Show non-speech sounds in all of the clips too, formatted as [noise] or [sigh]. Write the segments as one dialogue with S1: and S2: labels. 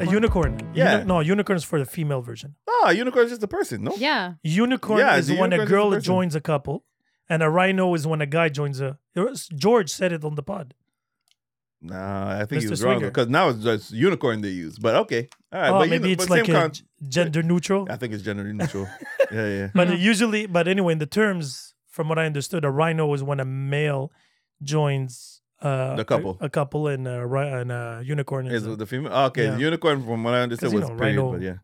S1: A unicorn. Uni-
S2: Yeah.
S1: no, unicorn's for the female version.
S2: No, Ah, unicorn is just a person. No.
S3: Yeah.
S1: Unicorn
S2: Yeah,
S1: is
S2: the
S1: when a
S2: unicorn is a
S1: girl
S2: person.
S1: joins a couple, and a rhino is when a guy joins a. there was- George said it on the pod.
S2: Nah, I think he
S1: Mr.
S2: was wrong
S1: Swinger.
S2: because now it's just unicorn they use. But okay, all right.
S1: oh,
S2: but
S1: maybe
S2: uni-
S1: it's
S2: but
S1: like
S2: same
S1: a
S2: con-
S1: gender neutral.
S2: I think it's
S1: [laughs]
S2: generally neutral. yeah, yeah.
S1: But
S3: Yeah.
S1: usually, but anyway, in the terms, from what I understood, a rhino is when a male joins uh,
S2: The
S1: a-
S2: couple.
S1: a, couple, and a, ri- and a unicorn is,
S2: Is
S1: a,
S2: the female? oh, Okay,
S1: Yeah.
S2: unicorn. From what I understood,
S1: 'Cause, you
S2: was
S1: know,
S2: period.
S1: rhino-
S2: But yeah,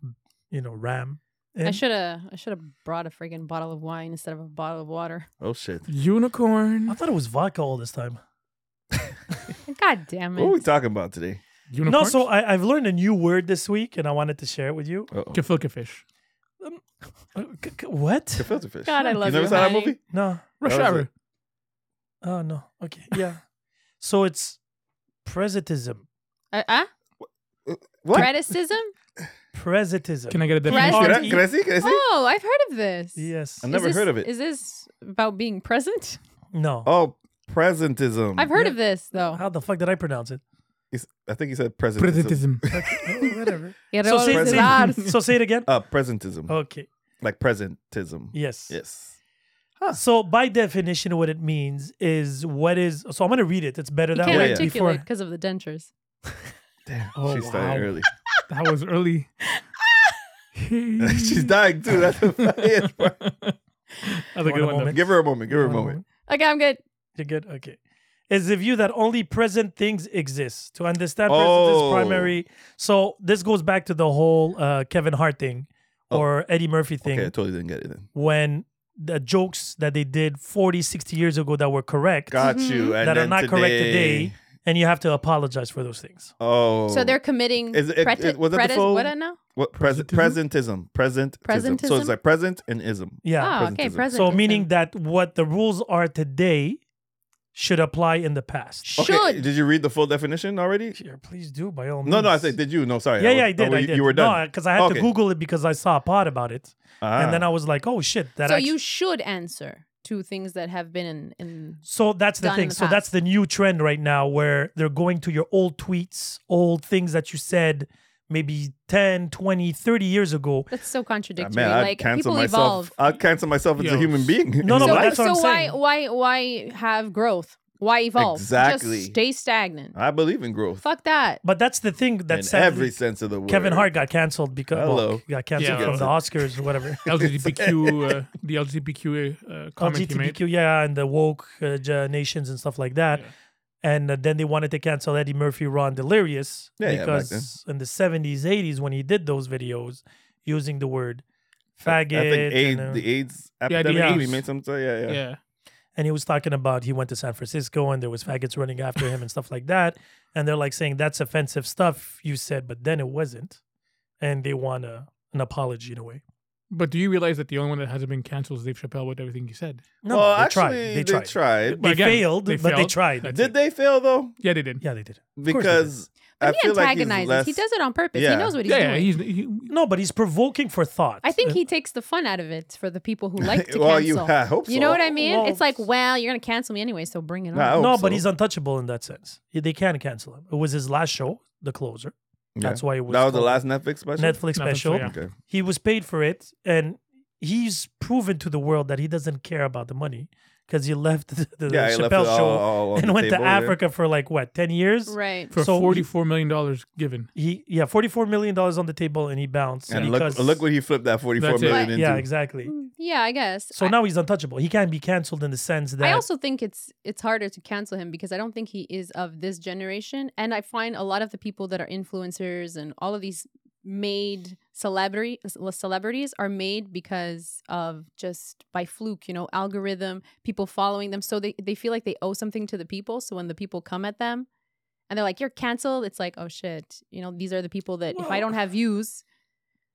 S1: you know, ram.
S3: I
S1: And-
S3: should have I should have brought a friggin' bottle of wine instead of a bottle of water.
S2: oh shit.
S1: I
S4: Unicorn.
S1: thought it was vodka all this time.
S3: [laughs] God damn
S2: What are we
S3: it.
S2: talking about today?
S4: Unicorn.
S1: No, so I, I've learned a new word this week, and I wanted to share it with you.
S2: Uh-oh.
S4: gefilte
S1: Uh, c- c- what?
S2: Gefilte fish.
S3: God, I love
S2: you never
S3: you,
S2: saw that
S3: honey.
S2: movie?
S1: No.
S4: Rush
S2: That was
S4: hour.
S2: it.
S1: Oh no. Okay. Yeah. so it's presentism.
S3: Uh, uh,
S2: What?
S3: Criticism?
S2: [laughs]
S1: Presentism.
S4: Can I get a
S3: Right.
S4: definition?
S2: Can I,
S1: R-E-
S2: can I see? Can I see?
S3: Oh, I've heard of this.
S1: yes.
S2: I
S3: Is
S2: never
S3: this-
S2: heard of it.
S3: Is this about
S2: [laughs]
S3: being present?
S1: No.
S2: Oh, presentism.
S3: I've heard
S1: Yeah.
S3: of this though.
S1: How the fuck did I pronounce
S2: [laughs]
S1: it?
S2: It's- I think he said presentism. [laughs]
S4: Presentism.
S1: Oh, whatever. so,
S3: Errores
S1: say,
S2: Presentism. [laughs]
S3: raros.
S1: say, so say it again.
S2: Uh, presentism.
S1: Okay.
S2: Like presentism.
S1: Oh. Yes.
S2: Yes.
S1: So by definition, what it means is what is. So I'm gonna read it. It's better
S3: You
S1: that
S3: can't
S1: way.
S2: yeah.
S3: articulate because of the dentures.
S2: Damn.
S4: Oh,
S2: She's dying
S4: wow.
S1: [laughs]
S2: early.
S4: [laughs]
S2: [laughs]
S4: That was early. [laughs]
S2: She's dying
S1: [laughs]
S2: too. That's the funniest part.
S4: That's a
S1: Want
S4: good
S1: a
S4: one. though.
S1: moment?
S2: Give her a moment. Give her a
S1: One
S2: moment.
S3: Okay, I'm good.
S1: You're good. Okay. Is the view that only present things exist to understand
S2: Oh.
S1: present is primary. So this goes back to the whole uh, Kevin Hart thing
S2: Oh.
S1: or Eddie Murphy thing.
S2: Okay, I totally didn't get it then.
S1: when the jokes that they did 40, 60 years ago that were correct,
S2: Got you. And
S1: Mm-hmm. that are
S2: then
S1: not
S2: today,
S1: correct today, and you have to apologize for those things.
S2: Oh.
S3: So they're committing
S2: Is it- it-
S3: preti-
S2: it- was it the
S3: pretis-
S2: full-
S3: what uh, I know?
S2: what present
S1: mm-hmm.
S2: presentism. Presentism. So
S3: Presentism?
S2: it's like present and ism.
S1: Yeah.
S3: Oh, okay,
S2: presentism.
S3: present.
S1: so meaning that what the rules are today should apply in the past.
S3: should
S2: Okay. Did you read the full definition already?
S1: Sure, please do by all means.
S2: No, no, I said did you? No, sorry.
S1: Yeah,
S2: was-
S1: yeah, I did.
S2: oh,
S1: I
S2: you,
S1: did.
S2: you were done.
S1: because I had
S2: Okay.
S1: to Google it because I saw a pod about it, and then
S2: Ah.
S1: I was like, "Oh shit!" That
S3: so
S1: actu-
S3: you should answer to things that have been in, in
S1: So that's the
S3: done in
S1: thing.
S3: the
S1: so that's
S3: past.
S1: the new trend right now where they're going to your old tweets, old things that you said maybe 10, 20, 30 years ago.
S3: that's so contradictory.
S2: Uh, Man, I'd
S3: like
S2: cancel
S3: people
S2: myself.
S3: evolve.
S2: I'd cancel myself as
S4: Yo.
S2: a human being.
S1: No,
S2: [laughs]
S1: no,
S3: so
S1: but that's what
S3: so
S1: I'm
S3: why
S1: saying.
S3: why why have growth? Why evolve?
S2: Exactly.
S3: Just stay stagnant.
S2: I believe in growth
S3: Fuck that.
S1: But that's the thing
S2: in
S1: that sadly,
S2: every sense of the word.
S1: Kevin Hart got canceled because well,
S2: Hello.
S1: he got canceled
S4: Yeah.
S1: from the Oscars or
S4: [laughs]
S1: whatever.
S4: LGBTQ, uh, the LGBTQ uh, comment he made.
S1: LGBTQ, yeah, and the woke uh, j- nations and stuff like that.
S4: Yeah.
S1: And uh, then they wanted to cancel Eddie Murphy, Ron Delirious,
S2: Yeah, yeah, back
S1: because in the 70s, 80s, when he did those videos using the word faggot,
S2: I
S1: and,
S2: think AIDS,
S1: uh,
S2: the AIDS
S4: the
S2: epidemic. Yeah,
S4: AIDS.
S2: made some. Yeah, yeah.
S4: Yeah.
S1: and he was talking about he went to San Francisco and there was faggots running after him and stuff like that. And they're like saying that's offensive stuff you said, but then it wasn't, and they want a, an apology in a way.
S4: But do you realize that the only one that hasn't been canceled is Dave Chappelle with everything he said?
S1: No,
S2: well,
S1: they
S2: actually,
S1: tried. They tried.
S4: But
S1: They
S4: again,
S1: failed,
S4: they
S1: but they
S4: failed.
S1: tried.
S4: That's
S2: Did
S4: it.
S2: they fail though?
S4: Yeah, they did.
S1: Yeah, they did. they did.
S2: Because
S3: But
S2: I
S3: he
S2: feel like he's
S3: antagonizes.
S2: less-
S3: He does it on purpose.
S2: Yeah.
S3: He knows what he's
S4: yeah,
S3: doing.
S4: yeah, he's he,
S1: No, but he's provoking for thought.
S3: I think
S1: Uh,
S3: he takes the fun out of it for the
S2: [laughs]
S3: people who like to
S2: well,
S3: cancel.
S2: you I hope so.
S3: You know what I mean?
S1: Well-
S3: it's like, well, you're gonna cancel me anyway, so bring it on.
S2: Nah, I hope
S1: No, but
S2: so.
S1: he's untouchable in that sense. Yeah, They can cancel him. It was his last show, The Closer.
S2: Yeah.
S1: That's why it was.
S2: that was the
S1: called
S2: last Netflix special.
S1: Netflix
S4: Nothing,
S1: special.
S4: yeah.
S2: Okay.
S1: He was paid for it, and he's proven to the world that he doesn't care about the money because he left [laughs] the, the
S2: Yeah, I left it
S1: Chappelle
S2: all,
S1: show
S2: all on
S1: and
S2: the
S1: went
S2: table,
S1: to
S2: yeah.
S1: Africa for like what ten years.
S3: Right.
S4: for
S1: So he-
S4: forty-four million dollars given.
S1: He yeah, forty four million dollars on the table, and he bounced.
S2: And
S1: because,
S2: look, look what he flipped that forty-four
S4: That's it.
S2: million
S3: But-
S2: into.
S1: yeah, exactly.
S3: Mm, Yeah, I guess.
S1: So
S3: I,
S1: now he's untouchable. He can't be canceled in the sense that
S3: I also think it's it's harder to cancel him because I don't think he is of this generation, and I find a lot of the people that are influencers and all of these made celebrity celebrities are made because of just by fluke, you know, algorithm, people following them, so they they feel like they owe something to the people. So when the people come at them, and they're like, "You're canceled," it's like, "Oh shit," you know, these are the people that if I
S1: Well-
S3: don't have views.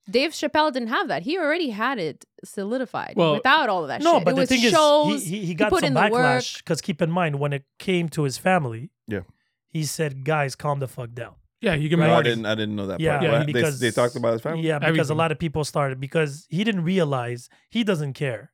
S3: Dave Chappelle didn't have that. He already had it solidified
S4: Well-
S3: without all of that
S1: no.
S3: shit.
S1: But
S3: it
S1: the
S3: was
S1: thing
S3: shows,
S1: is, he, he, he got
S3: put
S1: some
S3: in the work.
S1: backlash because keep in mind when it came to his family,
S2: Yeah.
S1: he said, "Guys, calm the fuck down."
S4: Yeah, you give me
S2: No, I
S4: Marty.
S2: didn't. I didn't know that.
S1: Yeah,
S2: part.
S1: yeah,
S2: What- they-
S1: because-
S2: they, talked about his family.
S1: Yeah, because
S4: Everything.
S1: a lot of people started because he didn't realize he doesn't care.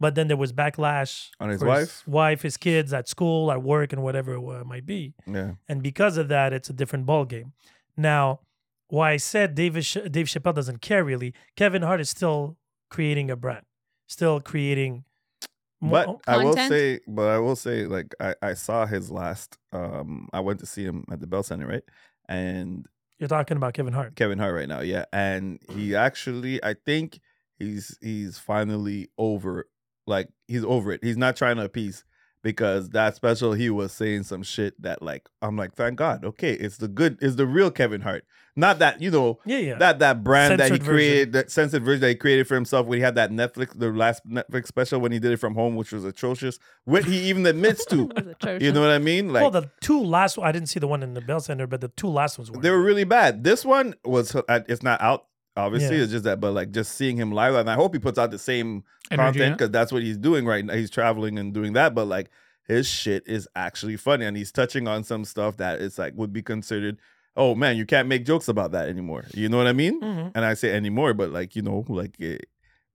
S1: But then there was backlash
S2: On his
S1: for
S2: wife?
S1: wife, his kids at school, at work, and whatever it uh, might be.
S2: Yeah.
S1: And because of that, it's a different ball game. Now, why I said David Ch- Dave Chappelle doesn't care really. Kevin Hart is still creating a brand, still creating. oh,
S2: But
S1: Well,
S2: I will
S3: Content?
S2: say, but I will say, like I, I saw his last. Um, I went to see him at the Bell Center, right? And
S1: you're talking about Kevin Hart.
S2: Kevin Hart right now, yeah. And he actually, I think he's he's finally over. Like he's over it. He's not trying to appease because that special he was saying some shit that like I'm like thank God. Okay, it's the good, it's the real Kevin Hart, not that you know
S1: Yeah, yeah.
S2: that that brand that he
S1: Censored version.
S2: created, that censored version that he created for himself when he had that Netflix, the last Netflix special when he did it from home, which was atrocious. What he even
S1: [laughs]
S2: admits to,
S3: [laughs] It was atrocious.
S2: you know what I mean? Like
S1: well, the two last I didn't see the one in the Bell Center, but the two last ones were.
S2: they were really bad. This one was, uh, it's not out. Obviously,
S1: Yeah.
S2: it's just that, but like just seeing him live, and I hope he puts out the same
S4: Energy,
S2: content
S4: yeah.
S2: because that's what he's doing right now. He's traveling and doing that, but like his shit is actually funny, and he's touching on some stuff that it's like would be considered. Oh man, you can't make jokes about that anymore. You know what I mean?
S3: Mm-hmm.
S1: Mhm.
S2: and I say anymore, but like you know, like it,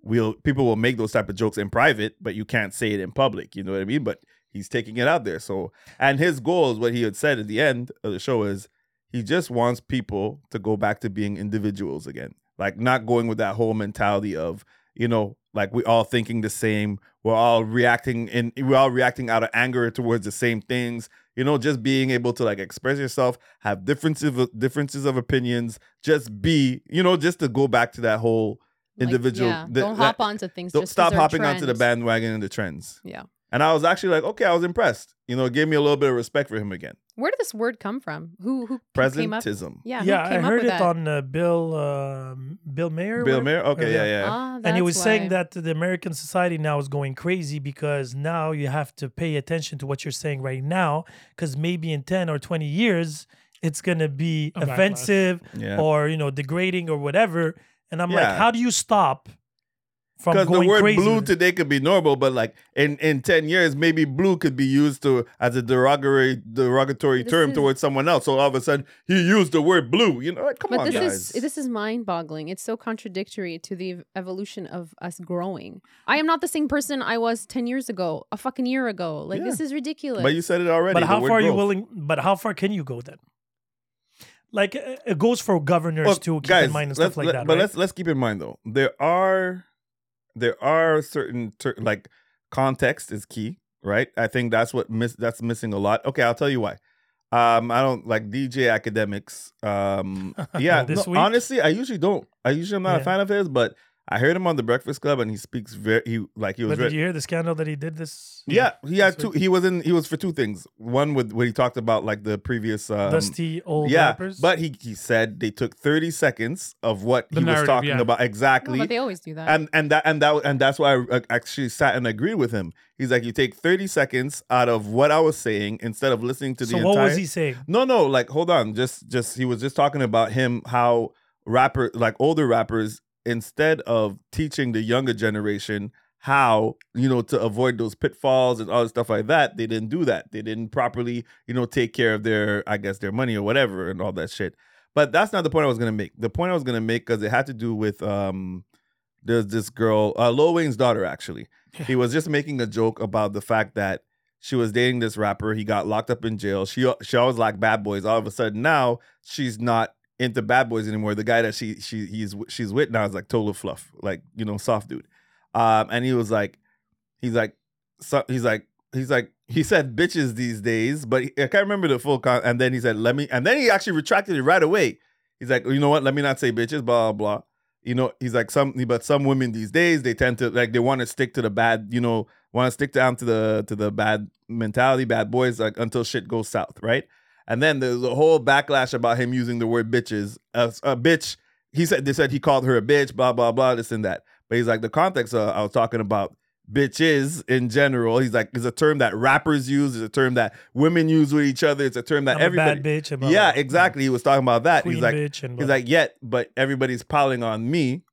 S2: we'll people will make those type of jokes in private, but you can't say it in public. You know what I mean? But he's taking it out there. So and his goal is what he had said at the end of the show is he just wants people to go back to being individuals again, like not going with that whole mentality of you know like we all thinking the same we're all reacting and we're all reacting out of anger towards the same things you know just being able to like express yourself have differences of differences of opinions just be you know just to go back to that whole
S3: Like,
S2: individual
S3: yeah,
S2: the-
S3: don't
S2: that-
S3: hop onto things.
S2: don't
S3: just 'cause
S2: stop
S3: they're
S2: hopping onto the
S3: trends.
S2: bandwagon and the trends
S3: Yeah.
S2: and i was actually like okay i was impressed you know it gave me a little bit of respect for him again
S3: Where did this word come from? Who who came up?
S2: presentism
S3: Yeah, who
S1: yeah, I
S3: came up
S1: heard
S3: with
S1: it
S3: that?
S1: on uh, Bill um Bill Mayer.
S2: bill
S1: what-
S2: mayer okay
S1: Yeah.
S2: yeah yeah
S3: Ah,
S1: and he
S3: that's
S1: was
S3: why.
S1: saying that the American society now is going crazy because now you have to pay attention to what you're saying right now because maybe in 10 or 20 years it's going to be
S4: A backlash.
S1: offensive
S2: yeah
S1: or you know degrading or whatever and i'm
S2: Yeah.
S1: like how do you stop from
S2: because
S1: going
S2: the word
S1: crazy
S2: blue
S1: with it?
S2: today could be normal, but like in, in ten years, maybe blue could be used to as a derogatory derogatory
S3: This
S2: term
S3: is-
S2: towards someone else. So all of a sudden, he used the word blue. You know, like, come
S3: But
S2: on,
S3: this
S2: guys.
S3: is this is mind boggling. It's so contradictory to the ev- evolution of us growing. I am not the same person I was ten years ago, a fucking year ago. Like
S2: Yeah.
S3: this is ridiculous.
S2: but you said it already.
S1: but
S2: the
S1: how
S2: word
S1: far are you
S2: growth.
S1: willing but how far can you go then like uh, it goes for governors
S2: Well,
S1: too keep in mind and
S2: let's-
S1: stuff like
S2: let-
S1: that
S2: But
S1: right?
S2: let's let's keep in mind though, there are there are certain ter- like context is key, right? I think that's what miss that's missing a lot. Okay, I'll tell you why. Um, I don't like DJ academics.
S1: [laughs]
S2: Um, yeah,
S1: This
S2: no,
S1: week?
S2: honestly, I usually don't. I usually am not
S1: Yeah.
S2: a fan of his, but I heard him on the Breakfast Club, and he speaks very he like he was
S1: but
S2: very,
S1: did you hear the scandal that he did this
S2: yeah, he had
S1: this
S2: two.
S1: week?
S2: He was in. He was for two things. One with what he talked about, like the previous um,
S1: dusty old
S2: yeah,
S1: rappers
S2: but he he said they took 30 seconds of what
S4: The
S2: he was
S4: narrative,
S2: talking
S4: yeah.
S2: about
S3: No,
S2: exactly.
S3: but they always do that.
S2: and and that and that and that's why I uh, actually sat and agreed with him. He's like, you take 30 seconds out of what I was saying instead of listening to
S1: so
S2: the
S1: what
S2: entire.
S1: was he saying
S2: No, no, like hold on, just just he was just talking about him how rapper like older rappers instead of teaching the younger generation how you know to avoid those pitfalls and all this stuff like that, they didn't do that. They didn't properly you know take care of their I guess their money or whatever and all that shit. But that's not the point I was gonna make. The point I was gonna make because it had to do with um there's this girl, uh, Lil Wayne's daughter actually. He was just making a joke about the fact that she was dating this rapper. He got locked up in jail. She she always liked bad boys. All of a sudden now she's not into bad boys anymore. The guy that she she he's she's with now is like total fluff, like you know soft dude. Um, and he was like, he's like, so, he's like. He's like he said bitches these days, but he- I can't remember the full con. And then he said, "Let me." And then he actually retracted it right away. He's like, "You know what? Let me not say bitches." Blah blah. blah. You know, he's like some, but some women these days they tend to like they want to stick to the bad. You know, want to stick down to the to the bad mentality, bad boys, like until shit goes south, right? And then there's a whole backlash about him using the word bitches. A, a bitch, he said they said he called her a bitch, blah blah blah, this and that. But he's like the context uh, I was talking about bitches in general. He's like it's a term that rappers use, it's a term that women use with each other, it's a term that
S1: I'm
S2: everybody.
S1: a bad bitch and blah,
S2: yeah,
S1: blah.
S2: exactly. He was talking about that.
S1: Queen
S2: he's like
S1: bitch and blah,
S2: He's like, yet, but everybody's piling on me.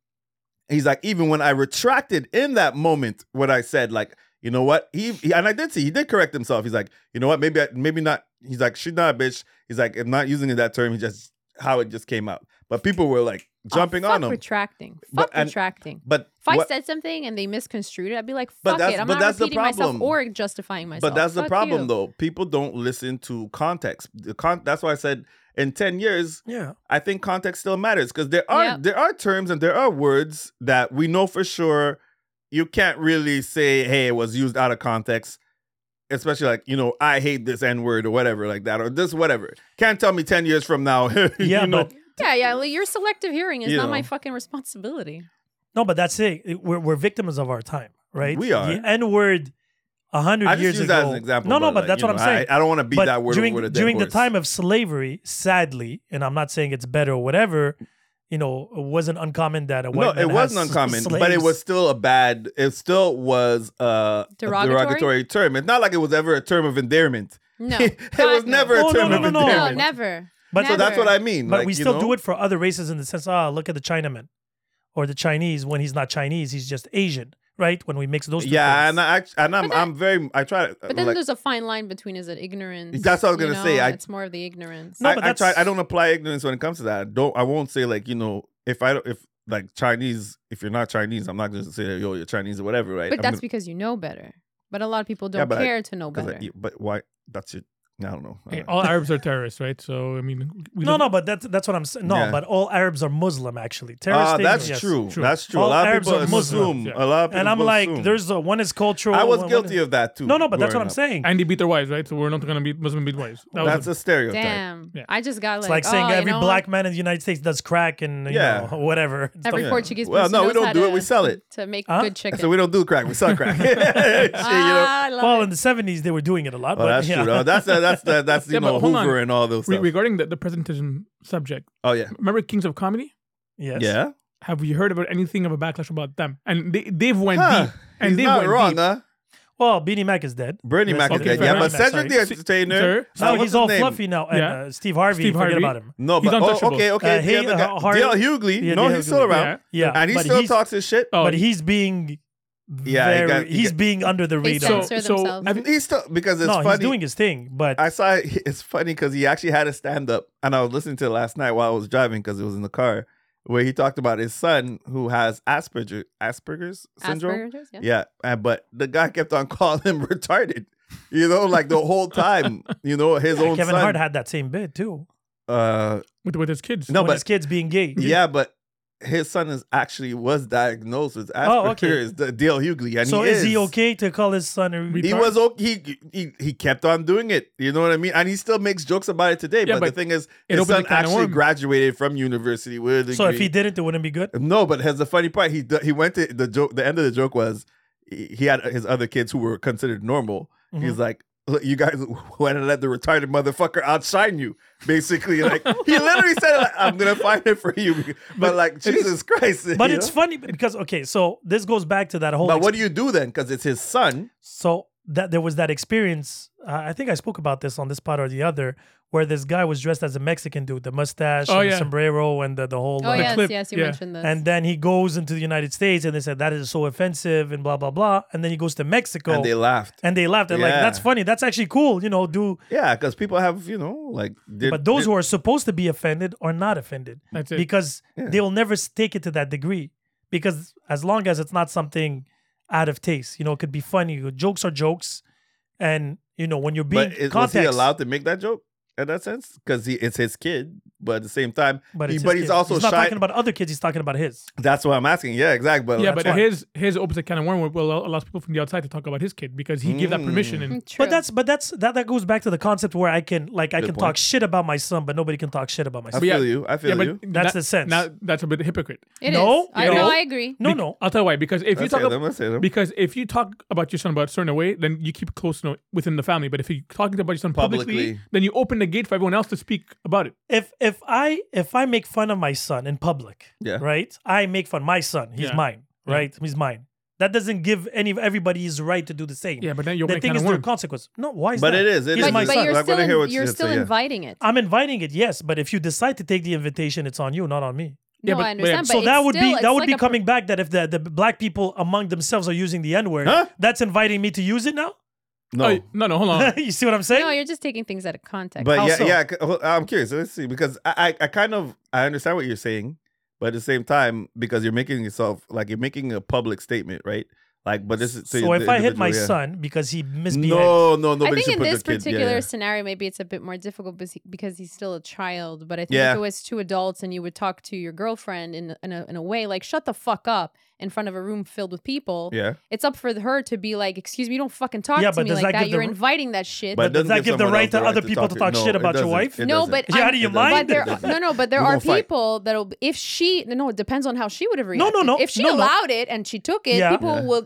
S2: He's like, even when I retracted in that moment, what I said, like, you know what? He, he- and I did see he did correct himself. He's like, you know what? Maybe I, maybe not. He's like, she's not a bitch. He's like, I'm not using that term. He just how it just came out. But people were like jumping
S3: oh, fuck
S2: on him.
S3: retracting.
S2: But-
S3: Fuck
S2: and-
S3: retracting.
S2: But
S3: If I
S2: what-
S3: said something and they misconstrued it, I'd be like,
S2: But
S3: fuck
S2: that's-
S3: it. I'm
S2: but
S3: not
S2: that's the
S3: repeating myself
S2: problem.
S3: or justifying
S2: But
S3: myself.
S2: that's the
S3: Fuck
S2: problem,
S3: you.
S2: though. People don't listen to context. The con- that's why I said in ten years,
S1: Yeah.
S2: I think context still matters because there are
S3: Yep.
S2: there are terms and there are words that we know for sure you can't really say, "Hey, it was used out of context." Especially like you know, I hate this N word or whatever like that or this whatever. Can't tell me ten years from now. [laughs]
S1: Yeah,
S2: you know,
S1: but
S3: Yeah, yeah. Like, your selective hearing is
S2: You
S3: not my
S2: know.
S3: fucking responsibility.
S2: [laughs]
S1: no, but that's it. We're, we're victims of our time, right?
S2: We are.
S1: The N word, a hundred
S2: I just
S1: years
S2: use
S1: ago.
S2: that as an example.
S1: No, no, but
S2: like,
S1: that's
S2: you
S1: what
S2: know,
S1: I'm saying.
S2: I, I don't want to beat that word
S1: during,
S2: over the dead
S1: during the
S2: horse.
S1: time of slavery, sadly, and I'm not saying it's better or whatever. You know, it wasn't uncommon that a white
S2: no,
S1: man
S2: it wasn't
S1: has
S2: uncommon, but it
S1: slaves.
S2: was still a bad. It still was uh,
S3: Derogatory?
S2: a derogatory term. It's not like it was ever a term of endearment. [laughs]
S3: No.
S2: it
S3: God,
S2: was
S3: no.
S2: never
S1: Oh,
S2: a
S1: no,
S2: term
S1: no,
S2: of
S1: no, no.
S3: No,
S2: endearment.
S3: never.
S1: But
S2: So that's what I mean.
S1: But
S2: like,
S1: we
S2: you
S1: still
S2: know?
S1: do it for other races in the sense, ah, look at the Chinaman, or the Chinese when he's not Chinese, he's just Asian, right? When we mix those, two
S2: Yeah,
S1: things.
S2: and I act- and I'm,
S3: But then-
S2: I'm very I try to
S3: But then
S2: Uh, like,
S3: there's a fine line between is it ignorance?
S2: That's what I was
S3: you
S2: gonna say.
S3: know,
S2: I-
S3: it's more of the ignorance.
S1: No,
S2: I,
S1: but
S2: I try
S1: that's-
S2: I don't apply ignorance when it comes to that. I don't I won't say like, you know, if I don't if like Chinese, if you're not Chinese, I'm not gonna say yo, you're Chinese or whatever, right?
S3: But
S2: I'm
S3: that's
S2: gonna-
S3: because you know better. But a lot of people
S2: Yeah,
S3: don't
S2: but I-
S3: care to know
S2: 'cause I-
S3: better.
S2: you- but why that's your I don't know.
S4: Hey, all Arabs are terrorists, right? So I mean, we
S1: No,
S4: live-
S1: no, but that's that's what I'm saying. No,
S2: Yeah.
S1: but all Arabs are Muslim actually. Terrorist
S2: Uh,
S1: things,
S2: that's
S1: yes.
S2: true.
S4: true.
S2: That's true.
S1: All
S2: a lot of
S1: Arabs
S2: people
S1: are
S2: assume.
S1: Muslims,
S4: yeah.
S2: A lot of people
S1: And I'm like,
S2: assume.
S1: there's a, one is cultural.
S2: I was
S1: one- one
S2: guilty
S1: is-
S2: of that too.
S1: No, no, but that's what
S2: growing
S1: I'm
S2: up.
S1: saying.
S4: and they beat their wives, right? So we're not gonna beat Muslim beat wives. That was
S2: That's
S4: it.
S2: a stereotype.
S3: Damn.
S4: Yeah.
S3: I just got like
S1: it's like saying
S3: oh,
S1: every
S3: you know,
S1: black man in the United States does crack and you
S2: Yeah.
S1: know, whatever. It's
S3: every
S1: like-
S2: Yeah.
S3: Portuguese
S2: Well,
S3: person
S2: no, we
S3: knows
S2: don't
S3: how
S2: do it,
S3: to-
S2: we sell it.
S3: to make
S1: Huh?
S3: good chicken.
S2: So we don't do crack. We sell crack. [laughs] Shit, you know?
S3: Ah, I love
S1: well,
S3: it.
S1: in the '70s they were doing it a lot.
S2: Oh,
S1: but
S2: that's
S1: yeah.
S2: true. though. that's uh, that's
S1: [laughs]
S2: the that's you
S4: Yeah, but
S2: know
S4: hold on.
S2: Hoover and all those
S4: Re-
S2: stuff.
S4: regarding the, the presentism subject.
S2: oh yeah,
S4: Remember Kings of Comedy?
S1: Yes.
S2: yeah.
S4: Have you heard about anything of a backlash about them? And they they've went
S2: Huh.
S4: deep. And
S2: He's
S4: they
S2: not
S4: went
S2: wrong,
S4: deep.
S2: huh?
S1: Well, Beanie Mac is dead.
S2: Bernie
S1: Rest
S2: Mac
S1: in
S2: is
S4: okay,
S2: dead.
S1: peace,
S2: Yeah,
S4: Bernie
S2: but
S1: Mac, sorry.
S2: Cedric the Entertainer.
S4: Sir?
S2: uh,
S1: No,
S2: what's
S1: he's all
S2: his name?
S1: fluffy now. And
S4: Yeah.
S1: uh, Steve Harvey,
S4: Steve
S1: forget
S4: Harvey.
S1: about him.
S2: No, but oh,
S4: untouchable.
S2: okay, okay.
S1: Uh,
S2: the
S1: he-
S2: other
S1: uh,
S2: guy,
S1: Har-
S2: DL Hughley.
S1: Yeah,
S2: no,
S1: DL
S2: he's still
S1: Hughley.
S2: around,
S1: Yeah,
S2: and he
S1: but
S2: still
S1: he's-
S2: talks his shit.
S4: Oh,
S1: but he's being
S2: Yeah, he
S1: very,
S2: got- he
S1: he's
S2: got-
S1: being under the
S3: They
S1: radar.
S4: so
S3: censor
S4: so
S3: themselves.
S4: have you-
S2: He's still because it's
S1: no,
S2: funny.
S1: he's doing his thing, but
S2: I saw [laughs] it. It's funny because he actually had a stand up, and I was listening to it last night while I was driving because it was in the car, where he talked about his son who has Asperger Asperger's syndrome.
S3: Asperger's, yeah.
S2: Yeah, and, but the guy kept on [laughs] calling him retarded, you know, like the whole time. You know, his own
S1: Kevin
S2: son.
S1: Hart had that same bit too.
S2: uh,
S4: with with his kids.
S2: No,
S1: with
S2: but-
S1: his kids being gay.
S2: yeah, but. His son is actually was diagnosed with
S1: Oh, okay.
S2: Asperger's, the DL Hughley, and
S1: So
S2: he
S1: is
S2: is,
S1: he okay to call his son a
S4: He
S2: He
S1: retard?
S2: was okay. He, he he kept on doing it. You know what I mean? And he still makes jokes about it today.
S4: Yeah,
S2: but,
S4: but
S2: the thing is,
S4: it
S2: his
S4: opens a
S2: son
S4: can of
S2: actually
S4: worms.
S2: graduated from university with a
S1: So if he
S2: degree.
S1: didn't, it wouldn't be good.
S2: no, but here's the funny part. He he went to the joke. The end of the joke was he he had his other kids who were considered normal.
S1: Mm-hmm.
S2: He's like. Look, you guys [laughs] want to let the retarded motherfucker outshine you, basically. Like he literally said, like, "I'm gonna find it for you," but, like Jesus Christ.
S1: But
S2: you
S1: it's
S2: know?
S1: funny because okay, so this goes back to that whole.
S2: but
S1: ex-
S2: what do you do then? Because it's his son.
S1: so that there was that experience. Uh, I think I spoke about this on this part or the other, where this guy was dressed as a Mexican dude, the mustache,
S4: Oh,
S1: and the
S4: yeah.
S1: sombrero, and the, the whole.
S3: Oh
S1: like,
S3: yes,
S4: clip,
S3: yes, you
S4: yeah.
S3: mentioned this.
S1: And then he goes into the United States, and they said that is so offensive, and blah blah blah. And then he goes to Mexico,
S2: And they laughed.
S1: and they laughed. They're like,
S2: Yeah.
S1: "That's funny. That's actually cool. You know, do."
S2: Yeah, because people have, you know, like. they're-
S1: But those
S2: they're-
S1: who are supposed to be offended are not offended.
S4: That's it.
S1: because
S2: Yeah.
S1: they'll never s- take it to that degree. Because as long as it's not something out of taste, you know, it could be funny. Your Jokes are jokes, and you know when you're being
S2: But is, was he
S1: context.
S2: allowed to make that joke in that sense? Because he it's his kid, but at the same time,
S1: but
S2: he-
S1: it's his
S2: but he's
S1: kid.
S2: also
S1: he's not
S2: shy.
S1: talking about other kids. He's talking about his.
S2: that's what I'm asking. Yeah, exactly. But
S4: yeah,
S2: like,
S4: but
S1: why.
S4: his his opens a can of worm will- will allows people from the outside to talk about his kid because he gave that permission and
S3: Mm, True.
S1: But that's but that's that that goes back to the concept where I can like I
S2: Good
S1: can
S2: point.
S1: talk shit about my son, but nobody can talk shit about my
S2: I
S1: son.
S2: feel
S4: yeah.
S2: you. I
S4: yeah,
S2: feel
S4: but
S2: you.
S1: That's the sense.
S4: Now that's a bit hypocrite.
S3: It is.
S1: No,
S3: I
S1: no.
S3: know. I agree.
S1: No,
S4: Bec-
S1: no.
S4: I'll tell you why. Because if you
S2: Let's
S4: talk
S2: hear
S4: ab-
S2: them. Let's hear them.
S4: because if you talk about your son about a certain way, then you keep close no- within the family. But if you're talking about your son publicly,
S2: Publicly.
S4: then you open the gate for everyone else to speak about it.
S1: If if I if I make fun of my son in public,
S2: Yeah.
S1: right? I make fun my son. He's
S4: Yeah.
S1: mine,
S4: Yeah.
S1: right? He's mine. That doesn't give any everybody his right to do the same.
S4: Yeah, but then you open
S1: the
S4: a can
S1: thing
S4: of
S1: is there are
S4: worm.
S1: consequences. No, why is
S2: But
S1: that?
S2: it is, it
S1: He's
S2: is.
S3: But,
S1: my
S3: but
S1: son.
S2: son.
S3: you're
S2: Like,
S3: still,
S2: wanna hear what
S3: in,
S2: you
S3: you're
S2: just
S3: still
S2: said, yeah.
S3: inviting it.
S1: I'm inviting it, yes, but if you decide to take the invitation, it's on you, not on me.
S4: Yeah,
S3: no,
S4: but-
S3: I
S4: but yeah.
S3: understand. But
S1: so
S3: it's
S1: that would
S3: still-
S1: be
S3: it's
S1: that would
S3: like
S1: be
S3: a per-
S1: coming back that if the, the black people among themselves are using the N word,
S2: Huh?
S1: that's inviting me to use it now.
S2: No.
S4: Oh, no, no, hold on.
S1: [laughs] you see what I'm saying?
S3: No, you're just taking things out of context.
S2: But
S1: How
S2: yeah,
S1: so?
S2: yeah, c- well, I'm curious. Let's see because I, I, I kind of I understand what you're saying, but at the same time, because you're making yourself like you're making a public statement, right? Like, but this is
S1: so
S2: the
S1: if I hit my
S2: individual, yeah.
S1: son because he misbehaved, [laughs]
S2: no, no, nobody
S3: I think
S2: should
S3: in
S2: put
S3: this
S2: the kid.
S3: particular
S2: yeah, yeah.
S3: scenario, maybe it's a bit more difficult bes- because he's still a child. But I think
S2: Yeah.
S3: if it was two adults and you would talk to your girlfriend in in a, in a way like "shut the fuck up" in front of a room filled with people,
S2: Yeah,
S3: it's up for her to be like, "Excuse me, you don't fucking talk
S1: Yeah,
S3: to
S1: but
S3: me
S1: does
S3: like
S1: that
S3: that.
S1: give the
S3: You're
S1: r-
S3: inviting that shit."
S1: But
S2: it
S1: does
S2: doesn't
S1: that
S2: give
S1: give the
S2: someone
S1: right
S2: else
S1: to other people to talk
S2: No,
S1: shit
S2: it
S1: about your
S2: doesn't.
S1: wife?
S2: It
S3: no,
S2: doesn't.
S3: but
S1: You're
S3: I'm-
S1: out of your
S2: It doesn't.
S3: But
S1: mind.
S2: It
S3: there, [laughs]
S2: doesn't.
S3: no, no. But there
S2: We're
S3: are
S2: gonna fight.
S3: people that'll if she no, it depends on how she would have
S1: no,
S3: reacted.
S1: no,
S3: If she
S1: no, no.
S3: allowed it and she took it,
S1: Yeah.
S3: people
S2: Yeah.
S3: will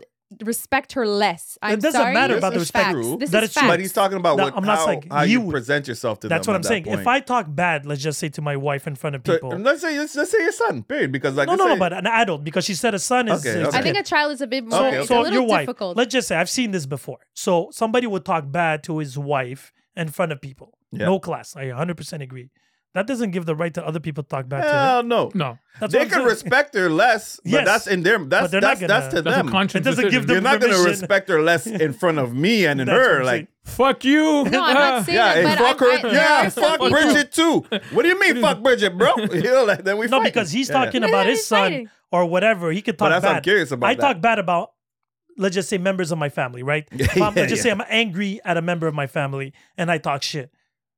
S3: respect her less. I'm
S1: doesn't
S3: sorry,
S1: matter
S3: this
S1: about the
S3: is
S1: respect.
S3: facts. This
S1: That
S3: is
S1: is true.
S2: But
S3: facts.
S2: he's talking about
S1: No,
S2: what
S1: I'm not
S2: how,
S1: saying
S2: how
S1: you.
S2: you present yourself to
S1: That's
S2: them.
S1: what
S2: at
S1: I'm
S2: that
S1: saying. If I
S2: point.
S1: talk bad, let's just say to my wife in front of
S2: So,
S1: people.
S2: let's say let's, let's say your son, period, because like
S1: no, no,
S2: let's
S1: no,
S2: say-
S1: but an adult because she said a son is.
S2: Okay,
S1: is
S2: okay.
S3: I think
S1: kid.
S3: a child is a bit more.
S1: So,
S2: Okay,
S3: it's
S1: so
S3: a little
S1: your wife.
S3: difficult.
S1: Let's just say I've seen this before. So somebody would talk bad to his wife in front of people.
S2: Yeah.
S1: No class. I 100% agree. That doesn't give the right to other people to talk bad to him.
S2: hell no.
S4: No,
S1: That's
S2: They
S1: what I'm
S2: can
S1: saying.
S2: respect her less, but
S1: Yes.
S2: that's in their that's
S1: they're not
S2: that's, that's to
S1: gonna-
S4: that's
S2: them.
S4: a conscience
S1: It doesn't give
S4: decision.
S1: them-
S2: You're not gonna
S1: permission.
S2: respect her less in front of me and in
S1: That's what
S2: her.
S1: I'm
S2: Like,
S4: Fuck
S1: [laughs]
S4: you. Ah.
S3: No, I'm not saying
S2: yeah,
S3: that,
S2: and
S3: but
S2: fuck
S3: I,
S2: her.
S3: I, there
S2: yeah,
S3: are some
S2: fuck
S3: people-
S2: Bridget too. What do you mean, fuck Bridget,
S1: [laughs]
S2: bro? You know, like, then we
S1: No,
S2: fight.
S1: because he's
S2: Yeah.
S1: talking
S3: No,
S1: about
S3: no,
S1: his
S3: he's
S1: son
S3: fighting.
S1: or whatever. He could talk
S2: But that's
S1: bad.
S2: what I'm curious about.
S1: I
S2: that.
S1: talk bad about, let's just say, members of my family,
S2: [laughs]
S1: right? If I'm-
S2: Yeah,
S1: let's just say
S2: yeah.
S1: I'm angry at a member of my family and I talk shit.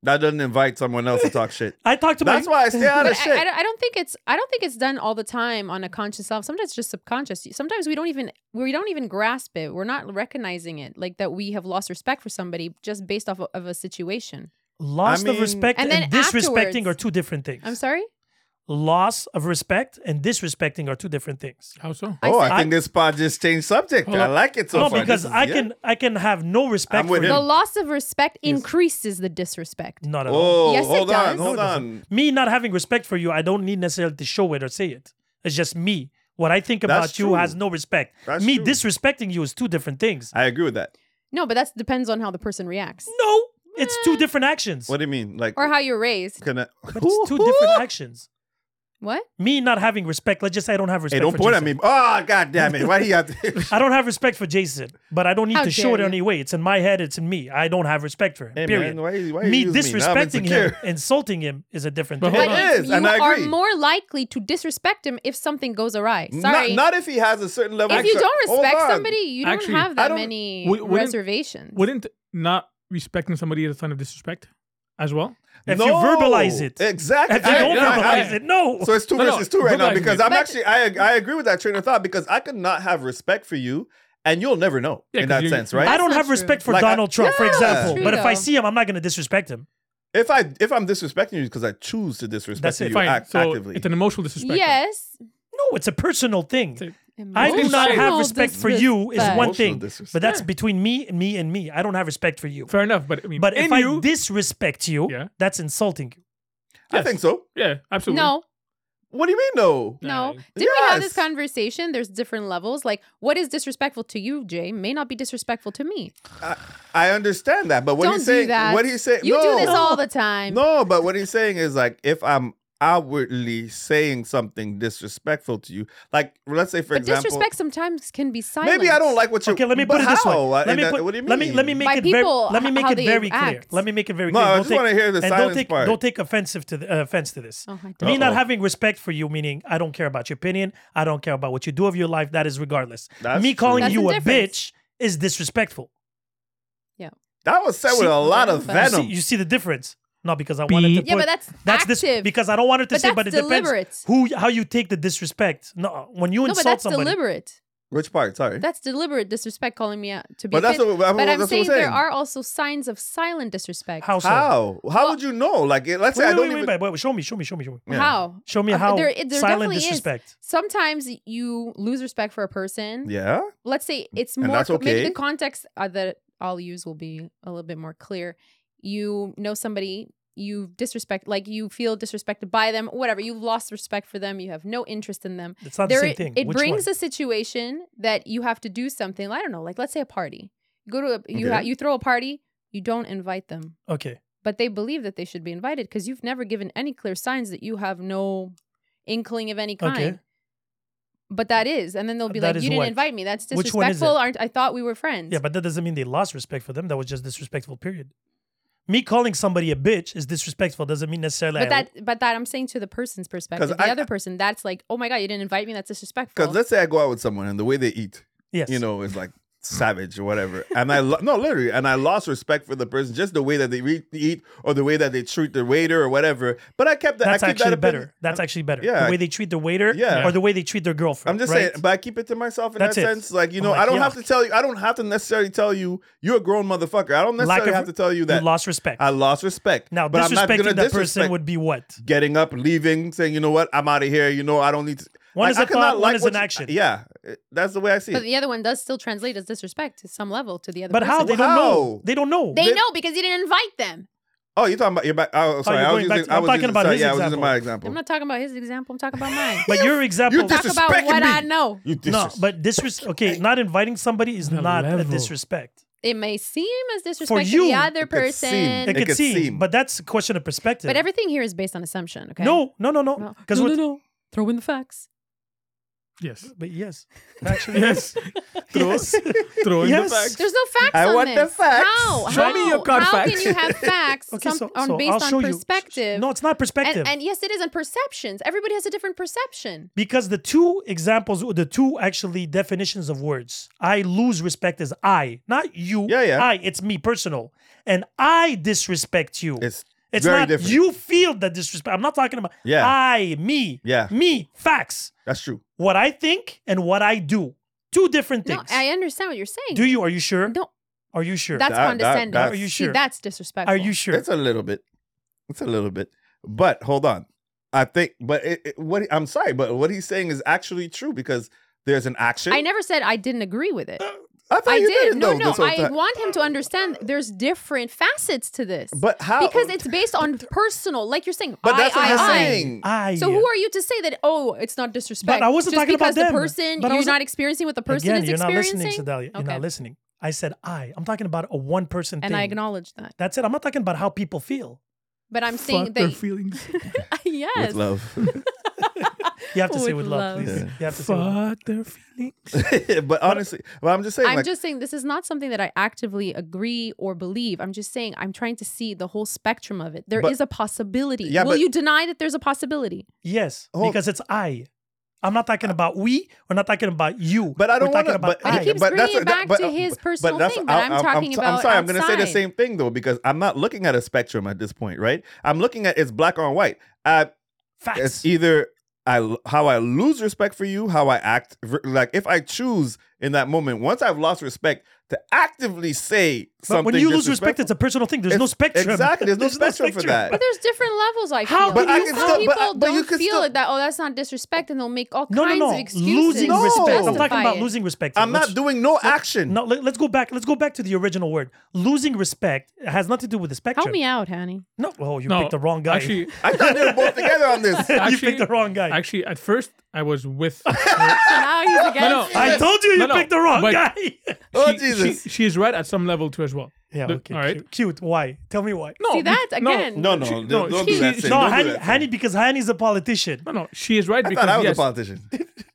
S2: That doesn't invite someone else to talk shit.
S1: I talk [laughs] to
S2: That's
S1: my.
S2: why I stay out of
S3: But I,
S2: shit.
S3: I, don't- I don't think it's I don't think it's done all the time on a conscious level. Sometimes it's just subconscious. Sometimes we don't even we don't even grasp it. We're not recognizing it, like that we have lost respect for somebody just based off of, of a situation.
S1: Loss
S2: mean-
S1: of respect
S3: And
S1: and,
S3: then
S1: disrespecting
S3: afterwards-
S1: are two different things.
S3: I'm sorry.
S1: Loss of respect and disrespecting are two different things.
S4: How so?
S2: oh, I,
S1: I-
S2: think this pod just changed subject. I like it so
S1: no,
S2: far.
S1: because
S2: This is-
S1: I
S2: yeah.
S1: can I can have no respect
S2: I'm with
S1: for
S2: him.
S3: The
S1: you.
S3: loss of respect increases the disrespect.
S1: Not at all.
S2: Oh,
S3: Yes, it
S2: hold on,
S3: does.
S2: hold
S1: No, it doesn't.
S2: on.
S1: Me not having respect for you, I don't need necessarily to show it or say it. It's just me. What I think
S2: That's
S1: about you
S2: true.
S1: has no respect.
S2: That's
S1: me
S2: true.
S1: disrespecting you is two different things.
S2: I agree with that.
S3: No, but that depends on how the person reacts
S1: No, it's two different actions.
S2: What do you mean? Like,
S3: or how you're raised.
S2: can I?
S1: But it's two
S2: [laughs]
S1: different actions.
S3: What?
S1: Me not having respect. Let's just say I don't have
S2: Hey,
S1: respect.
S2: don't
S1: for
S2: point at
S1: Jason.
S2: me. Oh, god damn
S1: [laughs]
S2: it! Why do you have to?
S1: I don't have respect for Jason, but I don't need
S3: How
S1: to show
S3: dare
S1: it
S3: you.
S1: any way. It's in my head. It's in me. I don't have respect for him.
S2: Hey,
S1: period.
S2: man, why you- why you
S1: me
S2: use me? Now I'm
S1: disrespecting him,
S2: insecure. [laughs]
S1: insulting him is a different
S4: But
S1: thing.
S4: hold
S3: But
S4: on.
S2: It
S3: it's-
S2: is,
S3: you
S2: and I agree.
S3: are more likely to disrespect him if something goes awry. [laughs] Sorry.
S2: Not, not if he has a certain level.
S3: if
S2: of Oh,
S3: you
S2: accept-
S3: don't
S2: Hold
S3: respect
S2: on.
S3: somebody, you don't
S4: Actually,
S3: have
S2: I
S3: that
S2: don't-
S3: many
S4: Wou- wouldn't-
S3: reservations.
S4: Wouldn't not respecting somebody is a sign of disrespect as well?
S1: If you verbalize it.
S2: exactly.
S1: If you
S2: I-
S1: don't
S2: I- I-
S1: verbalize it, no.
S2: So it's two
S4: No, no,
S2: versus two right now
S4: verbalizing
S2: because
S4: it.
S2: I'm
S3: But-
S2: actually I I agree with that train of thought because I could not have respect for you and you'll never know
S4: Yeah,
S2: in
S4: 'cause
S2: that
S4: you-
S2: sense, right?
S1: I don't
S3: not
S1: have
S3: true.
S1: respect for
S2: Like, I-
S1: Donald Trump, for
S2: Yeah.
S1: example.
S3: True,
S1: but if I
S3: though.
S1: see him, I'm not going to disrespect him.
S2: if I if I'm disrespecting you because I choose to disrespect
S1: That's it.
S2: you
S4: Fine.
S2: act-
S4: so
S2: actively.
S4: it's an emotional disrespect.
S3: Yes.
S1: No, it's a personal thing.
S4: It's a-
S1: I do not have
S3: Emotional
S1: respect for you is
S3: disrespect.
S1: one
S2: Emotional
S1: thing,
S2: disrespect.
S1: but that's between me and me and me. I don't have respect for you.
S4: Fair enough, but I mean,
S1: But
S4: in
S1: if I
S4: you,
S1: disrespect you,
S4: Yeah.
S1: that's insulting you.
S2: I think so.
S4: yeah, absolutely.
S3: No,
S2: What do you mean no?
S3: no.
S4: Nah.
S3: Did we have
S2: Yes.
S3: this conversation? There's different levels. Like, what is disrespectful to you, Jay, may not be disrespectful to me.
S2: I, I understand that, but what
S3: Don't
S2: he's saying,
S3: do that.
S2: what he's saying,
S3: You
S2: no,
S3: do this all the time.
S2: no, but what he's saying is like if I'm outwardly saying something disrespectful to you, like let's say for
S3: but
S2: example,
S3: disrespect sometimes can be silent.
S2: maybe I don't like what you.
S1: Okay, let me
S2: but
S1: put it this way.
S2: how? I-
S1: Let me
S2: that-
S1: put,
S2: what do you mean?
S1: Let me let me make
S3: By
S1: it very
S3: people,
S1: let me
S3: h-
S1: make
S3: how
S1: it
S3: they
S1: very clear.
S3: act.
S1: Let me make it very
S2: No,
S1: clear.
S2: I
S1: Don't
S2: just
S1: take-
S2: want to hear the
S1: and
S2: silence
S1: don't take
S2: part.
S1: don't take offensive to the, uh, offense to this.
S3: Oh, I
S1: Me
S3: don't.
S1: not
S2: Uh-oh.
S1: having respect for you, meaning I don't care about your opinion, I don't care about what you do of your life. That is regardless.
S2: That's
S1: me
S2: true.
S1: calling
S3: That's
S1: you
S3: the
S1: a
S3: difference.
S1: bitch is disrespectful.
S2: That was said
S1: See-
S2: with a lot of
S1: You
S3: But-
S1: see,
S2: venom.
S1: you see the difference? Not because I wanted to.
S4: Beep.
S1: Put,
S3: Yeah, but that's
S1: this
S3: active.
S1: because I don't want her to
S3: But
S1: say.
S3: that's
S1: But it
S3: deliberate.
S1: depends who how you take the disrespect. No, when you
S3: No,
S1: insult
S3: but that's
S1: somebody,
S3: deliberate.
S2: Which part? Sorry.
S3: That's deliberate disrespect calling me out to be.
S2: But
S3: a
S2: that's
S3: bitch.
S2: what- that's what-
S3: but
S2: that's
S3: I'm
S2: what I'm
S3: saying, there
S2: saying.
S3: are also signs of silent disrespect.
S1: how so?
S2: how? How would you know? Like, it- let's
S1: Wait, wait,
S2: say I don't
S1: wait,
S2: even.
S1: wait, wait, wait, show me, show me, show me, show me.
S2: Yeah.
S3: How?
S1: Show me
S3: Uh,
S1: how
S3: there- it- there
S1: silent
S3: definitely is.
S1: disrespect.
S3: Sometimes you lose respect for a person.
S2: Yeah.
S3: Let's say it's
S2: And
S3: more.
S2: that's okay.
S3: Maybe the context uh, that I'll use will be a little bit more clear. You know somebody. You disrespect, like you feel disrespected by them, whatever. You've lost respect for them. You have no interest in them.
S1: It's not
S3: There-
S1: the same thing.
S3: It
S1: Which
S3: brings
S1: one?
S3: a situation that you have to do something. I don't know, like let's say a party. You go to a, you
S2: Okay.
S3: ha- you throw a party. You don't invite them,
S1: okay.
S3: but they believe that they should be invited because you've never given any clear signs that you have no inkling of any kind.
S1: Okay.
S3: But that is, and then they'll be
S1: That
S3: like,
S1: is
S3: "You didn't
S1: what?
S3: invite me. That's
S1: Which one is
S3: disrespectful. Aren't I thought we were friends?"
S1: Yeah, but that doesn't mean they lost respect for them. That was just disrespectful, period. Me calling somebody a bitch is disrespectful. Doesn't mean necessarily.
S3: But
S1: I-
S3: that, but that I'm saying to the person's perspective. The
S2: I-
S3: other person, that's like, oh my god, you didn't invite me. That's disrespectful.
S2: Because let's say I go out with someone and the way they eat,
S1: yes.
S2: you know, is like savage or whatever. And I, lo- no, literally, and I lost respect for the person, just the way that they re- eat or the way that they treat the waiter or whatever. But I kept that.
S1: that's
S2: I keep that
S1: actually
S2: opinion-
S1: better. That's actually better.
S2: yeah.
S1: The way they treat their waiter
S2: Yeah.
S1: or the way they treat their girlfriend.
S2: I'm just
S1: right?
S2: saying, but I keep it to myself in
S1: That's
S2: that
S1: it.
S2: sense. Like, you
S1: I'm
S2: know,
S1: like,
S2: I don't have
S1: yuck.
S2: to tell you, I don't have to necessarily tell you you're a grown motherfucker. I don't
S1: Lack
S2: necessarily
S1: of-
S2: have to tell you
S1: you
S2: that
S1: lost respect.
S2: I lost respect.
S1: now,
S2: but I'm not
S1: disrespecting
S2: gonna
S1: that person
S2: disrespect
S1: would be what?
S2: getting up, leaving, saying, you know what, I'm out of here. You know, I don't need to.
S1: One
S2: Like,
S1: is
S2: I
S1: a
S2: cannot
S1: thought, one
S2: like
S1: is
S2: what
S1: an
S2: you-
S1: action.
S2: Yeah, that's the way I see
S3: but
S2: it.
S3: the other one does still translate as disrespect to some level to the other.
S1: But how?
S3: person.
S1: They don't
S2: How?
S1: know. They don't know.
S3: They
S2: They-
S3: know because you didn't invite them.
S2: Oh, you're talking about your back. Oh, sorry,
S1: you're
S2: I was
S1: going back
S2: using.
S1: to-
S2: I
S1: I'm
S2: was
S1: talking
S2: using,
S1: about
S2: sorry,
S1: his
S2: yeah, I was using my
S3: I'm
S1: Oh.
S2: example.
S3: not talking about his example. I'm talking about mine.
S1: but your example.
S2: you
S3: Talk about
S2: Disrespecting
S3: what
S2: me.
S3: I know.
S2: You
S1: no,
S2: disres-
S1: but disrespect. Okay, not inviting somebody is
S4: The
S1: not a
S4: level.
S1: disrespect.
S3: It may seem as disrespect to
S1: you,
S3: the other
S2: it could seem.
S3: person,
S1: It,
S2: It
S1: could
S2: could
S1: seem,
S2: seem.
S1: but that's a question of perspective.
S3: but everything here is based on assumption. Okay.
S1: No, no, no, no.
S3: No.
S1: Because
S3: no,
S1: we're
S3: no, no. Throw in the facts.
S4: Yes.
S1: But
S2: [laughs]
S1: yes, actually,
S4: Yes.
S1: yes.
S4: Throw in
S1: Yes.
S4: the facts.
S3: There's no facts
S2: I
S3: on
S2: want the
S3: this.
S2: facts.
S1: [laughs]
S3: How?
S4: Show
S3: how?
S4: me your card
S3: How can
S4: facts.
S3: you have facts
S1: Okay,
S3: some-
S1: so,
S3: on
S1: so
S3: based
S1: I'll show
S3: on
S1: you.
S3: perspective?
S1: No, it's not perspective.
S3: And, and yes, it is, and perceptions. Everybody has a different perception.
S1: because the two examples, the two actually definitions of words, I lose respect is I, not you.
S2: Yeah, yeah.
S1: I, it's me personal. And I disrespect you.
S2: it's
S1: It's
S2: very
S1: not
S2: different.
S1: you feel the disrespect. I'm not talking about
S2: Yeah.
S1: I, me,
S2: Yeah.
S1: me, facts.
S2: That's true.
S1: What I think and what I do. Two different
S3: No,
S1: things.
S3: I understand what you're saying.
S1: do you? Are you sure?
S3: No,
S1: Are you sure?
S3: that's
S2: That- that-
S3: condescending.
S2: that's-
S1: Are you
S3: See,
S1: sure?
S3: that's disrespectful.
S1: Are you sure?
S2: It's a little bit. It's a little bit. But hold on. I think. But it, it- what I'm sorry, but what he's saying is actually true because there's an action.
S3: I never said I didn't agree with it.
S2: I thought
S3: I
S2: you
S3: did.
S2: didn't
S3: No,
S2: know
S3: no.
S2: this whole
S3: I
S2: time.
S3: want him to understand there's different facets to this.
S2: But how?
S3: because it's based on personal, like you're saying.
S2: But that's
S3: I,
S2: what
S3: I,
S2: I'm
S3: I.
S2: saying.
S1: I.
S3: So who are you to say that? Oh, it's not disrespect.
S1: But I wasn't
S3: Just
S1: talking about
S3: because
S1: them.
S3: the person
S1: But I
S3: you're
S1: wasn't-
S3: not experiencing what the person
S1: Again,
S3: is
S1: you're not
S3: experiencing.
S1: listening, Sedalia. You're
S3: Okay.
S1: not listening. I said I. I'm talking about a one person
S3: and
S1: thing.
S3: I acknowledge that.
S1: That's it. I'm not talking about how people feel.
S3: But I'm saying
S4: Fuck their
S1: [laughs]
S3: that
S4: feelings.
S3: [laughs] yes.
S2: [laughs] with
S3: [laughs]
S2: love.
S1: You have to say
S3: With
S1: with love,
S3: love.
S1: please.
S2: Yeah.
S1: You have to say. with love.
S4: Fuck their feelings.
S2: but honestly, but I'm just saying.
S3: I'm
S2: like,
S3: just saying this is not something that I actively agree or believe. I'm just saying I'm trying to see the whole spectrum of it. There is
S2: But-
S3: a possibility.
S2: Yeah,
S3: Will
S2: but-
S3: you deny that there's a possibility?
S1: Yes,
S2: Hold-
S1: because it's I. I'm not talking about we. We're not talking about you.
S2: But I don't
S1: We're
S2: want
S1: talking
S2: to.
S1: about
S2: But,
S1: I.
S3: He keeps
S2: but that's
S3: bringing it back
S2: but-
S3: to his
S2: but
S3: personal
S2: that's-
S3: thing, but I'm talking about
S2: I'm sorry. I'm gonna say the
S3: outside.
S2: same thing though because I'm not looking at a spectrum at this point, right? I'm looking at it's black on white. I,
S1: facts.
S2: it's either I how I lose respect for you, how I act. Like if I choose in that moment, once I've lost respect, to actively say
S1: but
S2: something.
S1: when you lose respect,
S2: disrespectful-
S1: it's a personal thing. There's
S2: It's-
S1: no spectrum.
S2: exactly, there's no spectrum for that.
S3: But there's different levels. I
S1: How
S3: feel.
S1: But I can
S3: some
S1: still-
S3: people
S2: but I- but you
S3: don't
S2: can
S3: feel
S2: still-
S3: it that oh that's not disrespect, and they'll make all
S1: No, no,
S3: kinds
S1: no.
S3: of excuses.
S1: Losing
S2: No.
S1: respect. I'm talking
S3: justify
S1: about
S3: it.
S1: losing respect.
S2: I'm
S1: Let's-
S2: not doing no action.
S1: No, let, us go back. Let's go back to the original word. Losing respect has nothing to do with the spectrum.
S3: Help me out, honey. [laughs]
S1: No, oh, [laughs] you
S4: no,
S1: picked the wrong guy.
S4: Actually,
S2: I thought they were both together on this.
S1: you
S4: actually,
S1: picked the wrong guy.
S4: Actually, at first I was with.
S1: [laughs]
S3: So now he's against
S4: no.
S3: me.
S1: I told you you
S4: No, no,
S1: picked the wrong
S4: but- [laughs]
S1: guy.
S2: Oh,
S4: she,
S2: Jesus.
S4: She, she is right at some level too as well.
S1: yeah,
S4: The-
S1: okay.
S4: all right.
S1: Cute. cute. Why? Tell me why.
S4: No,
S3: See that
S4: be-
S3: again?
S2: No, no,
S4: She-
S2: don't, don't do
S4: she-
S2: that.
S4: she-
S2: Sid.
S1: No,
S2: Don't do
S1: Hani,
S2: that, Sid.
S1: Hani, because Hani's a politician.
S4: No, no, she is right
S2: I
S4: because
S2: thought I was
S4: yes,
S2: a politician.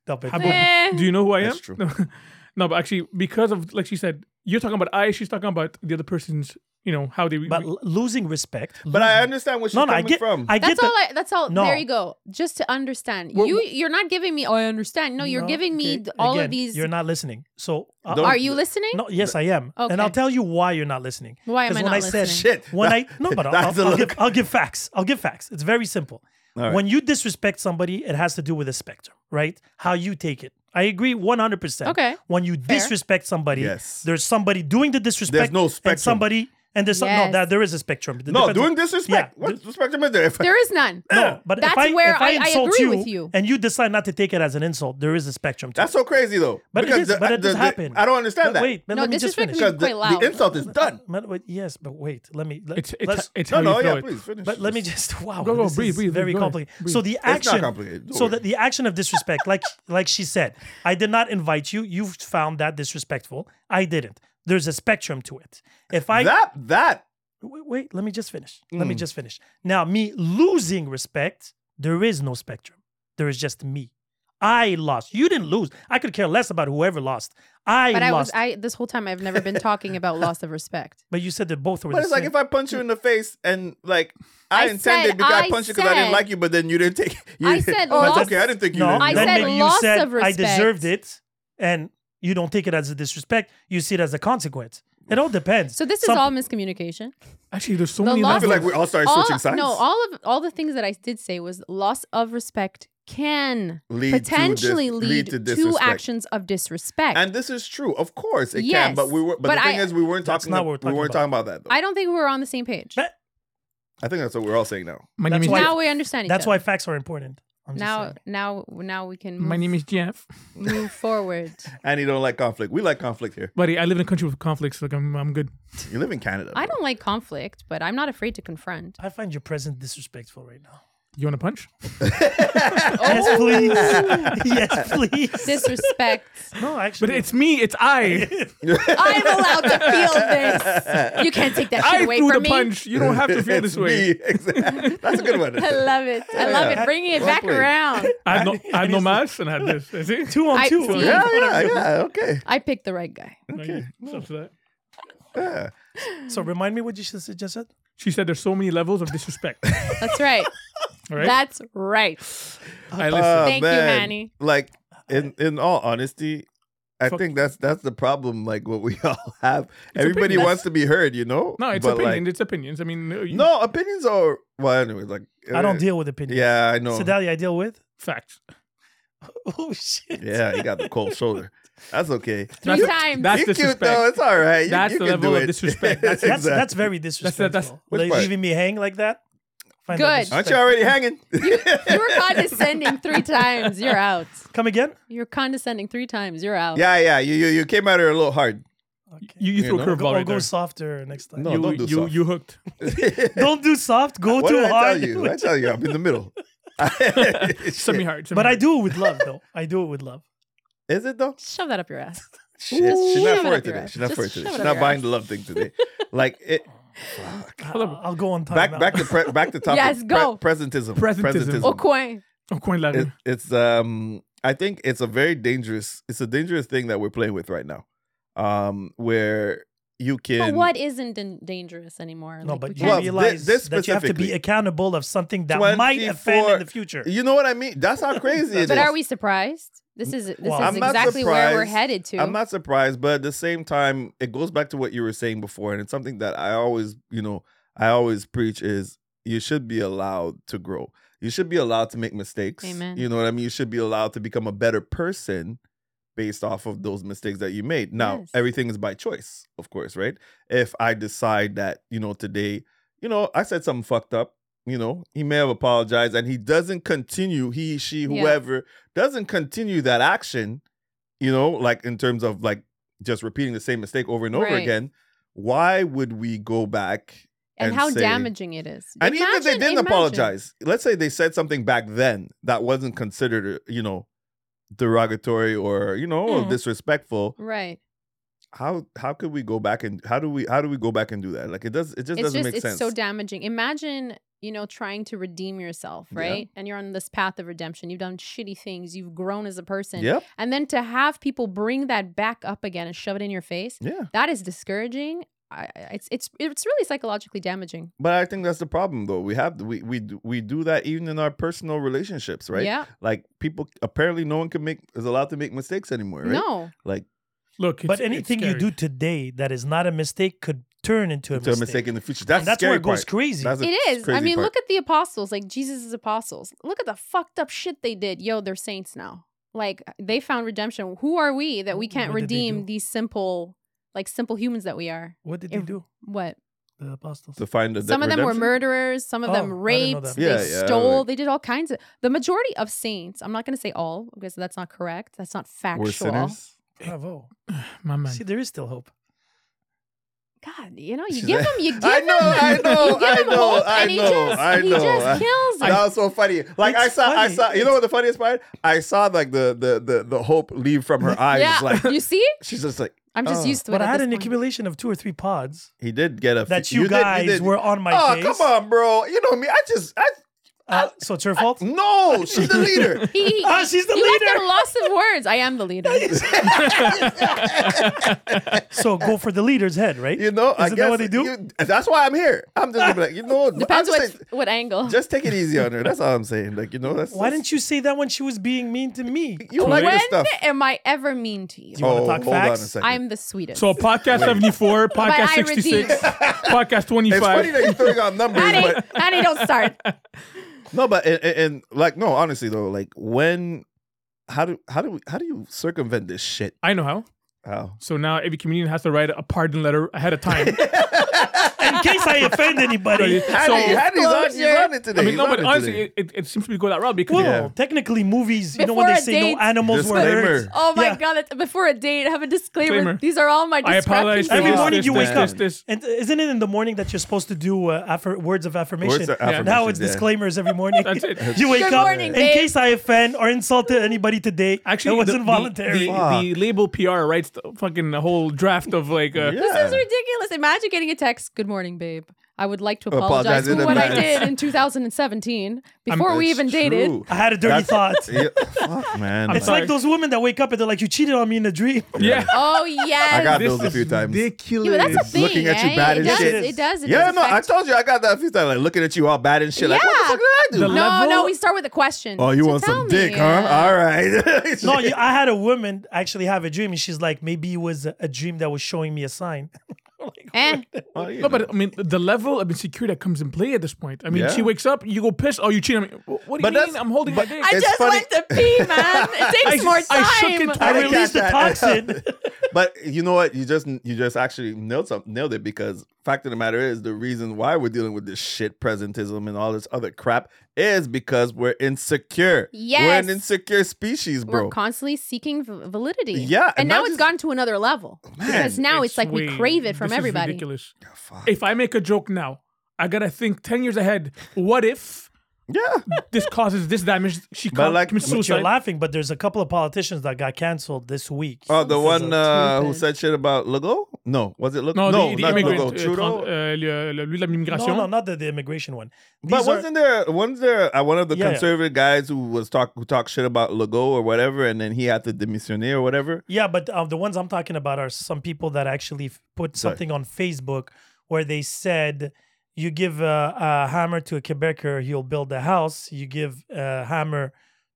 S1: Stop it.
S4: I
S1: Bro.
S3: Eh.
S4: Do you know who I
S2: That's
S4: am?
S2: true.
S4: No. [laughs] no, but actually, because of like she said, you're talking about I. She's talking about the other person's. You know how they.
S1: But l- losing respect.
S2: But I
S1: losing-
S2: understand where she's
S1: No, no, I
S2: coming
S1: get.
S2: from.
S1: I
S3: That's
S1: get. the-
S3: all. I, that's all.
S1: No.
S3: There you go. Just to understand,
S4: Well,
S3: you you're not giving me. Oh, I understand. No, you're
S1: No,
S3: giving me
S1: okay.
S3: th- all
S1: Again,
S3: of these.
S1: You're not listening. So uh,
S2: Don't-
S1: uh,
S3: Are you listening?
S1: no, yes, I am, and I'll
S3: Okay.
S1: tell you why you're not listening.
S3: Why am
S1: 'Cause
S3: I
S1: when
S3: not
S1: I said,
S3: listening?
S2: Shit.
S1: When
S2: [laughs]
S1: I no, but I'll,
S2: That's
S1: I'll-
S2: a
S1: I'll
S2: look.
S1: give, I'll give facts. I'll give facts. It's very simple.
S2: All right.
S1: When you disrespect somebody, it has to do with the spectrum, right? How you take it. I agree 100%.
S3: Okay.
S1: When you disrespect somebody,
S2: Yes.
S1: there's somebody doing the disrespect.
S2: no
S1: And
S2: spectrum.
S1: somebody, and there's some- no,
S3: Yes.
S1: that there is a spectrum. It
S2: no,
S1: depends
S2: doing
S1: on-
S2: disrespect.
S1: Yeah,
S2: What spectrum is there? If I-
S3: There is none.
S1: No, but
S3: That's
S1: if I,
S3: where
S1: if I,
S3: I- I
S1: insult
S3: agree
S1: you,
S3: with you.
S1: and you decide not to take it as an insult, there is a spectrum. To
S2: that's so crazy though.
S1: But it
S2: Because
S1: is,
S2: the-
S1: but it
S2: the-
S1: does
S2: the-
S1: happen.
S2: I don't understand
S1: But
S2: that.
S1: Wait, but
S3: No,
S1: let me just
S3: disrespect
S1: finish.
S2: because
S3: me.
S2: the,
S3: Quite
S2: the
S3: loud.
S2: insult is done.
S1: Uh, But wait, yes, but wait. Let me. Let,
S4: it's
S1: let's-
S4: it's, it's
S2: No,
S4: how
S2: no,
S4: you throw
S2: yeah,
S4: it.
S2: please finish.
S1: but let me just [laughs] wow.
S4: Go, go,
S1: this
S4: breathe,
S1: is
S4: breathe,
S1: very
S4: go ahead,
S1: complicated.
S4: breathe.
S1: So the
S4: It's
S2: not
S1: action,
S2: complicated, don't
S1: so
S2: worry.
S1: that the action of disrespect, like like she said, I did not invite you. You found that disrespectful. I didn't. There's a spectrum to it. If I
S2: that that
S1: wait, wait, let me just finish. Let
S4: Mm.
S1: me just finish. Now, me losing respect, there is no spectrum. There is just me. I lost. You didn't lose. I could care less about whoever lost. I
S3: but I was
S1: lost.
S3: I this whole time I've never been talking about loss of respect.
S1: but you said that both were
S2: But
S1: the
S2: it's like
S1: same.
S2: if I punch you in the face and like I,
S3: I
S2: intended
S3: said-
S2: because I,
S3: I
S2: punched you because I
S3: said-
S2: didn't like you, but then you didn't take. [laughs] You
S3: I
S2: didn't-
S3: said
S2: That's
S3: lost-
S2: okay. I didn't think you.
S1: no,
S2: didn't
S3: I
S2: know.
S1: then
S3: said
S1: maybe
S3: loss
S1: you said
S3: of
S1: I deserved
S3: respect.
S1: it, and you don't take it as a disrespect. You see it as a consequence. It all depends.
S3: So this is
S1: Some-
S3: all miscommunication.
S4: Actually, there's so
S3: The
S4: many
S3: law-
S2: I
S4: levels.
S2: feel like we all started
S3: All,
S2: switching sides.
S3: no, all of all the things that I did say was loss of respect can
S2: Lead to dis-
S3: potentially
S2: lead
S3: lead,
S2: to
S3: to,
S2: disrespect.
S3: actions of disrespect.
S2: and this is true, of course it can.
S3: Yes,
S2: But we were. But,
S3: but
S2: the thing
S3: I-
S2: is, we weren't
S1: That's
S2: talking.
S1: not
S2: ab-
S1: what we're
S2: we weren't
S1: talking
S2: talking about that. Though. I,
S3: I don't think we're on the same page.
S1: That-
S2: think that's what we're all saying now.
S4: My
S1: That's
S4: name is
S1: why-
S4: Jeff.
S3: now we understand each
S1: That's why
S3: other.
S1: facts are important. I'm just
S3: now
S1: saying.
S3: now now we can move,
S4: My name is Jeff.
S3: move forward.
S2: And you don't like conflict. We like conflict here.
S4: Buddy, I live in a country with conflicts. Like I'm, I'm good.
S2: You live in Canada.
S3: I
S2: bro.
S3: don't like conflict, but I'm not afraid to confront.
S1: I find your present disrespectful right now.
S4: You want to punch?
S3: Oh.
S1: Yes, please. yes, please.
S3: Disrespect. [laughs]
S1: no, actually,
S4: But it's me. It's I.
S1: [laughs]
S3: I'm allowed to feel this. You can't take that shit
S4: I
S3: away
S4: threw the
S3: from me.
S4: punch. You don't have
S2: [laughs]
S4: to feel
S2: It's
S4: this way.
S2: me. Exactly. That's a good one.
S3: [laughs] I love it. I love it. Bringing it
S2: Well
S3: back
S2: played.
S3: around.
S4: I have no,
S2: [laughs]
S4: I have no mask and I have this. Is it?
S1: two on
S3: I-
S1: two.
S3: see?
S2: Yeah, yeah, yeah. Okay.
S3: I picked the right guy.
S4: Okay. Stuff to that.
S2: Yeah.
S1: So remind me what you just suggested.
S4: She said there's so many levels of
S2: [laughs]
S4: disrespect.
S3: That's right.
S4: All [laughs] right.
S3: That's right.
S4: I listen.
S2: Uh,
S3: Thank you,
S2: man.
S3: Manny.
S2: Like in in all honesty, I
S4: Fuck.
S2: think that's that's the problem. Like what we [laughs] all have, everybody
S4: opinions.
S2: wants to be heard, you know.
S4: no, it's
S2: But,
S4: opinion.
S2: like,
S4: it's opinions. I mean, you,
S2: no, opinions are well. Anyway, like
S1: I don't
S2: uh,
S1: deal with opinions.
S2: Yeah, I know.
S1: Sedalia, I deal with. [laughs]
S4: facts.
S1: Oh shit.
S2: yeah, you got the cold shoulder. That's okay.
S3: Three
S4: [laughs] That's-
S3: times.
S4: That's
S2: you cute
S4: disrespect.
S2: though. It's all right. You-
S4: That's
S2: you
S4: the
S2: can
S4: level
S2: do
S4: of
S2: it. [laughs]
S4: disrespect. That's-
S1: That's that's
S2: Exactly.
S1: very
S4: that-
S1: disrespectful.
S4: that's-
S2: Which
S1: like
S2: part?
S1: leaving me hang like that. Find
S3: Good.
S1: that
S3: Aren't
S2: Aren't you
S1: disrespectful.
S2: already hanging?
S4: [laughs]
S3: You were condescending three times. You're out.
S1: Come again?
S3: You're condescending three times. You're
S2: [laughs]
S3: out.
S2: yeah, yeah. You you you came at her a little hard.
S4: You, you
S2: You
S4: threw
S2: know?
S4: a
S1: Or
S4: curveball
S1: go, or
S4: right
S1: go
S4: there.
S1: softer next time.
S2: No,
S4: you,
S2: don't do
S4: you,
S2: soft.
S4: you hooked.
S1: Don't do soft. Go
S2: [laughs] what
S1: too
S2: did I
S1: hard.
S2: tell you? I tell you, I'm in the
S4: [laughs]
S2: middle. [laughs]
S4: Semi hard.
S1: but I do it with love, though. I do it with [laughs] love.
S2: Is it though?
S3: Shove that up your ass.
S2: Shit, she's
S3: shove
S2: not
S3: it
S2: for it
S3: up your
S2: today.
S3: ass.
S2: She's not for it
S3: Just
S2: today.
S3: shove
S2: She's
S3: it up
S2: not
S3: your
S2: buying
S3: ass.
S2: the love
S3: [laughs]
S2: thing today. Like it.
S1: I'll, I'll go on time.
S2: Back
S1: now.
S2: back to pre- back to topic.
S3: Yes, go.
S2: Pre- presentism.
S4: Presentism.
S3: Au coin.
S4: Oh, coin
S2: It-
S4: ladder.
S2: it's um. I think it's a very dangerous. It's a dangerous thing that we're playing with right now, um, where you can.
S3: But what isn't dan- dangerous anymore?
S1: No,
S3: Like, we
S1: but you
S3: can't-
S2: Well, thi-
S1: realize
S2: this
S1: that you have to
S2: specifically.
S1: be accountable of something that might offend
S2: 24
S1: in the future.
S2: You know what I mean? That's how crazy it is.
S3: but are we surprised? This is this
S1: Well,
S3: is
S1: I'm
S2: not
S3: exactly where we're
S2: surprised.
S3: headed to.
S2: I'm not surprised, but at the same time, it goes back to what you were saying before, and it's something that I always, you know, I always preach is you should be allowed to grow. You should be allowed to make mistakes.
S3: Amen.
S2: You know what I mean? You should be allowed to become a better person based off of those mistakes that you made. Now,
S3: Yes.
S2: everything is by choice, of course, right? If I decide that, you know, today, you know, I said something fucked up, you know, he may have apologized and he doesn't continue, he, she,
S3: Yeah.
S2: whoever doesn't continue that action, you know, like in terms of like just repeating the same mistake over and over
S3: Right.
S2: again, why would we go back?
S3: and,
S2: and
S3: how
S2: say-
S3: damaging it is.
S2: And even if they
S3: Imagine-
S2: didn't
S3: imagine.
S2: apologize, let's say they said something back then that wasn't considered, uh, you know, derogatory or you know
S4: Mm.
S2: disrespectful.
S3: Right.
S2: How how could we go back and how do we how do we go back and do that? Like it does it just
S3: it's
S2: doesn't
S3: just
S2: make
S3: it's
S2: sense.
S3: so damaging. Imagine, you know, trying to redeem yourself,
S2: Yeah.
S3: right? And you're on this path of redemption. You've done shitty things. You've grown as a person.
S2: Yep.
S3: And then to have people bring that back up again and shove it in your face,
S2: Yeah.
S3: that is discouraging. I, I- it's it's it's really psychologically damaging.
S2: But I think that's the problem though. We have we we do- we do that even in our personal relationships, right?
S3: Yeah.
S2: Like people apparently no one can make is allowed to make mistakes anymore, right?
S3: No.
S2: Like
S4: Look, it's,
S1: but anything
S4: it's
S1: you do
S4: scary.
S1: today that is not a mistake could turn into a
S2: to a
S1: mistake.
S2: mistake in the future. That's,
S1: and
S2: the
S1: that's where
S2: scary
S1: it goes
S2: part.
S1: crazy.
S2: That's the
S3: It is. I
S2: crazy
S3: mean,
S2: part.
S3: look at the apostles, like Jesus' apostles. Look at the fucked up shit they did. Yo, they're saints now. Like they found redemption. Who are we that we can't
S1: What did they do?
S3: redeem these simple like simple humans that we are?
S1: what did they
S3: If-
S1: do?
S3: What?
S1: The apostles.
S2: to find the
S3: some of them were
S2: redemption.
S3: murderers, some of
S1: Oh, I
S3: them
S1: didn't know
S3: raped,
S1: that.
S3: they
S2: Yeah, yeah,
S3: stole,
S2: like-
S3: they did all kinds of the majority of saints, I'm not gonna say all, because that's not correct. That's not
S2: Were
S3: factual.
S2: sinners.
S1: Bravo.
S4: My man.
S1: See, there is still hope.
S3: God, you know,
S2: She's
S3: you give
S2: like,
S3: them you give
S2: [laughs] I
S3: them
S2: know, I know,
S3: [laughs] you give
S2: I
S3: them
S2: know,
S3: hope,
S2: I
S3: and he
S2: know,
S3: just,
S2: I
S3: he
S2: know, [laughs]
S3: just
S2: I-
S3: kills
S2: that
S3: it.
S2: was so funny. Like I
S1: It's
S2: saw, I
S1: funny.
S2: saw. You know what the funniest part? I saw like the the the the hope leave from her eyes.
S3: [laughs] yeah,
S2: Like
S3: you see?
S2: she's just like
S3: I'm just
S2: Oh.
S3: used to it.
S1: But I
S3: at
S1: had
S3: this
S1: an
S3: point.
S1: accumulation of two or three pods
S2: he did get a.
S1: that
S2: few-
S1: you,
S2: did- you
S1: guys
S2: did-
S1: were on my
S2: Oh
S1: case.
S2: come on, bro! You know me. I just I
S3: Ah!
S1: Uh, so it's her fault.
S2: No, she's the
S3: [laughs]
S2: leader.
S3: He,
S2: [laughs]
S3: he-
S1: Ah, she's the
S3: you left
S1: leader.
S3: at a loss of words. I am the leader.
S1: So go for the leader's head, right?
S2: You know,
S1: isn't
S2: I guess
S1: that what they do?
S2: you- that's why I'm here. I'm just gonna be like, you know, I'm
S3: [laughs] Depends
S2: just,
S3: what
S2: saying-
S3: what angle.
S2: just take it easy on her. That's all I'm saying. Like, you know, that's
S1: Why didn't you say that when she was being mean to me?
S2: you like
S3: when
S2: this stuff?
S3: am I ever mean to you?
S1: You wanna
S2: oh,
S1: talk
S2: hold on a
S1: facts?
S2: second.
S3: I'm the sweetest.
S4: So
S3: [laughs]
S4: podcast 74, podcast
S3: I
S4: 66,
S3: redeemed. [laughs]
S4: podcast
S2: it's funny
S4: 25.
S2: that you're throwing out numbers,
S3: Annie,
S2: but
S3: Annie, don't
S2: [laughs]
S3: start.
S2: no, but and, and, and, like no, honestly though, like when, how do how do we, how do you circumvent this shit?
S4: I know how.
S2: How?
S4: So now every comedian has to write a pardon letter ahead
S2: [laughs]
S4: of time.
S1: In case I offend anybody.
S4: So-
S2: How do you, how do you learn, you
S3: Disclosure.
S2: learn it today?
S4: I mean, no,
S2: You learn
S4: but
S2: it
S4: honestly,
S2: today.
S4: it, it, it seems to be going that route because
S1: Well,
S2: Yeah.
S1: technically, movies, you know, when
S3: Before
S1: they
S3: a
S1: say no
S3: date-
S1: animals were hurt.
S2: Disclaimer.
S3: Oh my
S1: Yeah.
S3: god! That's, before a date, have a disclaimer.
S4: Disclaimer.
S3: These are all my
S4: I apologize.
S3: discrepancies.
S4: for
S1: Every
S4: this,
S1: morning
S4: this,
S1: you
S4: this,
S1: wake up.
S4: This, this.
S1: And isn't it in the morning that you're supposed to do uh, affir- words of affirmation?
S2: Words of affirmation,
S1: Now it's
S2: yeah.
S1: disclaimers every morning.
S4: That's it.
S1: you wake
S3: Good
S1: up
S3: morning,
S1: in
S3: babe.
S1: case I offend or insulted anybody today.
S4: Actually,
S1: it was
S4: the- the-
S1: involuntary.
S4: The, the label PR writes the fucking whole draft of like.
S2: Yeah.
S4: Uh,
S3: This is ridiculous. Imagine getting a text. Good morning, babe. I would like to apologize
S2: Apologize
S3: for
S2: in
S3: what I
S2: advance."
S3: did in 2017 before we
S2: It's
S3: even
S2: [laughs]
S3: dated.
S2: true.
S1: I had a dirty thought.
S2: That's- [laughs] yeah, fuck, man.
S1: It's
S4: sorry.
S1: like those women that wake up and they're like, "You cheated on me in a
S2: [laughs]
S1: dream."
S4: Yeah.
S3: Oh yes.
S2: I got
S4: This
S2: those a
S4: is
S2: few times.
S3: Yeah, but
S4: Ridiculous.
S3: that's a thing.
S2: Looking at you
S3: eh?
S2: bad as
S3: it does,
S2: shit.
S3: It does. It
S2: yeah,
S3: does
S2: no, I
S3: affect-
S2: told you I got that a few times. Like looking at you all bad and shit. Like, what the
S3: Yeah.
S2: fuck did I do?
S4: The
S3: no,
S4: level-
S3: no. We start with a question.
S2: Oh, you
S3: So
S2: want
S3: tell
S2: some
S3: me,
S2: dick, huh?
S3: uh,
S2: All right. [laughs]
S1: No, you, I had a woman actually have a dream, and she's like, "Maybe it was a a dream that was showing me a sign."
S3: eh.
S2: Oh, you
S4: No,
S2: know.
S4: but I mean, the level of insecurity that comes in play at this point. I mean,
S2: Yeah.
S4: she wakes up, you go piss. Oh, you cheated on me. Wh- What do
S2: But
S4: you
S2: that's-
S4: mean? I'm holding my
S2: but-
S4: dick.
S3: I
S2: It's
S3: just
S2: funny-
S3: went to pee, man.
S2: [laughs]
S3: It takes
S4: I-
S3: more time.
S4: I shook it
S1: I
S2: didn't
S1: released the
S2: catch that. [laughs]
S1: toxin.
S2: but you know what? You just you just actually nailed some nailed it because fact of the matter is the reason why we're dealing with this shit presentism and all this other crap is because we're insecure. We're
S3: Yes.
S2: an insecure species, bro.
S3: We're constantly seeking v- validity.
S2: Yeah,
S3: and,
S2: and
S3: now
S2: not
S3: it's
S2: just-
S3: gone to another level because now it's, like we
S4: way-
S3: crave it from
S4: this is
S3: everybody.
S4: ridiculous.
S2: Fuck.
S4: If I make a joke now, I gotta think ten years ahead. What if
S2: yeah.
S4: this causes this damage? She
S2: But
S4: can't
S2: like-
S4: commit
S2: but
S1: But you're
S4: suicide.
S1: laughing, but there's a couple of politicians that got canceled this week.
S2: Oh, the
S1: This is
S2: one
S1: a-
S2: uh, who
S3: stupid.
S2: said shit about Legault? No, was it Legault?
S4: No, the, the
S2: not
S4: immigrant,
S2: Legault.
S4: uh,
S2: Trudeau.
S4: trans- uh, le- le- lui, la
S1: no,
S4: migration.
S1: no, not the, the immigration one.
S2: but
S1: These are-
S2: wasn't there wasn't there uh, one of the
S1: Yeah, yeah.
S2: conservative guys who was talk who talked shit about Legault or whatever, and then he had to demissioner or whatever?
S1: Yeah, but uh, the ones I'm talking about are some people that actually f- put
S2: Sorry.
S1: something on Facebook where they said, "You give a, a hammer to a Quebecer, he'll build a house. You give a hammer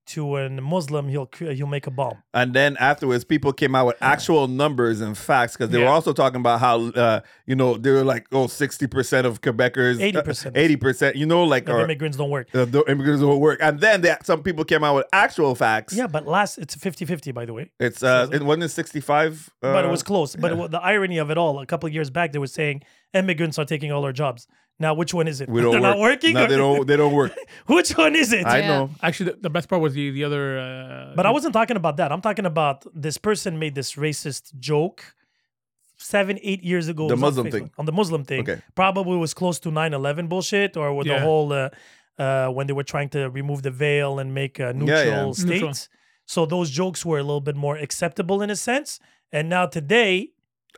S1: to a Muslim, he'll cre- he'll make a bomb."
S2: And then afterwards, people came out with actual numbers and facts because they were
S4: Yeah.
S2: also talking about how, uh, you know, they were like, oh, 60% of Quebecers,
S1: 80%.
S2: 80%, you know, like,
S1: That
S2: or,
S1: immigrants don't work.
S2: uh, the immigrants will work. And then they, some people came out with actual facts.
S1: Yeah, but last it's 50-50, by the way.
S2: It's, uh, it wasn't it 65. Uh,
S1: but it was close. But it
S2: yeah.
S1: wa- the irony of it all, a couple of years back, they were saying immigrants are taking all our jobs. Now, which one is it?
S2: we
S1: [laughs]
S2: don't
S1: They're
S2: work.
S1: not working.
S2: No,
S1: or-
S2: they don't, they don't work.
S1: [laughs] Which one is it?
S2: I
S3: Yeah.
S2: know.
S4: Actually, the, the best part was the the other. Uh,
S1: But I wasn't talking about that. I'm talking about this person made this racist joke seven, eight years ago. It
S2: The
S1: was on
S2: Muslim
S1: Facebook-
S2: thing.
S1: On the Muslim thing.
S2: Okay.
S1: Probably was close to 9 11 bullshit or with the
S4: Yeah.
S1: whole uh, uh, when they were trying to remove the veil and make a neutral
S2: yeah.
S1: state.
S4: Neutral.
S1: So those jokes were a little bit more acceptable in a sense. And now today,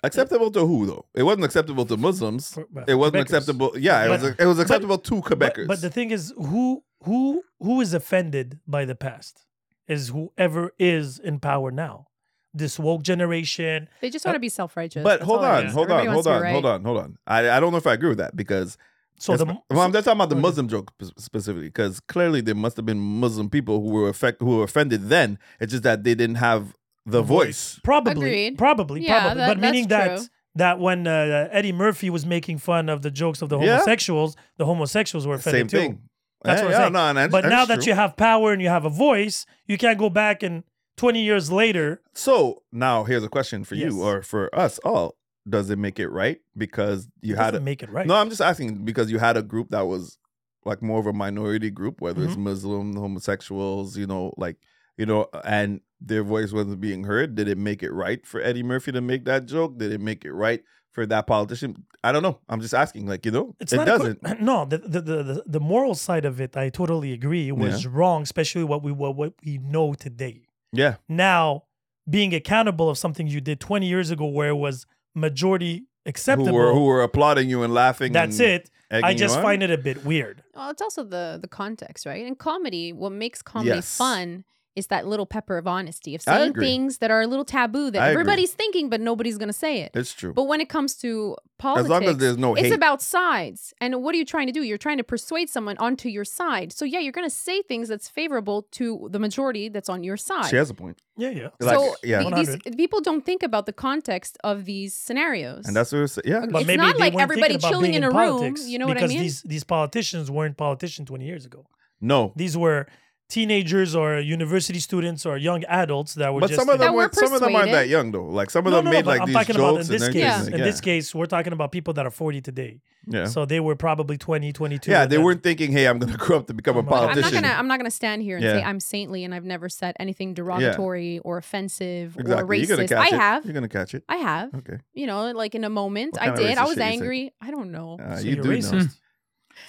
S2: Acceptable to who, though? It wasn't acceptable to Muslims.
S1: For- well,
S2: It wasn't
S1: Quebecers.
S2: acceptable. Yeah, it,
S1: But-
S2: was, it was acceptable to
S1: but,
S2: Quebecers.
S1: but the thing is, who who who is offended by the past is whoever is in power now. This woke generation,
S3: They just want to be self-righteous.
S2: But
S3: That's
S2: hold
S3: all it
S2: on,
S3: is.
S2: hold on,
S3: Everybody wants
S2: hold
S3: to be
S2: on,
S3: right.
S2: hold on, hold on. I, I don't know if I agree with that because
S1: So the
S2: it's- well, I'm just talking about the Muslim joke p- specifically because clearly there must have been Muslim people who were affect who were offended then. It's just that they didn't have the voice.
S1: probably,
S3: Agreed.
S1: probably,
S3: Yeah,
S1: probably.
S3: that-
S1: but meaning
S3: that's
S1: that
S3: true.
S1: that when uh, Eddie Murphy was making fun of the jokes of the
S2: Yeah.
S1: homosexuals, the homosexuals were offended
S2: Same
S1: too.
S2: thing.
S1: That's
S2: Eh,
S1: what I'm
S2: yeah,
S1: saying.
S2: no, and that's-
S1: but now
S2: that's
S1: that
S2: true.
S1: you have power and you have a voice, you can't go back and 20 years later.
S2: so now here's a question for
S1: Yes.
S2: you or for us all: Does it make it right because you
S1: it
S2: had
S1: doesn't
S2: a,
S1: make it right.
S2: No, I'm just asking because you had a group that was like more of a minority group, whether it's
S1: Mhm.
S2: Muslim, homosexuals, you know, like you know, and their voice wasn't being heard. Did it make it right for Eddie Murphy to make that joke? Did it make it right for that politician? I don't know. I'm just asking. Like you know,
S1: it's
S2: it
S1: not a que- [clears throat]
S2: doesn't.
S1: no, the, the the the- the moral side of it, I totally agree, was wrong, especially what we what, what we know today.
S2: yeah,
S1: Now, being accountable of something you did 20 years ago, where it was majority
S2: who
S1: acceptable,
S2: were who were applauding you and laughing?
S1: that's
S2: and-
S1: it. I just find it a bit weird.
S3: Well, it's also the the context, right? In comedy, what makes comedy
S2: Yes.
S3: fun is that little pepper of honesty of
S2: I
S3: saying
S2: agree.
S3: things that are a little taboo that
S2: I agree.
S3: everybody's thinking, but nobody's gonna say it.
S2: It's true.
S3: But when it comes to politics,
S2: as long as there's no
S3: it's
S2: hate,
S3: about sides. And what are you trying to do? You're trying to persuade someone onto your side. So yeah, you're gonna say things that's favorable to the majority that's on your side.
S2: she has a point.
S1: Yeah, yeah.
S2: Like,
S3: so
S2: yeah.
S3: the- these people don't think about the context of these scenarios.
S2: And that's what we're saying. Yeah,
S1: But
S3: It's
S1: maybe
S3: not
S1: they
S3: like
S1: weren't
S3: everybody
S1: thinking about
S3: chilling
S1: being
S3: in a room,
S1: politics
S3: you know what I
S1: because
S3: mean?
S1: these these politicians weren't politicians 20 years ago.
S2: no.
S1: These were teenagers or university students or young adults that were
S2: But
S1: just
S2: some of
S1: you know,
S2: them
S3: That were
S2: weren't. Some of them aren't that
S3: persuaded.
S2: young though. Like some of
S1: no,
S2: them
S1: no, no,
S2: made
S1: but
S2: like
S1: I'm
S2: these
S1: talking about in
S2: jokes. and
S1: this
S2: then
S1: case.
S3: Yeah.
S1: In this case, we're talking about people that are 40 today.
S2: yeah,
S1: So they were probably 20, 22.
S2: yeah.
S1: and
S2: They
S1: then-
S2: weren't thinking, "Hey, I'm going to [laughs] grow up to become a
S1: I'm not-
S3: I'm not
S2: politician."
S3: gonna I'm not gonna stand here and say
S2: Yeah.
S3: I'm saintly and I've never said anything derogatory or offensive or
S2: Exactly. You're gonna
S3: racist.
S2: catch
S3: I
S2: it.
S3: have.
S2: You're gonna catch it.
S3: I have.
S2: Okay.
S3: You know, like in a moment.
S2: What
S3: I
S2: kind of
S3: did. I
S2: racist shit
S3: was
S2: you say?
S3: angry. I don't know.
S2: Uh,
S1: So
S2: you
S1: you're
S2: do know,
S1: racist.
S3: Hmm.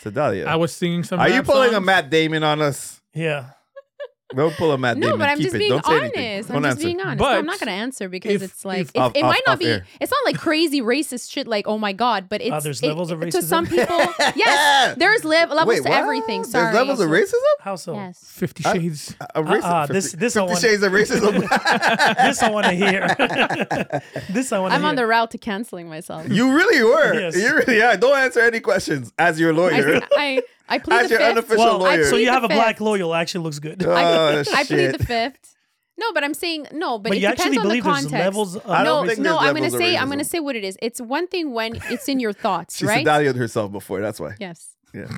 S2: Sedalia.
S4: I was singing some.
S2: Are you
S4: rap
S2: pulling a
S4: songs.
S2: Matt Damon on us?
S1: Yeah.
S2: Don't pull a Matt
S3: no,
S2: Damon.
S3: but I'm
S2: Keep
S3: just
S2: it.
S3: being
S2: Don't say
S3: honest.
S2: anything.
S3: I'm
S2: Don't
S3: just
S2: answer.
S3: being honest.
S4: But
S3: I'm not gonna answer because
S4: if-
S3: it's like
S4: if-
S3: it,
S2: Off-
S3: it
S2: off-
S3: might not
S2: off
S3: be.
S2: air.
S3: It's not like crazy racist shit. Like oh my god, but it's
S1: there's
S3: it-
S1: levels of
S3: to some
S1: racism?
S3: people.
S2: [laughs]
S3: yes, there's lev- levels
S2: Wait,
S3: to
S2: what?
S3: everything. Sorry,
S2: There's levels of racism.
S1: How so?
S3: Yes.
S4: Fifty
S2: I-
S4: Shades?
S2: A racism.
S1: Uh-uh, this-
S2: 50
S1: this I
S2: 50
S1: wanna-
S2: shades of
S1: [laughs]
S2: racism.
S1: this I want to
S3: [laughs]
S1: hear. [laughs] this I want to
S3: I'm
S1: hear.
S3: on the route to
S2: [laughs]
S3: canceling myself.
S2: you really were.
S1: Yes.
S2: You really are. Don't answer any questions as your lawyer.
S3: I, I I plead
S2: As
S3: the
S2: your
S3: fifth.
S2: unofficial
S1: well,
S2: lawyer.
S1: so you
S3: I
S1: have a
S3: plead the
S1: black
S3: fifth.
S1: loyal actually looks good.
S2: Oh,
S3: [laughs] I plead
S2: shit.
S3: the fifth. No, but I'm saying no, but,
S1: but
S3: it
S1: you
S3: depends
S1: actually
S3: on the
S1: believe there's
S3: context.
S1: levels of
S2: I
S3: no,
S2: don't think
S1: racism?
S2: there's
S3: no, I'm gonna
S2: levels of
S3: say I'm gonna
S2: racism.
S3: say what it is. It's one thing when it's in your thoughts,
S2: [laughs] She
S3: right?
S2: Sedalio'd herself before. That's why. [laughs]
S3: Yes.
S2: Yeah.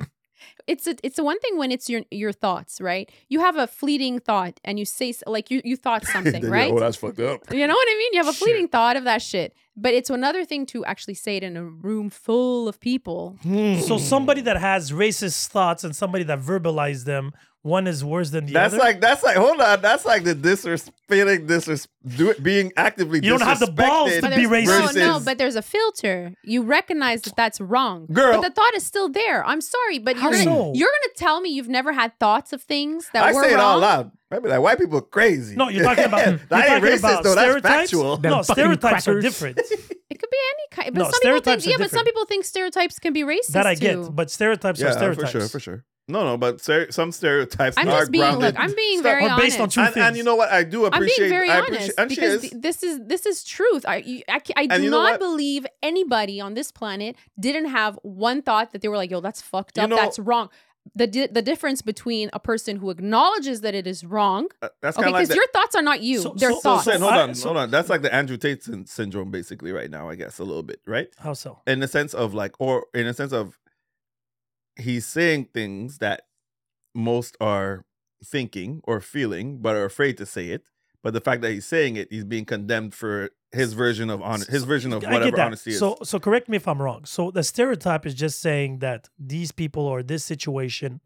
S3: It's a, it's the one thing when it's your your thoughts, right? You have a fleeting thought and you say s- like you
S1: [laughs]
S3: you thought something,
S2: Then you're,
S3: right?
S2: Oh, that's fucked up.
S3: You know what I mean? You have a
S1: Shit.
S3: fleeting thought of that shit. But it's another thing to actually say it in a room full of people.
S2: Hmm.
S1: So somebody that has racist thoughts and somebody that verbalized them, one is worse than the
S2: That's
S1: other.
S2: like that's like hold on. That's like the disres feeling disres do it, being actively
S1: You don't have the balls to
S2: disrespected
S1: But
S3: there's-
S1: be racist.
S3: No, no,
S2: versus-
S3: but there's a filter. You recognize that that's wrong.
S2: Girl.
S3: But the thought is still there. I'm sorry, but
S1: How
S3: you're gonna,
S1: so?
S3: you're gonna tell me you've never had thoughts of things that
S2: I
S3: were
S2: say it
S3: wrong.
S2: out loud. I be like, white people are crazy.
S1: No, you're talking about.
S2: [laughs] that
S1: you're
S2: ain't
S1: talking
S2: racist
S1: about
S2: though. That's
S1: stereotypes?
S2: factual.
S4: Them
S1: No,
S4: fucking
S1: stereotypes are
S4: crackers.
S3: [laughs]
S1: different.
S3: It could be any kind. But
S1: No,
S3: some people think,
S1: stereotypes are
S3: yeah, but
S1: different.
S3: some people think stereotypes can be racist.
S1: that I get,
S3: too.
S1: but stereotypes
S2: Yeah,
S1: are stereotypes.
S2: for sure, for sure. No, no, but ser- some stereotypes
S3: I'm
S2: are
S3: just being
S2: grounded.
S3: look. I'm being
S2: Stop-
S3: very
S1: Or based
S3: honest.
S1: on two
S2: and,
S1: things.
S2: and you know what? I do
S3: I'm
S2: appreciate.
S3: being very
S2: I
S3: honest
S2: appreciate, and she
S3: because
S2: is.
S3: th- this is this is truth. I you- I, ca- I
S2: And
S3: do
S2: you know
S3: not
S2: what?
S3: believe anybody on this planet didn't have one thought that they were like, "Yo, that's fucked
S2: You
S3: up.
S2: know-
S3: that's wrong." The di- the difference between a person who acknowledges that it is wrong,
S2: uh, that's
S3: okay,
S2: kind of like
S3: because
S2: the,
S3: your thoughts are not you,
S1: So-
S3: they're
S1: so- so
S3: thoughts.
S2: so Sen, hold
S1: I-
S2: on,
S1: so-
S2: hold on. That's like the Andrew Tate syn- syndrome, basically, right now. I guess a little bit, right?
S1: How so?
S2: in the sense of like or in a sense of he's saying things that most are thinking or feeling but are afraid to say it but the fact that he's saying it he's being condemned for his version of honor his version of
S1: I get
S2: whatever
S1: that.
S2: honesty is
S1: So, so correct me if I'm wrong. So the stereotype is just saying that these people or this situation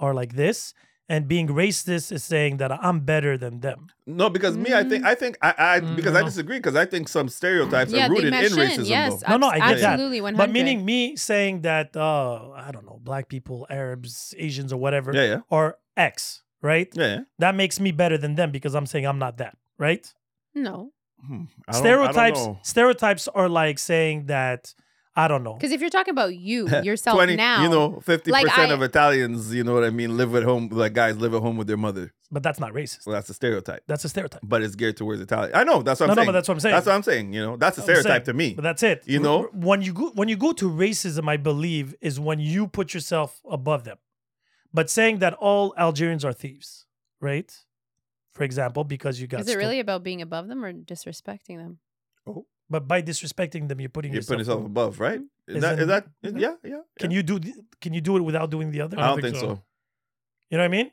S1: are like this, and being racist is saying that I'm better than them.
S2: no because me i
S1: Mm.
S2: think i think i, I because i
S4: No.
S2: disagree because i think some stereotypes
S3: yeah,
S2: are
S3: they
S2: rooted in
S3: mesh
S2: racism
S3: in. Yes,
S2: though.
S1: No, no, I get that.
S3: absolutely. One hundred.
S1: But meaning me saying that, uh, I don't know, black people, Arabs, Asians, or whatever,
S2: yeah yeah
S1: are X, right?
S2: yeah, yeah.
S1: That makes me better than them because I'm saying I'm not that, right?
S3: no,
S2: Hmm. I don't- I don't
S1: stereotypes
S2: know.
S1: stereotypes are like saying that I don't know.
S3: because if you're talking about
S2: [laughs]
S3: you yourself
S2: 20
S3: now,
S2: you know 50%
S3: I-
S2: of italians you know what i mean live at home like guys live at home with their mother
S1: But that's not racist.
S2: so that's a stereotype
S1: That's a stereotype.
S2: but it's geared towards Italian. I know that's what
S1: No,
S2: I'm
S1: no,
S2: saying.
S1: but that's what I'm saying.
S2: That's what I'm saying. You know, that's a
S1: I'm saying.
S2: stereotype to me.
S1: But that's it.
S2: You know?
S1: R- when you go when you go to racism, I believe is when you put yourself above them. But saying that all Algerians are thieves, right? For example, because you got
S3: is it
S1: stole-
S3: really about being above them or disrespecting them?
S1: But by disrespecting them, you're putting
S2: You're
S1: yourself.
S2: putting yourself above, right? Is,
S1: Is
S2: that?
S1: it-
S2: Is that? is- yeah, yeah.
S1: can you do th- can you do it without doing the other?
S2: I don't think so.
S1: You know what I mean?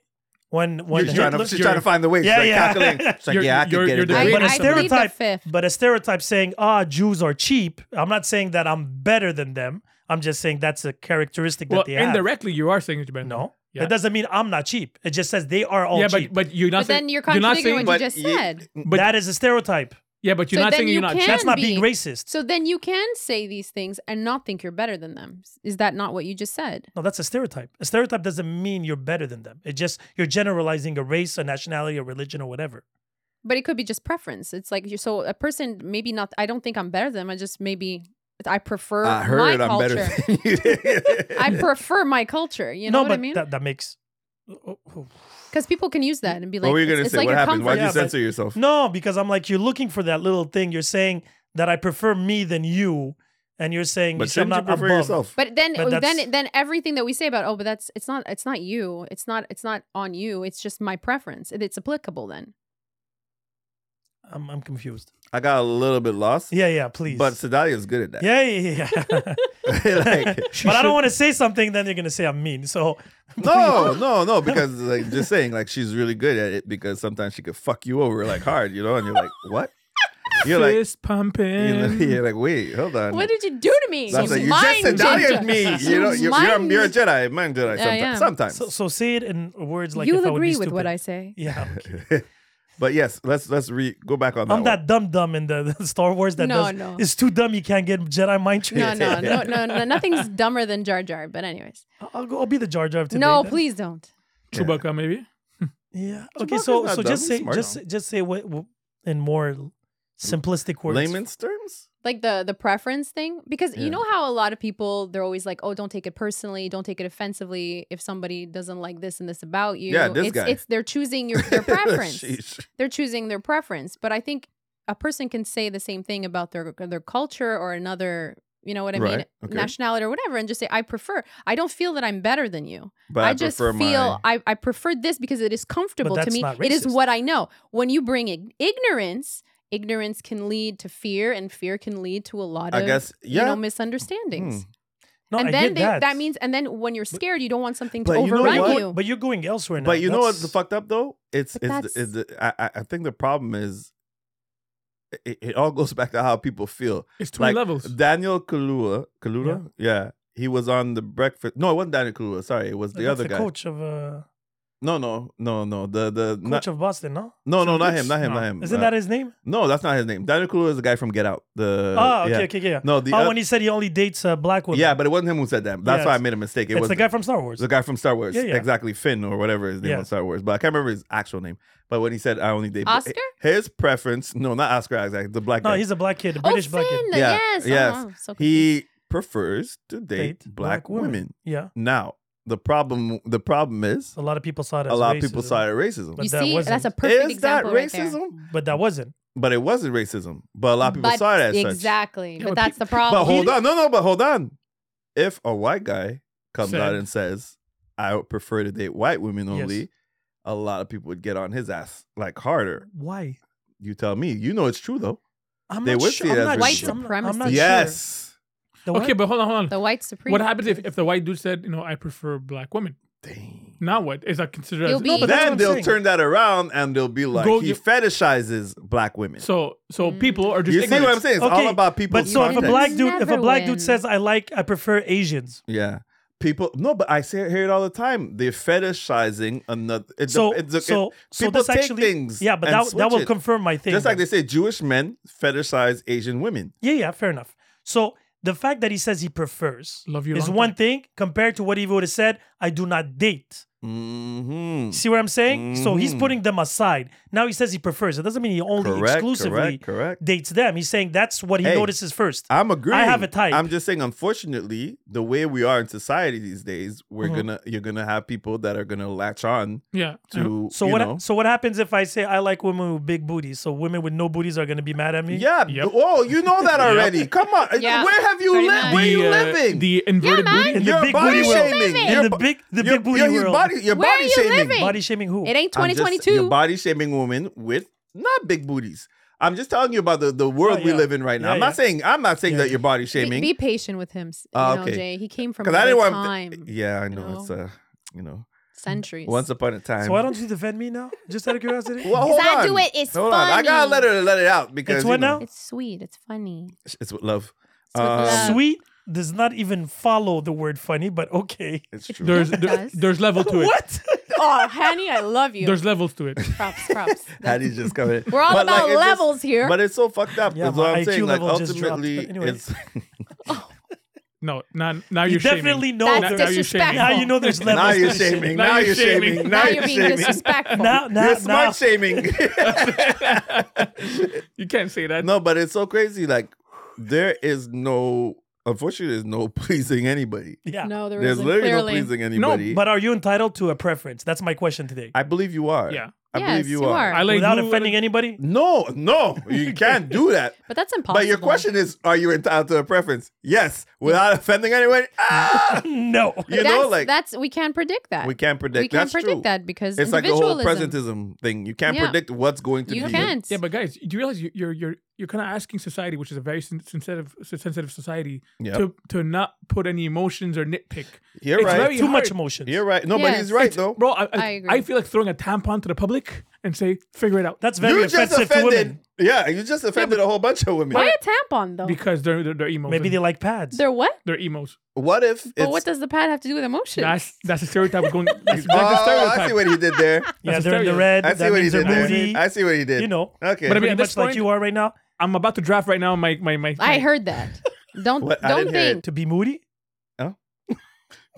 S1: When when
S2: You're trying, to,
S1: Hitler-
S2: she's trying to find the way. She's
S1: Yeah,
S2: like
S1: yeah.
S2: calculating.
S1: [laughs]
S2: She's like,
S4: You're-
S2: yeah, I
S4: you're-
S2: could get
S4: you're
S2: it. that
S4: doing-
S2: way.
S1: but
S3: I,
S1: a
S3: I plead the
S1: stereotype-
S3: fifth.
S1: But a stereotype saying, ah, Jews are cheap, I'm not saying that I'm better than them. I'm just saying that's a characteristic
S4: Well,
S1: that they have.
S4: indirectly, you are saying it's better.
S1: No.
S4: Yeah.
S1: That doesn't mean I'm not cheap. It just says they are all
S4: yeah,
S1: cheap.
S4: but but you're not.
S3: But
S4: saying,
S3: then you're
S4: not
S3: contradicting
S4: saying.
S3: what you
S2: but
S3: just
S2: ye-
S3: said.
S1: but that is a stereotype.
S4: yeah, but you're
S3: So
S4: not
S3: then
S4: saying
S3: you
S4: you're not.
S3: can-
S1: That's not
S3: be.
S1: being racist.
S3: So then you can say these things and not think you're better than them. Is that not what you just said?
S1: No, that's a stereotype. A stereotype doesn't mean you're better than them. It just you're generalizing a race, a nationality, a religion, or whatever.
S3: But it could be just preference. It's like you're so a person maybe not. I don't think I'm better than them. I just maybe I prefer
S2: I heard
S3: my
S2: I'm
S3: culture.
S2: better than [laughs]
S3: [laughs]
S2: you. [laughs]
S3: I prefer my culture. You know
S1: no,
S3: what
S1: but
S3: I mean?
S1: that, that makes. oh, oh.
S3: Because people can use that and be like,
S2: what were you
S3: it's-
S2: gonna
S3: it's
S2: say?
S3: like
S2: what
S3: your
S2: happened? Why'd
S3: comfort.
S2: you
S1: Yeah, but-
S2: censor yourself?
S1: No, because I'm like, you're looking for that little thing. You're saying that I prefer me than you, and you're saying
S2: but
S1: I'm
S2: shouldn't you
S1: not
S2: prefer
S1: above.
S2: yourself?
S3: But then, oh,
S1: But that's-
S3: then, then everything that we say about oh, but that's it's not it's not you. It's not it's not on you. It's just my preference. It- It's applicable then.
S1: I'm, I'm confused.
S2: I got a little bit lost.
S1: Yeah, yeah, please.
S2: But Sedalia's good at that.
S1: yeah, yeah,
S2: [laughs]
S1: yeah. [laughs]
S2: like,
S1: but I don't want to say something, then you're gonna say I'm mean. So
S2: no, no, no, because like just saying, like she's really good at it because sometimes she could fuck you over like hard, you know, and you're like, what? You're like,
S4: Fist pumping.
S2: you know, you're like, wait, hold on.
S3: What did you do to me?
S2: That's
S3: You
S2: like, you
S3: mind
S2: just Sedalia's
S3: ginger.
S2: me. You know, you're, you're,
S3: mind-
S2: you're a Jedi, mind Jedi.
S3: Yeah, yeah.
S2: Sometimes, sometimes.
S1: so, so say it in words like if
S3: You'll
S1: I would be
S3: agree with what
S1: stupid.
S3: I say.
S1: Yeah.
S2: [laughs] but yes, let's let's re go back on that.
S1: I'm that dumb dumb in the, [laughs] the Star Wars that
S3: No,
S1: does
S3: no.
S1: is too dumb. You can't get Jedi mind trick.
S3: [laughs] No, no, no, no,
S2: [laughs]
S3: no. Nothing's dumber than Jar Jar. But anyways,
S1: I'll go. I'll be the Jar Jar of today.
S3: no,
S1: then.
S3: please don't.
S4: Chewbacca, maybe.
S1: Yeah. Okay.
S2: Chewbacca's
S1: So
S2: not
S1: so
S2: dumb,
S1: just
S2: he's
S1: say
S2: smart.
S1: just say- just say what what- in more simplistic
S2: one.
S1: words.
S2: layman's terms.
S3: like the the preference thing because
S2: Yeah.
S3: you know how a lot of people they're always like oh don't take it personally don't take it offensively if somebody doesn't like this and this about you
S2: Yeah, this
S3: it's,
S2: guy.
S3: it's they're choosing your
S2: [laughs]
S3: their preference
S2: Sheesh.
S3: they're choosing their preference but i think a person can say the same thing about their their culture or another you know what i mean
S2: Right, okay.
S3: nationality or whatever and just say i prefer i don't feel that i'm better than you
S2: But I,
S3: I, just
S2: prefer
S3: feel
S2: my.
S3: I, I prefer this because it is comfortable to
S1: that's
S3: me.
S1: not
S3: It is
S1: racist.
S3: what I know. When you bring ig- ignorance, ignorance can lead to fear, and fear can lead to a lot of
S2: I guess yeah. Hmm.
S3: you know misunderstandings.
S1: No,
S3: and
S1: Oh, I
S3: then
S1: get
S3: they,
S1: that.
S3: that means, and then when you're scared, you don't want something to
S2: but you know
S3: overrun
S2: what?
S3: you.
S1: But you're going elsewhere now.
S2: But you know what's
S1: That's-
S2: the fucked up though? It's
S3: But
S2: it's, the,
S3: that's-
S2: it's the, I- I I think the problem is it, it all goes [laughs] back to how people feel.
S4: It's 20
S2: Like,
S4: levels.
S2: Daniel Kalua, Kalula, yeah. he was on the breakfast. No, it wasn't Daniel Kalula. Sorry, it was the
S1: that's
S2: other
S1: the
S2: guy.
S1: coach of uh,
S2: No, no, no, no. The the
S1: coach
S2: not,
S1: of Boston. No.
S2: no, no, not
S1: Coach?
S2: him, not him,
S1: No.
S2: not him.
S1: Isn't
S2: Uh,
S1: that his name?
S2: no? That's not his name. Daniel Kalula is the guy from Get Out. The
S1: oh, okay,
S2: Uh, yeah.
S1: okay, okay, yeah.
S2: No, the
S1: oh,
S2: oth-
S1: when he said he only dates uh, black women.
S2: yeah, but it wasn't him who said that. That's
S1: Yeah,
S2: why I
S1: it's-
S2: made a mistake. It
S1: it's
S2: was
S1: the guy from Star Wars.
S2: The guy from Star Wars,
S1: Yeah, yeah.
S2: exactly Finn or whatever his name
S1: Yeah.
S2: on Star Wars, but I can't remember his actual name. But when he said I only date
S3: Oscar?
S2: his preference, no, not Oscar Isaac, the black
S1: No,
S2: guy.
S1: he's a black kid, a British
S3: oh,
S1: black
S3: Finn,
S1: kid.
S2: Yeah,
S3: yes,
S2: yes.
S3: Oh, so confused.
S2: he prefers to date,
S1: Date
S2: black,
S1: black
S2: women.
S1: women. Yeah,
S2: Now the problem, the problem is
S1: a lot of people saw it. As
S2: a lot of people
S1: Oh, racism,
S2: saw it as racism,
S1: But
S3: you
S1: that
S3: see, that's a
S1: wasn't-
S3: perfect
S2: Is that
S3: example right there.
S2: racism?
S1: but that wasn't.
S2: but it wasn't racism. But a lot of people
S3: But-
S2: saw it as such.
S3: exactly,
S4: Yeah,
S3: but
S4: but
S3: that's
S4: peop-
S3: the problem.
S2: But hold on, no, no, but hold on. If a white guy comes
S4: Said-
S2: out and says, "I would prefer to date white women
S1: Yes.
S2: only," a lot of people would get on his ass like harder.
S1: Why?
S2: You tell me. You know it's true though.
S1: I'm
S2: They
S1: not
S2: would
S1: sure.
S2: see it
S1: I'm
S2: as
S1: not
S2: White
S1: sure. I'm not- I'm
S3: supremacy.
S1: not sure.
S2: yes.
S1: The
S4: Okay,
S1: what?
S4: but hold on, hold on.
S3: The white supremacy.
S4: What happens if, if the white dude said, you know, I prefer black women?
S2: Dang.
S4: Now what? Is that considered
S3: You'll
S4: as
S3: be-
S1: but that's what
S2: then
S1: I'm
S2: they'll
S1: saying.
S2: turn that around and they'll be like,
S4: Go
S2: he
S4: you-
S2: fetishizes black women.
S4: so so
S3: Mm.
S4: people are just
S2: you see what I'm
S4: ignorant.
S2: saying? It's
S1: Okay,
S2: all about people's
S1: but so if a
S2: context.
S1: black dude, if a
S3: Never
S1: black
S3: win.
S1: dude says I like, I prefer Asians.
S2: Yeah. People no, but I say, hear it all the time. They're fetishizing another. It's
S1: So,
S2: a, it's a, it-
S1: so, so
S2: people
S1: this
S2: take
S1: actually,
S2: things
S1: yeah, but
S2: and
S1: that, that
S2: switch
S1: will
S2: it.
S1: confirm my thing.
S2: just like
S1: then.
S2: they say, Jewish men fetishize Asian women.
S1: Yeah, yeah, fair enough. So the fact that he says he prefers
S4: Love you
S1: is
S4: long
S1: one
S4: time.
S1: thing compared to what he would have said, I do not date.
S2: Mm-hmm.
S1: See what I'm saying? So he's
S2: Mhm.
S1: putting them aside. Now he says he prefers. It doesn't mean he only
S2: Correct,
S1: exclusively
S2: correct, correct.
S1: dates them. He's saying that's what he
S2: Hey,
S1: notices first.
S2: I'm agreeing.
S1: I have a type.
S2: I'm just saying, unfortunately, the way we are in society these days, we're
S1: Mhm.
S2: gonna you're gonna have people that are gonna latch on
S4: Yeah.
S2: to
S1: Mm-hmm. So
S2: you
S1: what?
S2: know,
S1: So what happens if I say I like women with big booties? So women with no booties are gonna be mad at me.
S2: Yeah.
S4: Yep.
S2: Oh, you know
S1: [laughs]
S2: that already. Come on.
S3: Yeah.
S2: Where have you
S3: Pretty
S2: lived?
S3: much.
S2: Where are
S4: the,
S2: you
S4: uh,
S2: living?
S4: The inverted
S3: man.
S4: booty.
S1: In
S2: You're
S1: the big
S2: body
S1: booty world.
S2: shaming.
S1: In
S2: You're
S1: the
S2: bo-
S1: big, the
S2: You're-
S1: big booty
S2: you're- you're
S1: world.
S2: Body, you're
S3: Where are
S2: body
S3: you
S2: shaming.
S3: living?
S1: Body shaming who?
S3: it ain't
S2: I'm just-
S3: 2022.
S2: You're body shaming women with not big booties. I'm just telling you about the, the world we
S1: Oh, yeah.
S2: live in right now.
S1: Yeah,
S2: I'm not
S1: yeah.
S2: saying I'm not saying
S1: Yeah,
S2: that
S1: yeah.
S2: you're body
S3: Be-
S2: shaming.
S3: Be, patient with him, s- you
S2: Ah,
S3: know,
S2: okay.
S3: Jay. He came from
S2: Because I
S3: another
S2: didn't want.
S3: time,
S2: yeah, I know
S3: know?
S2: it's uh, you know,
S3: centuries.
S2: once upon a time.
S1: So why don't you defend me now? Just out of curiosity.
S2: Well, hold on.
S3: It's
S2: Hold on. I gotta let her let it out because
S1: It's what
S2: you know,
S1: now?
S3: It's sweet. It's funny.
S2: It's, it's with love.
S3: It's with
S2: Uh,
S3: love.
S1: Sweet does not even follow the word funny, but okay.
S2: It's
S3: It's
S2: true.
S4: There's
S3: It
S4: there-
S3: does.
S4: there's level to it.
S1: What?
S2: [laughs] Ah,
S3: Oh, honey, I love you.
S4: There's levels to it.
S3: props, props.
S2: Hattie's just coming.
S3: [laughs] We're all
S2: But,
S3: about
S2: it just-
S3: levels here.
S2: But it's so fucked up.
S1: Yeah,
S2: is what
S1: my
S2: I'm
S1: IQ
S2: saying. Like
S1: level just dropped,
S2: ultimately,
S1: but anyway.
S2: it's
S4: No, now now
S1: you
S4: you're shaming.
S1: definitely know
S3: That's
S1: that.
S4: now you're
S3: disrespectful.
S4: shaming.
S1: Now you know there's levels.
S2: now you're
S1: to this shit.
S2: shaming.
S4: Now
S2: Now
S4: you're
S2: you're shaming.
S4: shaming.
S2: Now
S3: now you're
S2: you're
S3: being
S2: shaming.
S3: disrespectful.
S1: Now, now,
S2: You're
S1: now.
S2: smart shaming. [laughs]
S4: You can't say that.
S2: No, but it's so crazy. Like there is no unfortunately there's no [laughs] pleasing anybody.
S1: Yeah.
S3: No, there
S2: There's
S3: isn't.
S2: literally
S3: Clearly.
S2: no pleasing anybody.
S1: But are you entitled to a preference? That's my question today.
S2: I believe you are.
S4: Yeah.
S2: I
S3: Yes,
S2: believe you,
S3: you
S2: are.
S3: are.
S4: I like
S1: Without
S4: who-
S1: offending
S2: [laughs]
S1: anybody?
S2: No, no, you can't do that.
S3: but that's impossible.
S2: But your question is, are you entitled to a preference? Yes, without offending anyone. Ah!
S1: no.
S2: You
S3: that's,
S2: know, like
S3: that's we can't predict that.
S2: we can't predict.
S3: We
S2: That's
S3: can't predict
S2: true.
S3: that because
S2: It's like the whole
S3: individualism.
S2: presentism thing. You can't
S3: Yeah.
S2: predict what's going to
S3: You
S2: be.
S3: can't.
S4: Yeah, but guys, do you realize you- you're you're you're kind of asking society, which is a very sen- sensitive sen- sensitive society,
S2: Yeah.
S4: to to not put any emotions or nitpick.
S2: You're
S4: It's
S2: right.
S4: very
S1: Too much
S4: hard.
S1: emotions.
S2: You're right. No, but
S3: Yes.
S2: he's right though.
S4: Bro, I, I,
S3: I agree.
S4: I feel like throwing a tampon to the public and say, figure it out.
S1: That's very
S2: you just
S1: offensive to
S2: offended.
S1: women.
S2: Yeah, you just offended a whole bunch of women.
S3: Why a tampon though?
S4: Because they're they're, they're emos.
S1: Maybe
S4: and
S1: they like pads.
S3: They're what?
S4: they're emos.
S2: What if it's?
S3: But what does the pad have to do with emotions?
S4: That's that's a stereotype
S2: [laughs]
S4: going. That's, that's
S2: oh,
S4: a stereotype.
S2: I see what he did there.
S1: yeah,
S4: that's
S1: they're in the
S4: hysteria.
S1: red.
S2: I
S1: [laughs]
S2: see
S1: that
S2: what he
S1: means they're
S2: did there.
S1: moody.
S2: I see what he did.
S1: You know.
S2: Okay.
S4: But I mean,
S1: Pretty
S4: at
S1: much
S4: this
S1: like
S4: point-
S1: you are right now.
S4: I'm about to draft right now my my my.
S3: I
S4: my-
S3: heard that. Don't
S2: What? I
S3: don't
S2: didn't hear it.
S3: think.
S1: To be moody?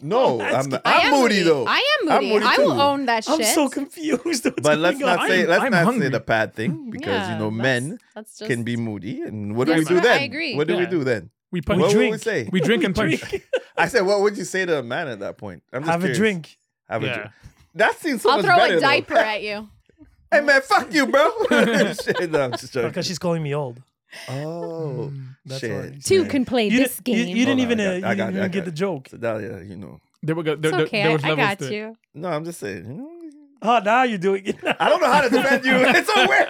S2: no,
S1: That's-
S2: I'm, not-
S3: I
S2: I'm
S3: am
S2: moody though.
S3: I am
S2: I'm
S3: moody.
S2: moody
S3: I will
S2: too.
S3: own that shit.
S1: I'm so confused. What's
S2: but let's
S1: going on?
S2: not say let's
S4: I'm
S2: not
S4: hungry.
S2: say the bad thing because
S3: Mm, Yeah,
S2: you know
S3: that's-
S2: men
S3: that's just,
S2: can be moody, and what do
S3: Yes,
S2: we do
S3: I
S2: then?
S3: agree.
S2: What do we
S4: Yeah.
S2: do then?
S4: we
S1: We
S4: punch.
S2: what would we
S1: drink.
S2: say?
S4: we
S2: [laughs]
S4: drink and punch.
S1: Drink.
S2: I said, what would you say to a man at that point? I'm just
S1: Have a
S2: curious.
S1: drink.
S2: Have a
S4: Yeah.
S2: drink. That seems so
S3: I'll
S2: much
S3: throw
S2: better,
S3: a
S2: though.
S3: diaper at you.
S2: [laughs] Hey man, fuck you,
S1: [laughs]
S2: bro. [laughs] Shit, no, I'm just joking.
S1: Because she's calling me old.
S2: Oh,
S1: [laughs] That's
S2: shit.
S1: why.
S3: [laughs] Two can play
S1: You,
S3: this
S1: didn't- you,
S3: game.
S1: you didn't
S2: Hold
S1: even,
S2: on, I
S1: uh,
S2: got-
S1: you
S2: I got-
S1: didn't
S2: I
S1: even get
S2: got
S1: the
S2: it.
S1: joke.
S2: So now, yeah, you know.
S4: There we go. There,
S3: it's
S4: there-
S3: okay.
S4: there was
S3: I, I
S4: levels
S3: got
S4: to it. [laughs]
S3: you.
S2: No, I'm just saying. You know,
S1: Oh, now you're doing it.
S2: I don't know how to defend you. [laughs] It's so weird.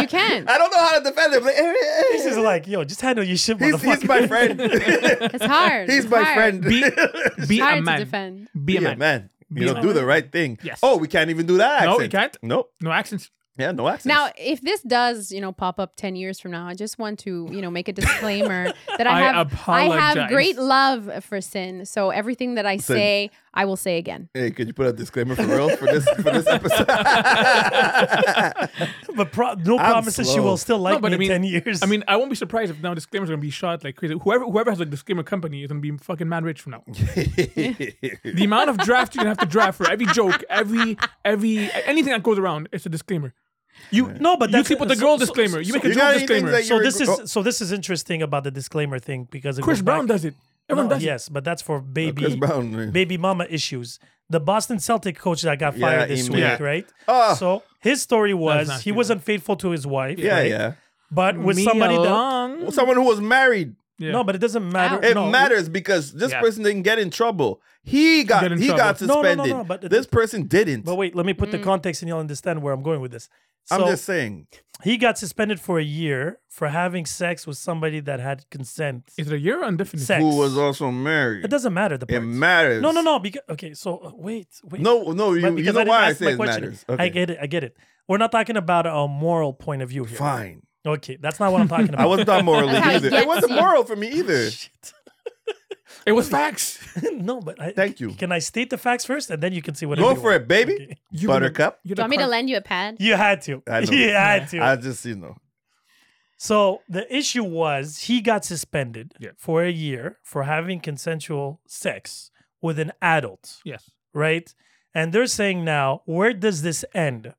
S3: You can.
S2: I don't know how to defend him. Like, eh, eh, eh.
S1: This is like, yo, just handle your shit,
S2: he's,
S1: motherfucker.
S2: he's my
S1: [laughs]
S2: friend. [laughs]
S3: It's hard.
S2: he's
S3: It's
S2: my
S3: hard.
S2: friend.
S4: Be- Be
S3: It's hard
S4: a
S3: to
S4: man. [laughs]
S3: defend.
S4: Be
S2: [laughs]
S4: a
S2: Yeah,
S4: man.
S2: man. You
S4: Be a
S2: know, do the right thing.
S4: Yes.
S2: Oh, we can't even do that accent.
S4: No, we can't.
S2: Nope.
S4: No accents.
S2: Yeah, no accent.
S3: Now, if this does, you know, pop up ten years from now, I just want to, you know, make a
S4: [laughs]
S3: disclaimer that I
S4: I
S3: have, I have
S4: apologize.
S3: great love for Sin. So everything that I
S2: Sin.
S3: say, I will say again.
S2: hey, could you put a disclaimer for real for this for this
S4: [laughs]
S2: episode?
S1: but pro- no promises she
S2: slow.
S1: will still like
S4: No, but
S1: me
S4: I mean-
S1: in 10 years.
S4: I mean, I won't be surprised if now disclaimers are gonna be shot like crazy. Whoever whoever has a disclaimer company is gonna be fucking mad rich
S1: [laughs]
S4: from now. The amount of draft you're gonna have to draft for every joke, every every anything that goes around, it's a disclaimer.
S1: you no, but
S4: you
S1: that's
S4: keep with the girl
S1: so- so-
S4: disclaimer. you
S1: so-
S4: make
S2: You
S4: a
S2: got
S4: joke
S2: anything
S4: disclaimer.
S2: that
S4: So
S1: So
S2: You're-
S1: this is
S2: oh.
S1: so this is interesting about the disclaimer thing because it
S4: Chris
S1: goes
S4: Brown
S1: back-
S4: does it. Everyone
S1: No,
S4: does
S1: yes, but that's for baby
S2: Chris
S1: [laughs]
S2: Brown.
S1: baby mama issues. The Boston Celtic coach that got
S2: Yeah,
S1: fired this
S2: he
S1: week,
S4: made-
S1: right?
S2: Ah.
S1: so his story was
S4: nasty,
S1: he was unfaithful to his wife.
S2: Yeah,
S1: right?
S2: yeah.
S1: But
S4: it.
S1: with
S4: Me
S1: somebody that
S4: along.
S2: Well, someone who was married.
S4: Yeah.
S1: no, but it doesn't matter.
S2: It
S1: no,
S2: matters because this
S4: Yeah.
S2: person didn't get in trouble. He got
S4: got in
S2: he
S4: trouble.
S2: got
S1: No, no, no,
S2: suspended.
S1: no, but it-
S2: this person didn't.
S1: But wait, let me put the context and you'll understand where I'm going with this. So
S2: I'm just saying.
S1: he got suspended for a year for having sex with somebody that had consent.
S4: is it a year or indefinite?
S1: Sex.
S2: Who was also married?
S1: It doesn't matter. The
S2: It
S1: parts.
S2: matters.
S1: No, no, no. Because okay, so uh, wait, wait.
S2: No, no.
S1: But
S2: You, you
S1: because
S2: know
S1: didn't
S2: why I
S1: ask
S2: say
S1: my
S2: it
S1: question.
S2: matters.
S1: I
S2: Okay.
S1: get it. I get it. We're not talking about a moral point of view here.
S2: Fine.
S1: Okay, that's not what I'm
S2: [laughs]
S1: talking about.
S2: I wasn't that
S4: [laughs]
S2: morally
S3: That's how he
S2: either. It
S3: gets
S2: wasn't
S3: you.
S2: moral for me either.
S1: Shit.
S4: It was facts.
S1: [laughs]
S4: [laughs]
S1: no, but I,
S2: Thank you.
S1: Can I state the facts first, and then you can see what?
S2: Go for it, baby.
S4: You
S2: Buttercup.
S4: You
S3: Do you want me to lend you a pad?
S1: You had to.
S2: I know.
S1: [laughs] you had to.
S2: I just you know.
S1: so the issue was he got suspended
S4: Yeah.
S1: for a year for having consensual sex with an adult.
S4: Yes.
S1: right? And they're saying now, where does this end?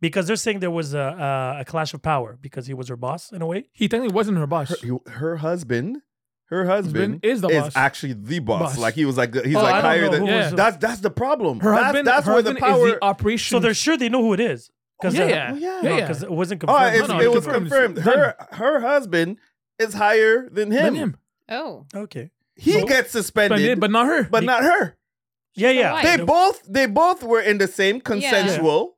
S1: Because they're saying there was a, a, a clash of power because he was her boss in a way.
S4: He technically wasn't her boss.
S2: Her, you- her husband. Her husband
S4: Husband is the boss.
S2: actually the boss.
S4: Boss.
S2: Like he was like he's
S4: Oh,
S2: like
S4: I don't
S2: higher
S1: know
S2: than.
S1: who
S4: Yeah.
S1: was-
S2: That's that's the problem.
S4: her
S2: that's
S4: husband,
S2: that's
S4: her
S2: where
S4: husband
S2: the power.
S4: is the operation.
S1: So they're sure they know who it is. Cause
S4: yeah,
S1: uh,
S2: yeah.
S4: yeah, yeah,
S1: no,
S4: yeah.
S1: 'cause it wasn't
S2: oh,
S1: confirmed.
S2: it's,
S4: No, no,
S2: it
S4: it's
S2: was confirmed.
S4: confirmed.
S2: Her her husband is higher than him.
S4: Than him.
S3: Oh,
S1: okay.
S2: He
S4: So-
S2: gets
S4: But,
S2: suspended,
S4: but not her.
S2: but not her.
S1: Yeah, yeah.
S3: why?
S2: They
S3: know.
S2: both they both were in the same consensual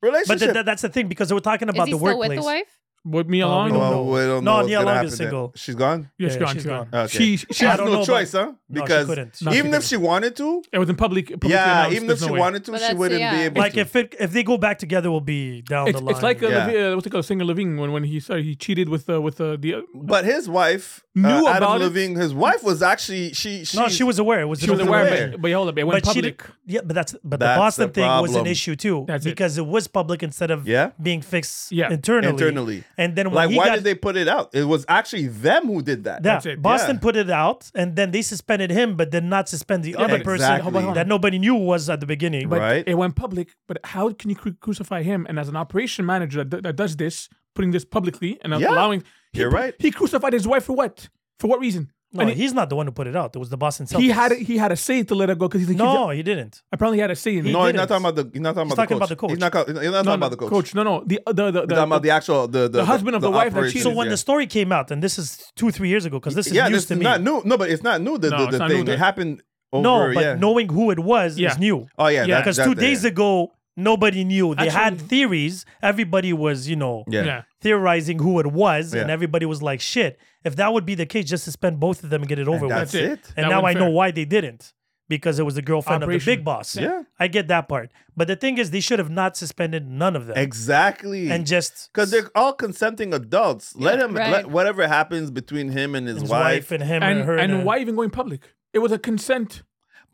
S1: But th-
S2: relationship.
S1: th- that's the thing because they were talking
S3: is
S1: about
S3: he
S1: the
S3: still
S1: workplace.
S3: with the wife?
S4: with me
S1: Oh,
S4: along.
S1: no.
S2: Well, we don't
S1: No,
S2: know what's
S1: Nia
S2: gonna
S1: Long
S2: happen
S1: is
S2: then.
S1: single.
S2: She's gone.
S4: Yeah,
S1: Yeah,
S4: she's gone.
S1: she's
S4: She's gone.
S1: gone.
S2: Okay.
S4: She,
S1: I
S2: She
S4: she has
S2: has
S1: don't
S2: no
S1: know, but-
S2: choice, huh?
S1: No, she
S2: Because
S1: couldn't.
S4: No, she
S2: even if
S4: couldn't.
S2: she wanted to,
S4: It was in public. publicly
S2: yeah,
S4: announced,
S2: even if
S4: there's
S2: she
S4: no way.
S2: wanted to,
S3: But
S2: she
S3: that's-
S2: wouldn't be
S3: yeah.
S2: able
S1: Like
S2: to.
S1: if it if they go back together, we'll be down
S4: It's,
S1: the line.
S4: it's like uh,
S2: Yeah.
S4: Levi- uh, what's it called? Singer Levine when when he started, he cheated with uh, with uh, the uh,
S2: but his wife
S4: Knew
S2: uh, Adam
S4: about it.
S2: Levine, his wife was actually she she
S1: no, she was aware. It was
S4: she
S1: an
S4: was
S1: open
S4: aware
S1: affair.
S4: of it, but hold up, it went
S1: but she
S4: public.
S1: did- yeah, but that's but
S2: That's
S1: the
S2: the
S1: Boston thing was an
S2: problem.
S1: issue too
S4: That's it.
S1: because it. was public instead of
S2: Yeah.
S1: being fixed
S4: Yeah.
S1: internally.
S2: Internally.
S1: and then when
S2: like
S1: he
S2: why
S1: got,
S2: did they put it out? It was actually them who did that.
S1: Yeah,
S4: That's it.
S1: Boston
S2: Yeah.
S1: put it out, and then they suspended him, but did not suspend the other
S4: but-
S1: person
S2: Exactly.
S1: that nobody knew was at the beginning.
S4: But
S2: right?
S4: it went public. But how can you cru- crucify him? And as an operation manager that, that does this, putting this publicly and
S2: Yeah.
S4: allowing He
S2: You're
S4: pu-
S2: right.
S4: He crucified his wife for what? For what reason?
S1: No,
S4: And he-
S1: he's not the one who put it out. It was the Boston Celtics.
S4: He had he had a say to let her go because he's like
S1: no, he didn't.
S4: apparently he had a say in it.
S2: no, he's
S1: didn't.
S2: not talking about the. He's not talking,
S1: He's
S2: about,
S1: talking about
S2: the
S1: the
S2: coach.
S1: coach.
S2: He's not. co- He's not talking about the coach.
S4: coach. No, no, the uh, the the,
S2: He's talking about the actual the the,
S4: husband of the wife that
S2: operations,
S4: cheated.
S1: So when
S2: yeah.
S1: the story came out, and this is two, three years ago, because this is
S2: yeah,
S1: news
S2: this
S1: to
S2: is
S1: me.
S2: not new. No, but it's not new. The,
S4: No,
S2: the,
S4: it's
S2: the
S4: not
S2: thing
S4: new.
S2: it happened over.
S1: no, but
S2: yeah.
S1: knowing who it was
S4: Yeah.
S1: is new.
S2: Oh yeah,
S4: Yeah.
S2: that-
S1: Because
S2: that
S1: two
S2: thing.
S1: days ago, nobody knew. They had
S4: Actually-
S1: theories. Everybody was, you know,
S2: Yeah.
S4: yeah.
S1: theorizing who it was, and
S2: Yeah.
S1: everybody was like, "Shit, if that would be the case, just suspend both of them and get it over
S2: And
S1: with."
S2: that's it.
S4: it.
S1: and
S4: That
S1: now I
S4: wasn't
S1: know
S4: fair.
S1: why they didn't because it was the girlfriend
S4: Operation.
S1: of the big boss.
S2: Yeah.
S1: I get that part. But the thing is, they should have not suspended none of them
S2: Exactly.
S1: and just
S2: because they're all consenting adults. let him.
S3: Right.
S2: Let whatever happens between him and his,
S1: his
S2: wife.
S1: wife and him and,
S4: And
S1: her
S4: and
S2: uh,
S1: her-
S4: why even going public? It was a consent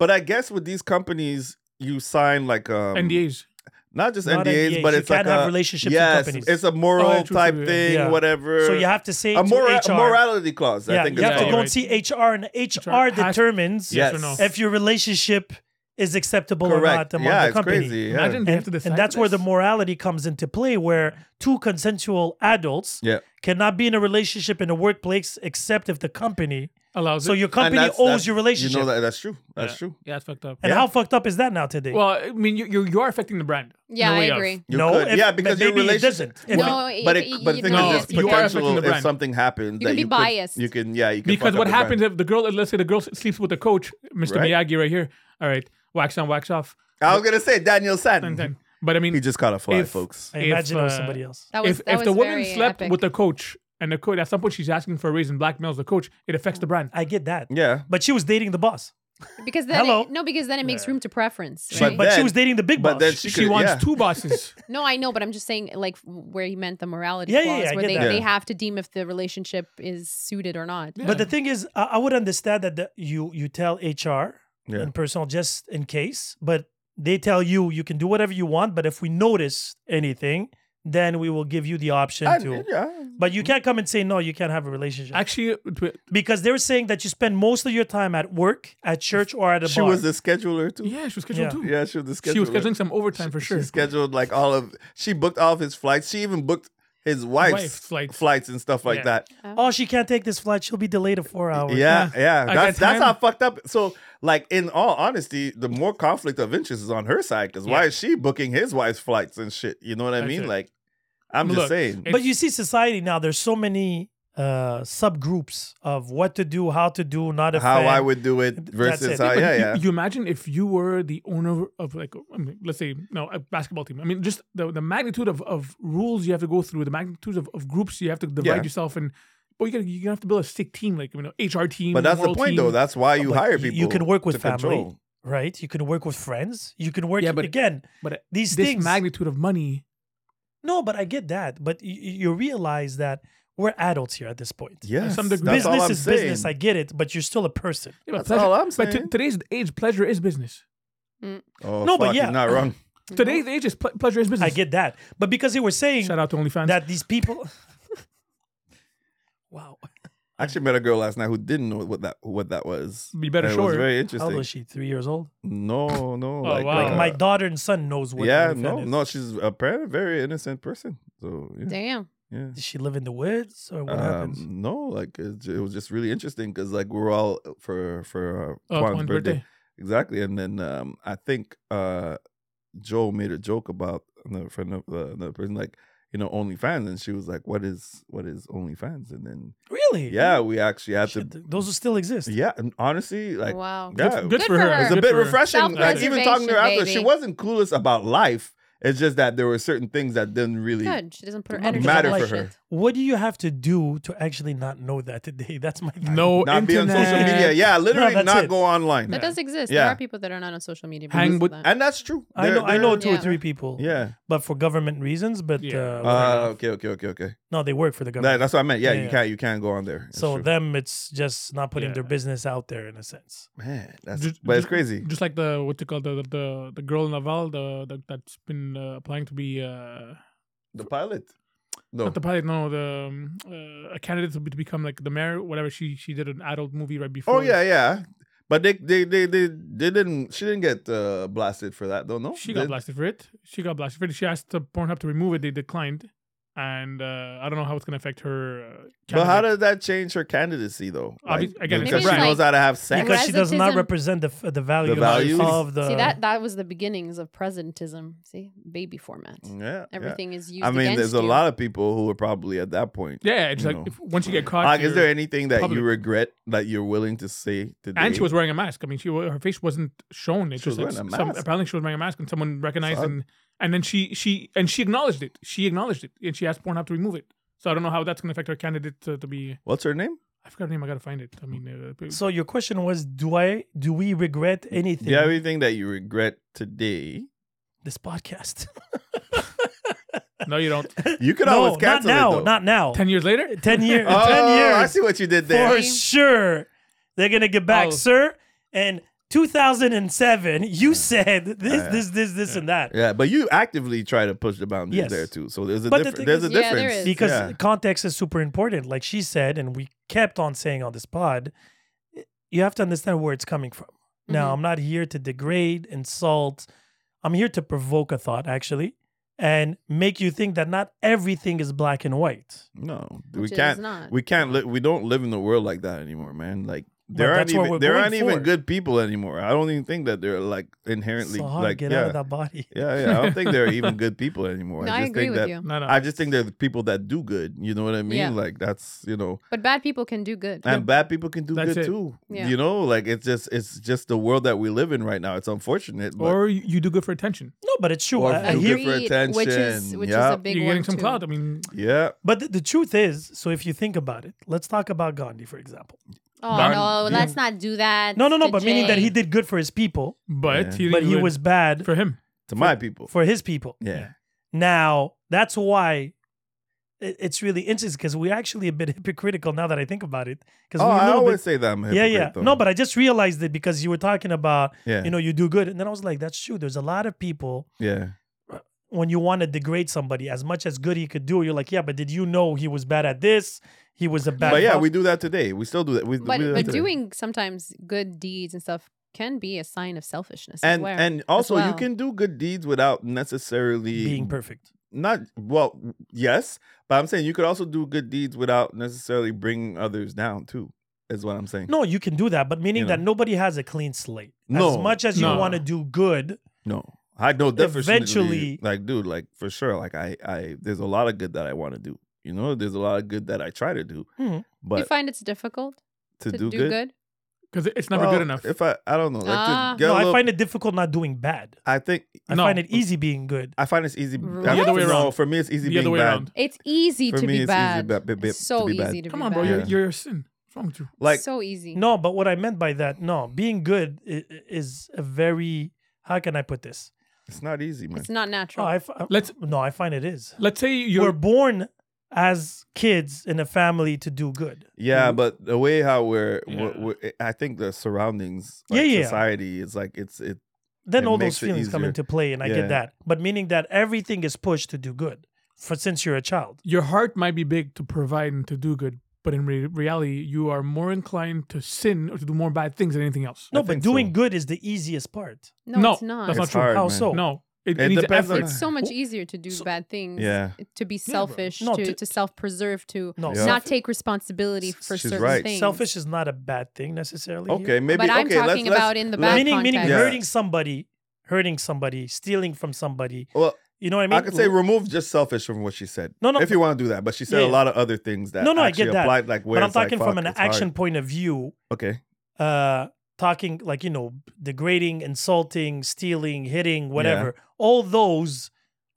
S2: but I guess with these companies, you sign like um,
S4: NDAs.
S2: not just
S1: Not
S2: NDAs,
S1: NDAs.
S2: but
S1: You
S2: it's like
S1: can't have
S2: a,
S1: relationships with
S2: yes,
S1: companies.
S2: it's a moral
S4: Oh, true,
S2: type
S4: true, yeah.
S2: thing,
S1: Yeah.
S2: whatever.
S1: So you have to say
S2: a
S1: to
S2: mora-
S1: HR.
S2: morality clause. I
S1: yeah,
S2: think
S1: you
S2: it's
S1: have to
S2: called.
S1: go
S4: right.
S1: and see HR, and HR,
S4: HR has-
S1: determines
S2: Yes.
S4: Yes, or no?
S1: if your relationship is acceptable or
S2: correct.
S1: not among
S2: yeah,
S1: the
S2: it's
S1: company.
S2: crazy. Yeah.
S4: Imagine they
S1: And,
S4: have to decide.
S1: and that's
S4: for
S1: where the
S4: this.
S1: morality comes into play, where two consensual adults
S2: Yeah.
S1: cannot be in a relationship in a workplace except if the company.
S4: allows
S1: So
S4: it.
S1: your company
S2: And that's-
S1: owes
S2: that-
S1: your relationship.
S2: You know that that's true. That's
S4: yeah.
S2: true.
S4: Yeah, it's fucked up.
S1: and
S2: yeah.
S1: how fucked up is that now today?
S4: Well, I mean, you you, you are affecting the brand. in
S3: Yeah,
S4: a
S3: I
S4: way of-
S3: agree.
S2: You
S1: no,
S2: could.
S1: if-
S2: yeah,
S1: but
S2: because your
S1: maybe it
S2: relationship
S1: doesn't. If
S3: No,
S1: it-
S2: but
S3: it-
S2: it, but the
S3: you
S2: thing
S3: know,
S2: is,
S3: it's
S2: there's
S4: you are affecting
S2: potential
S4: the
S2: if
S4: brand.
S2: something happens.
S3: You
S2: that
S3: can be
S2: could-
S3: biased.
S2: You can, yeah, you can.
S4: because
S2: fuck
S4: what
S2: up the
S4: happens
S2: brand.
S4: if the girl, let's say the girl sleeps with the coach, Mr.
S2: Right.
S4: Miyagi, right here. All right, wax on, wax off.
S2: I was gonna say Daniel
S4: And
S2: Satin.
S4: then, but I mean,
S2: [laughs] He just caught a fly,
S4: If-
S2: folks.
S1: I
S4: if,
S1: imagine it was
S4: uh,
S1: somebody else.
S3: That was
S4: if,
S3: that
S4: if
S3: was
S4: the
S3: very
S4: woman slept
S3: epic.
S4: with the coach and the coach at some point she's asking for a raise and blackmails the coach, it affects the brand.
S1: I get that.
S2: Yeah,
S1: But she was dating the boss.
S3: because then
S1: Hello.
S3: It, no because then it makes room to preference.
S2: But
S3: Right?
S1: But she
S2: Then-
S1: was dating the big
S2: but
S1: boss.
S2: then
S4: She,
S2: could-
S4: wants
S2: yeah.
S4: two
S2: [laughs]
S4: bosses.
S3: No, I know, but I'm just saying, like where he meant the morality
S1: Yeah, yeah,
S3: clause,
S1: yeah, I
S3: where
S1: get
S3: they,
S1: that.
S3: they
S2: Yeah.
S3: have to deem if the relationship is suited or not.
S1: But the thing is, I, I would understand that the, you you tell HR
S2: Yeah.
S1: and personal just in case, but they tell you you can do whatever you want. But if we notice anything, then we will give you the option
S2: I-
S1: to.
S2: yeah.
S1: But you can't come and say no. You can't have a relationship
S4: Actually, uh, to-
S1: because they're saying that you spend most of your time at work, at church, or at a
S2: She
S1: bar.
S2: was the scheduler too.
S4: yeah, she was scheduled
S1: Yeah.
S4: too.
S2: Yeah, she was the scheduler.
S4: she was scheduling some overtime for sure.
S2: She scheduled like all of. She booked all of his flights. She even booked his wife's,
S4: Wife's flights.
S2: and stuff like
S4: Yeah.
S2: that.
S1: oh, she can't take this flight. She'll be delayed for four hours.
S2: Yeah,
S4: Yeah.
S2: yeah.
S4: At
S2: That's
S4: that
S2: that's
S4: time-
S2: how fucked up. So, like, in all honesty, the more conflict of interest is on her side because why
S4: Yeah.
S2: is she booking his wife's flights and shit? You know what I
S4: That's
S2: mean?
S4: it.
S2: Like, I'm just
S4: Look,
S2: saying.
S4: it-
S1: but you see society now there's so many uh subgroups of what to do how to do not offend.
S2: How I would do it
S1: That's
S2: versus
S1: it. Yeah,
S2: how,
S4: But
S2: Uh, yeah,
S4: you,
S2: yeah.
S4: you imagine if you were the owner of like, I mean, let's say, no, a basketball team. I mean, just the, the magnitude of, of rules you have to go through, the magnitude of, of groups you have to divide
S2: Yeah.
S4: yourself in. But you gotta, you're gonna have to build a sick team, like you know, HR team.
S2: but that's the
S4: moral
S2: point,
S4: team.
S2: though. That's why you
S1: But
S2: hire
S1: you-
S2: people.
S1: you can work with
S2: to
S1: family.
S2: control.
S1: right you can work with friends you can work
S4: Yeah, but-
S1: again
S4: but
S1: these
S4: this
S1: things
S4: magnitude of money.
S1: no but i get that but you, you realize that we're adults here at this point
S2: Yes,
S4: some degree.
S2: that's all
S1: business
S2: I'm
S1: is business i
S2: saying.
S1: get it but you're still a person
S4: Yeah, but
S2: That's all I'm
S4: But to-
S2: saying.
S4: today's age, pleasure is business.
S2: Oh,
S1: No, but
S2: fuck,
S1: yeah.
S2: he's not
S1: [laughs]
S2: wrong.
S4: Today's age is ple- pleasure is business.
S1: i get that but because they were saying
S4: Shout out to OnlyFans.
S1: that these
S2: [laughs]
S1: people wow
S2: I actually met a girl last night who didn't know what that what that was.
S4: Be better
S2: And It was
S4: sure.
S2: very
S1: how old
S2: interesting.
S1: was she three years old
S2: No, no. like,
S4: wow.
S1: Oh, like
S2: uh,
S1: my daughter and son knows what
S2: yeah,
S1: OnlyFans
S2: no,
S1: is.
S2: no. She's apparently a very innocent person. So yeah,
S3: Damn.
S2: yeah.
S1: does she live in the woods or what
S2: Um,
S1: happens
S2: no, like it, j- it was just really interesting because like we were all uh, for for uh,
S4: Oh,
S2: Juan's
S4: Juan's
S2: birthday.
S4: birthday.
S2: exactly, and then um, I think uh, Joe made a joke about the friend of the, the uh, person like you know OnlyFans, and she was like, "What is what is OnlyFans?" And then
S1: really
S2: yeah, we actually had
S1: Shit,
S2: to
S1: th- those still exist
S2: yeah, and honestly, like
S3: wow.
S2: yeah,
S4: Good,
S3: Good
S4: for
S3: for
S4: her.
S3: her.
S2: it's a
S3: Good
S2: bit
S4: for her.
S2: refreshing. Like even talking to her after, she
S3: Self-preservation,
S2: wasn't clueless about life. It's just that there were certain things that didn't really
S3: Good. She doesn't put her
S1: Doesn't
S3: energy
S2: matter
S3: on
S2: for
S3: that
S2: her.
S3: shit.
S1: What do you have to do to actually not know that today? [laughs] That's my thing.
S4: No
S2: not be on
S4: internet.
S2: social media. Yeah, literally
S1: that's
S2: not
S1: it.
S2: go online.
S3: That does exist.
S2: Yeah.
S3: There are people that are not on social media.
S4: Hang
S3: because of
S4: with-
S3: that.
S2: and that's true.
S1: I
S2: There-
S1: know I know
S2: there-
S1: two or
S3: Uh, Yeah.
S1: three people.
S2: Yeah.
S1: But for government reasons, but
S4: Yeah.
S1: uh,
S2: Uh, okay, okay, okay, okay.
S1: no, they work for the
S2: That,
S1: government.
S2: that's what I meant. Yeah,
S1: Yeah,
S2: you
S1: yeah.
S2: can't you can't go on there. It's
S1: so
S2: true.
S1: them, it's just not putting their
S4: Yeah.
S1: business out there in a sense.
S2: man, that's
S4: Just-
S2: but it's
S4: just-
S2: crazy.
S4: Just like the what you call the the the girl Naval, the, the that's been uh, applying to be uh,
S2: The pilot. No.
S4: not the pilot, no, the um, uh, a candidate to, be, to become like the mayor, whatever. She she did an adult movie right before.
S2: oh yeah, yeah. But they they they they, they didn't she didn't get uh, blasted for that, don't know.
S4: she got blasted for it. She got blasted for it. She asked the Pornhub to remove it. They declined. and uh, I don't know how it's gonna affect her. Uh,
S2: But how
S4: candidate.
S2: does that change her candidacy though?
S4: Obvi- again, it's
S2: because
S4: a
S2: she
S4: brand.
S2: knows how to have sex.
S1: because she does not
S3: Presentism-
S1: represent the f- the value
S2: values?
S1: of the
S3: See that that was the beginnings of presentism. See, baby format.
S2: Mm, yeah, yeah.
S3: Everything is used.
S2: I mean,
S3: against
S2: there's a
S3: you.
S2: lot of people who are probably at that point.
S4: Yeah, it's
S2: you
S4: like
S2: know.
S4: if, once you get caught,
S2: Like, is
S4: you're-
S2: there anything that
S4: public.
S2: you regret that you're willing to say today?
S4: and she was wearing a mask. I mean, she wa- her face wasn't shown. It's
S2: She was
S4: just like
S2: wearing a
S4: some,
S2: mask.
S4: apparently she was wearing a mask, and someone recognized
S2: So-
S4: and and then she she and she acknowledged it. She acknowledged it, and she asked Pornhub to remove it. So I don't know how that's gonna affect her candidate to, to be.
S2: What's her name?
S4: I forgot her name. I gotta find it. I mean, uh,
S1: So your question was, do I do we regret
S2: Do
S1: anything?
S2: you have anything that you regret
S1: [laughs]
S2: today?
S1: This
S2: [laughs]
S1: podcast.
S4: no,
S1: [laughs]
S4: you don't.
S2: You could
S1: no,
S2: always
S1: not
S2: cancel it,
S1: now.
S2: though.
S1: Not now.
S4: Ten years later,
S1: [laughs] Ten years.
S2: oh,
S1: ten
S2: I
S1: years
S2: see what you did there.
S1: for sure. They're gonna get back,
S4: Oh.
S1: sir. And 2007, you said this,
S2: yeah.
S1: this, this, this, and that.
S2: Yeah, but you actively try to push the boundaries
S1: Yes.
S2: there too. So there's a
S1: But the
S2: difference.
S1: thing
S2: there's
S1: is-
S2: a
S3: Yeah,
S2: difference.
S3: there is.
S1: Because
S2: Yeah.
S1: context is super important. Like she said, and we kept on saying on this pod, you have to understand where it's coming from. Now,
S3: Mhm.
S1: I'm not here to degrade, insult. I'm here to provoke a thought, actually, and make you think that not everything is black and white.
S2: No,
S3: Which
S2: we
S3: it
S2: can't.
S3: is not.
S2: We can't. Li- we don't live in the world like that anymore, man. Like there
S1: But
S2: aren't
S1: that's what
S2: even
S1: we're
S2: there
S1: going
S2: aren't even
S1: for.
S2: good people anymore. I don't even think that they're like inherently
S1: So hard
S2: like
S1: to get
S2: yeah,
S1: out of that body.
S2: yeah, yeah. I don't think there are
S1: [laughs]
S2: even good people anymore.
S3: No,
S2: I
S3: I
S2: just
S3: agree
S2: think
S3: with
S2: that
S3: you.
S4: [laughs] no, no.
S2: I just think they're the people that do good. You know what I mean?
S3: Yeah.
S2: Like that's you know,
S3: But bad people can do good.
S2: and bad people can do
S4: That's
S2: good
S4: it.
S2: too.
S3: Yeah.
S2: You know, like it's just it's just the world that we live in right now. It's unfortunate, but
S4: or you, you do good for attention.
S1: No, but it's true.
S2: Or
S1: I, I
S2: do
S1: hear,
S2: good for
S3: Agreed, which is
S2: attention.
S3: which is
S2: Yeah.
S3: a big
S4: you're
S3: one
S4: getting some
S3: too.
S4: clout. I mean,
S2: yeah,
S1: but the, the truth is, so if you think about it, let's talk about Gandhi, for example.
S3: Oh
S4: But-
S3: no,
S4: yeah.
S3: let's not do that.
S1: No, no, no,
S3: to
S1: but meaning that
S3: Jay.
S1: he did good for his people,
S4: but
S2: Yeah.
S4: he, didn't
S1: but
S4: do
S1: he
S4: it
S1: was bad
S4: for him.
S2: to my people.
S1: for his people.
S2: yeah.
S1: Now, that's why it- it's really interesting because we're actually a bit [laughs] hypocritical now that I think about it. Because
S2: Oh,
S1: we're a
S2: I
S1: little
S2: always
S1: bit.
S2: say that. I'm a
S1: Yeah,
S2: hypocrite,
S1: yeah.
S2: though.
S1: No, but I just realized it because you were talking about,
S2: yeah,
S1: you know, you do good. And then I was like, that's true. There's a lot of people
S2: yeah,
S1: when you want to degrade somebody as much as good he could do, you're like, yeah, but did you know he was bad at this? He was a bad.
S2: but yeah,
S1: bu-
S2: we do that today. We still do [laughs] that. We, we
S3: But
S2: do that
S3: but
S2: today.
S3: doing sometimes good deeds and stuff can be a sign of selfishness. I
S2: and
S3: swear.
S2: and also you
S3: well.
S2: can do good deeds without necessarily
S1: being perfect.
S2: not well yes but i'm saying you could also do good deeds without necessarily bringing others down too is what i'm saying
S1: No, you can do that, but meaning
S2: You
S1: that nobody has a clean slate. as
S2: No,
S1: much as you
S4: no.
S1: want to do good,
S2: no i know definitely
S1: Eventually-
S2: like dude like for sure like i i there's a lot of good that i want to do you know there's a lot of good that i try to do
S1: Mhm.
S3: you
S2: but
S3: find it's difficult
S2: to,
S3: to
S2: do, good,
S4: because it's never
S2: well,
S4: good enough.
S2: if i i don't know like
S3: Ah.
S2: to get
S1: no,
S2: a
S1: I
S2: little-
S1: find it difficult not doing bad.
S2: i think
S1: I
S4: No.
S1: find it easy being good.
S2: i find it's easy
S3: The
S2: I-
S3: other way
S2: no,
S4: around.
S2: for me it's easy
S4: The
S2: being
S4: other way
S2: bad
S4: around.
S3: It's easy
S2: For
S3: to
S2: me,
S3: be
S2: it's easy
S3: bad.
S2: ba- ba- ba-
S3: It's so
S2: to be
S3: easy
S2: bad.
S3: to
S4: Come
S3: be
S4: on, bro,
S3: bad.
S4: you're,
S2: Yeah.
S4: you're a sin. What's wrong with you?
S2: like
S3: so easy.
S1: No, but what I meant by that, no, being good i- i- is a very. How can I put this?
S2: it's not easy man
S3: It's not
S1: Oh,
S3: natural.
S1: I, fi-
S4: Let's-
S1: no, I find it is.
S4: Let's say
S1: We're
S4: you're
S1: born as kids in a family to do good.
S2: Yeah,
S3: Mm-hmm.
S2: but the way how we're,
S4: Yeah.
S2: we're, we I think the surroundings, like
S1: Yeah, yeah.
S2: society is like it's it.
S1: then
S2: It
S1: all
S2: makes
S1: those
S2: it
S1: feelings come
S2: easier.
S1: into play, and I
S2: Yeah.
S1: get that. But meaning that everything is pushed to do good for since you're a child.
S4: your heart might be big to provide and to do good, but in re- reality, you are more inclined to sin or to do more bad things than anything else.
S1: No,
S2: think
S1: but doing
S2: so.
S1: good is the easiest part.
S3: no,
S4: No,
S3: it's not.
S4: that's
S2: It's
S4: not true.
S2: hard,
S1: How
S2: man.
S1: so?
S4: No, it,
S2: It
S4: it needs
S2: depends on-
S4: effort.
S3: It's so much
S4: Oh,
S3: easier to do
S1: So-
S3: bad things. eh,
S2: Yeah.
S3: To be
S4: bro.
S3: selfish,
S1: No,
S3: to,
S1: to-
S3: to self preserve, to
S1: No,
S2: Yeah.
S3: not take responsibility
S2: S-
S3: for
S2: she's
S3: certain
S2: right.
S3: things.
S1: selfish is not a bad thing necessarily. here.
S2: Okay, maybe.
S3: but I'm
S2: okay,
S3: talking
S2: let's, let's,
S3: about in the
S2: let's-
S3: bad
S1: meaning meaning
S3: context.
S2: Yeah.
S1: hurting somebody, hurting somebody, stealing from somebody.
S2: Well,
S1: You know what I
S2: I,
S1: mean?
S2: could say remove just selfish from what she said.
S1: No, no,
S2: If you want to do that, but she said
S1: Yeah,
S2: a
S1: yeah.
S2: lot of other things that
S1: No, no, I
S2: actually
S1: get that.
S2: applied. Like where
S1: but I'm
S2: it's like,
S1: talking
S2: fuck,
S1: from an
S2: it's hard.
S1: action point of view.
S2: Okay.
S1: Uh, talking like you know, degrading, insulting, stealing, hitting, whatever. All those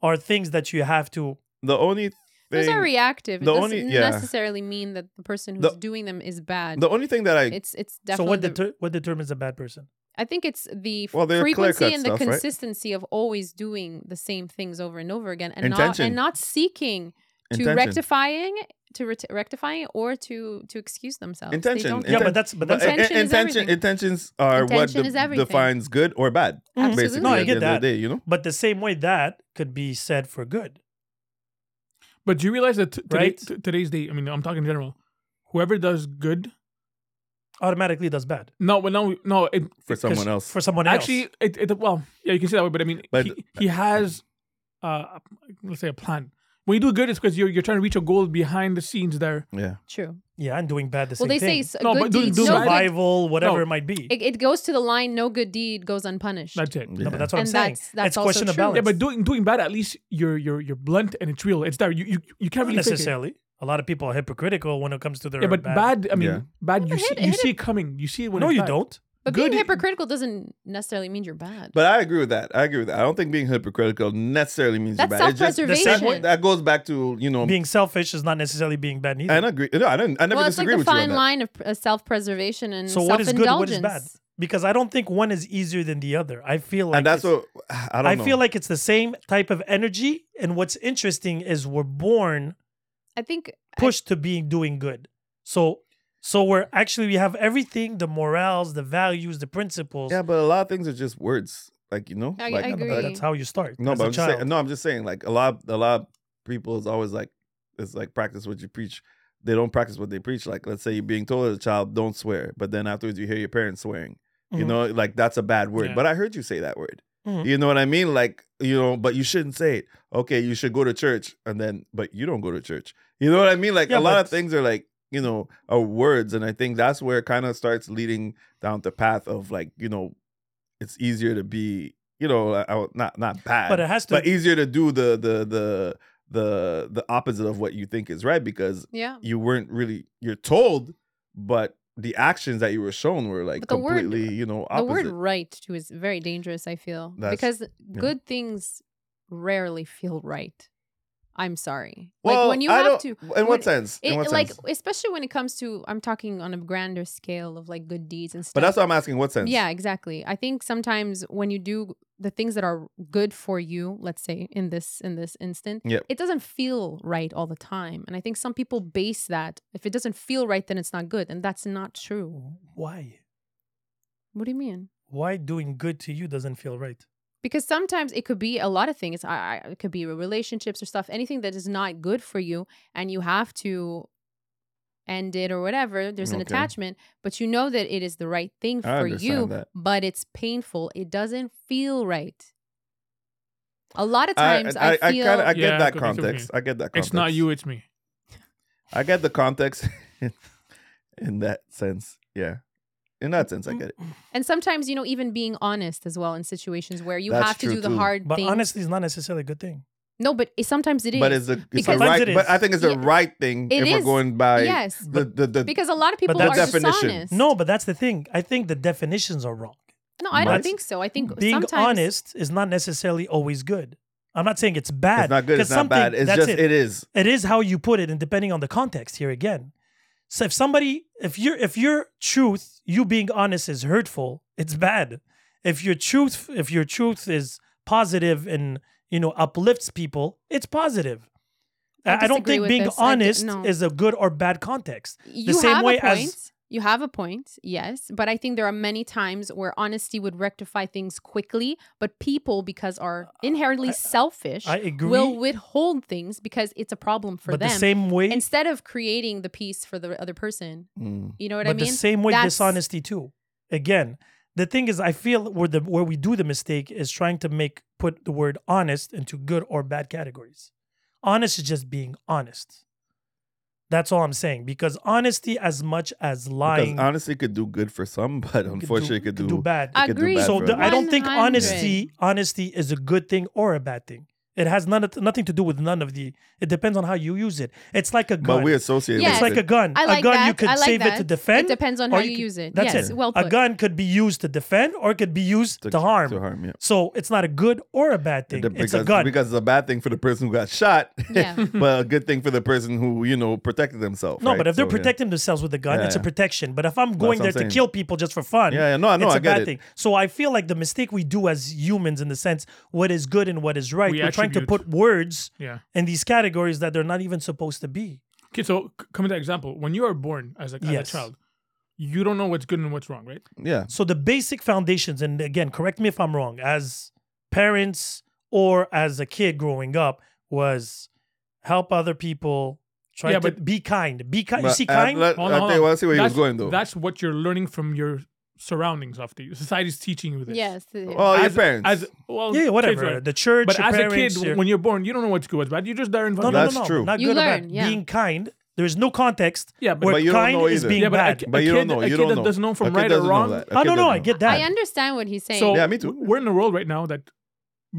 S1: are things that you have to.
S2: The only thing.
S3: Those are reactive. It
S2: the
S3: doesn't
S2: only- yeah.
S3: necessarily mean that the person who's
S2: The-
S3: doing them is bad.
S2: the only thing that I
S3: it's it's definitely.
S1: so what deter- what determines a bad person?
S3: I think it's the f-
S2: Well, they're
S3: frequency
S2: clear-cut
S3: and
S2: stuff,
S3: the
S2: right?
S3: consistency of always doing the same things over and over again, and not
S2: Intention.
S3: and not seeking to
S2: intention.
S3: rectifying to ret- rectifying or to to excuse themselves. They
S2: Intention.
S3: don't-
S1: Yeah,
S2: Inten-
S1: but that's but that's
S2: i- i-
S3: Intention is
S2: intention
S3: everything.
S2: intentions are what
S3: Intention is
S2: de-
S3: everything.
S2: defines good or bad.
S3: Absolutely.
S2: Basically,
S1: No, I get
S2: at the end of
S1: that.
S2: the day, you know.
S1: But the same way that could be said for good.
S4: But do you realize that t- today,
S1: Right?
S4: t- today's day? I mean, I'm talking in general. Whoever does good,
S1: Automatically does bad
S4: no, but no, no, it,
S2: For
S4: 'cause
S2: someone else.
S1: for someone else.
S4: Actually, it, it well, yeah, you can say that way, but I mean,
S2: But-
S4: he, he has, uh, let's say a plan. When you do good, it's because you're, you're trying to reach a goal behind the scenes there.
S2: Yeah.
S3: True.
S1: Yeah, and doing bad the
S3: Well,
S1: same
S3: they say
S1: thing.
S3: s-
S4: No,
S3: good
S4: but do-
S3: deeds,
S4: do
S3: no
S4: bad.
S3: good,
S1: survival, whatever
S4: No.
S1: it might be.
S3: it, it goes to the line: no good deed goes unpunished.
S4: That's it.
S1: No, but that's what
S3: and
S1: I'm saying.
S3: that's- that's
S1: it's
S3: also
S1: question of
S3: true. Yeah,
S1: balance.
S4: Yeah, but doing doing bad, at least you're you're you're blunt and it's real. It's there. You you, you can't
S1: not
S4: really fake it.
S1: necessarily. A lot of people are hypocritical when it comes to their
S4: Yeah, but bad. I mean,
S2: Yeah.
S4: bad.
S3: Yeah,
S4: You
S3: but
S4: see
S3: hit-
S4: you
S3: hit
S4: see it coming. You see it when
S1: No,
S4: it's
S1: you
S4: bad.
S1: don't.
S3: but
S4: good-
S3: being hypocritical doesn't necessarily mean you're bad.
S2: But I agree with that. I agree with that. I don't think being hypocritical necessarily means
S3: That's
S2: you're bad. It's just-
S1: self-preservation.
S2: that, that goes back to you know.
S1: Being selfish is not necessarily being bad neither.
S2: and I agree. No, I didn't. I never
S3: well, it's like
S2: disagree
S3: the
S2: with you on
S3: fine
S2: that.
S3: line of uh, self-preservation and
S1: so what is good,
S3: self-indulgence.
S1: what is bad? Because I don't think one is easier than the other. I feel like
S2: and that's
S1: it's-
S2: what I don't.
S1: I
S2: know.
S1: feel like it's the same type of energy. And what's interesting is we're born
S3: I think
S1: pushed to being doing good. So so we're actually we have everything, the morals, the values, the principles.
S2: Yeah, but a lot of things are just words. Like you know,
S3: I-
S2: like
S3: I
S1: Yeah, but
S3: agree.
S1: that's how you start.
S2: no,
S1: as
S2: but
S1: a
S2: I'm just
S1: child.
S2: saying, no, I'm just saying. Like a lot, a lot of people is always like, it's like practice what you preach. They don't practice what they preach. Like let's say you're being told as a child, don't swear, but then afterwards you hear your parents swearing. You
S1: Mhm.
S2: know, like that's a bad word.
S4: Yeah.
S2: But I heard you say that word.
S1: Mhm.
S2: You know what I mean? Like you know, but you shouldn't say it. Okay, you should go to church, and then but you don't go to church. You know what I mean? Like
S1: Yeah,
S2: a lot
S1: but-
S2: of things are like you know are words, and I think that's where it kind of starts leading down the path of like you know it's easier to be you know I- I- not not bad
S1: But it has to-
S2: but easier to do the the the the the opposite of what you think is right because
S3: yeah.
S2: you weren't really you're told but the actions that you were shown were like
S3: But the word-
S2: completely you know
S3: The word
S2: opposite
S3: right too is very dangerous, I feel.
S2: That's-
S3: because good things rarely feel right. I'm sorry. like when you
S2: I
S3: have
S2: don't-
S3: to
S2: in
S3: when-
S2: what sense in
S3: it-
S2: what
S3: like
S2: sense
S3: especially when it comes to I'm talking on a grander scale of like good deeds and stuff.
S2: but that's what i'm asking what sense
S3: Yeah, exactly. I think sometimes when you do the things that are good for you, let's say in this in this instant,
S2: Yep.
S3: it doesn't feel right all the time. And I think some people base that if it doesn't feel right, then it's not good, and that's not
S2: e-
S3: true.
S1: Why?
S3: What do you mean?
S1: Why doing good to you doesn't feel right?
S3: because sometimes it could be a lot of things I, I, it could be relationships or stuff anything that is not good for you and you have to end it or whatever there's an
S2: Okay.
S3: attachment but you know that it is the right thing
S2: I
S3: for you
S2: understand that.
S3: but it's painful it doesn't feel right a lot of
S2: I,
S3: times i,
S2: I, I,
S3: feel
S2: kinda, I get
S4: Yeah, I
S2: that
S4: could be too
S2: context. I get that context.
S4: It's not you. It's me.
S2: I get the context [laughs] in that sense. Yeah. In that sense, I get it.
S3: and sometimes you know even being honest as well in situations where you
S2: That's
S3: have to
S2: true
S3: do the
S2: too.
S3: hard
S1: But
S3: thing
S1: honestly, it's not necessarily a good thing.
S3: no but it, sometimes it is
S2: But it's a it's the
S3: Because-
S2: right
S1: Sometimes it
S2: but I
S1: is.
S2: think it's the
S3: Yeah.
S2: right thing
S3: It
S2: if we're
S3: is.
S2: going by
S3: yes
S2: the, the, the
S3: because a lot of people
S1: that
S3: are
S2: definition-
S3: dishonest
S1: No, but that's the thing. I think the definitions are wrong.
S3: no i don't
S1: That's-
S3: think so i think
S1: Being
S3: sometimes
S1: honest is not necessarily always good. I'm not saying it's bad.
S2: it's not good,
S1: 'cause
S2: it's not bad.
S1: something-
S2: It's
S1: that's it.
S2: just it is.
S1: it is how you put it and depending on the context here again so if somebody if your if your truth you being honest is hurtful it's bad if your truth if your truth is positive and you know uplifts people it's positive
S3: I
S1: i, I don't
S3: disagree
S1: think
S3: with
S1: being
S3: this. I di-
S1: honest
S3: no.
S1: is a good or bad context
S3: you
S1: same
S3: have
S1: way
S3: a
S1: as-
S3: point. you have a point, yes, but I think there are many times where honesty would rectify things quickly, but people, because are inherently selfish,
S1: Uh, I agree.
S3: will withhold things because it's a problem for
S1: but
S3: them
S1: the same way
S3: instead of creating the peace for the other person.
S2: Mm.
S3: You know what
S1: but
S3: I mean?
S1: the same way
S3: That's-
S1: dishonesty too again the thing is i feel where the where we do the mistake is trying to make put the word honest into good or bad categories honest is just being honest that's all i'm saying because honesty as much as lying
S2: Because honestly could do good for some, [laughs] but unfortunately could do,
S1: bad
S2: could do
S3: Agreed.
S2: bad
S1: so
S2: for
S1: the, i
S2: others.
S1: don't think
S3: 100.
S1: honesty honesty is a good thing or a bad thing it has none of- nothing to do with none of the it depends on how you use it it's like a gun
S2: But we associate
S3: Yes.
S1: it's
S2: with
S1: like a
S2: it.
S1: gun.
S3: I like
S1: a gun
S3: that.
S1: you could
S3: I like
S1: save
S3: that.
S1: it to defend.
S3: It depends on
S1: or
S3: how
S1: you
S3: you
S1: could-
S3: use it.
S1: That's
S3: Yes,
S1: it.
S3: well
S1: A
S3: put.
S1: gun could be used to defend or it could be used to, harm.
S2: To harm, yeah.
S1: So it's not a good or a bad thing.
S2: Because,
S1: it's a gun.
S2: because it's a bad thing for the person who got [laughs] shot,
S3: Yeah.
S2: but a good thing for the person who, you know, protected themselves.
S1: no,
S2: right?
S1: but if they're
S2: So, yeah.
S1: protecting themselves with a gun,
S2: Yeah,
S1: it's a
S2: yeah.
S1: protection. But if I'm going
S2: what
S1: there
S2: I'm
S1: to
S2: saying.
S1: kill people just for fun,
S2: Yeah, yeah. No, I know,
S1: it's
S2: I
S1: a
S2: get
S1: bad
S2: it.
S1: thing. So I feel like the mistake we do as humans, in the sense, what is good and what is right,
S4: We
S1: we are trying to
S4: attribute.
S1: put words
S4: Yeah.
S1: in these categories that they're not even supposed to be.
S4: Okay. So c- coming to that example, when you are born as a, as a
S1: Yes.
S4: child, you don't know what's good and what's wrong, right?
S2: Yeah.
S1: So the basic foundations, and again, correct me if I'm wrong, as parents or as a kid growing up, was help other people, try
S4: Yeah,
S1: to
S4: but-
S1: be kind, be kind. You
S2: But
S1: see,
S2: I-
S1: kind.
S2: let-
S4: Hold on,
S2: I
S4: hold
S2: think-
S4: on.
S2: well, I see where he was
S4: That's-
S2: going though.
S4: That's what you're learning from your surroundings after you. Society's teaching you this.
S3: Yes. yeah.
S2: Well, Oh, your
S4: As-
S2: parents.
S4: As well,
S1: Yeah,
S4: Oh, kids,
S1: whatever.
S4: right?
S1: The church,
S4: But
S1: your
S4: as a kid,
S1: parents, your-
S4: when you're born, you don't know what's good, what's bad. You're just there in
S1: no, no,
S4: front
S1: no,
S4: of
S2: That's
S1: no,
S2: true.
S1: Not
S3: You
S1: good or bad.
S3: learn, yeah.
S1: Being kind. There's no context.
S4: Yeah, but-
S1: where
S2: But you don't
S1: kind
S2: know
S1: is
S2: either.
S1: being
S4: Yeah, but I-
S1: bad.
S4: a
S2: But you
S4: kid-
S2: don't know.
S4: a
S2: You
S4: kid
S2: don't
S4: that
S2: know.
S4: doesn't know
S2: A
S4: from
S2: kid
S4: right or
S2: doesn't know
S4: wrong.
S2: that.
S1: I
S2: A kid
S1: don't know.
S2: doesn't
S1: I get
S4: I
S1: that.
S3: I understand what he's saying.
S4: So
S2: Yeah, me too.
S4: We're in a world right now that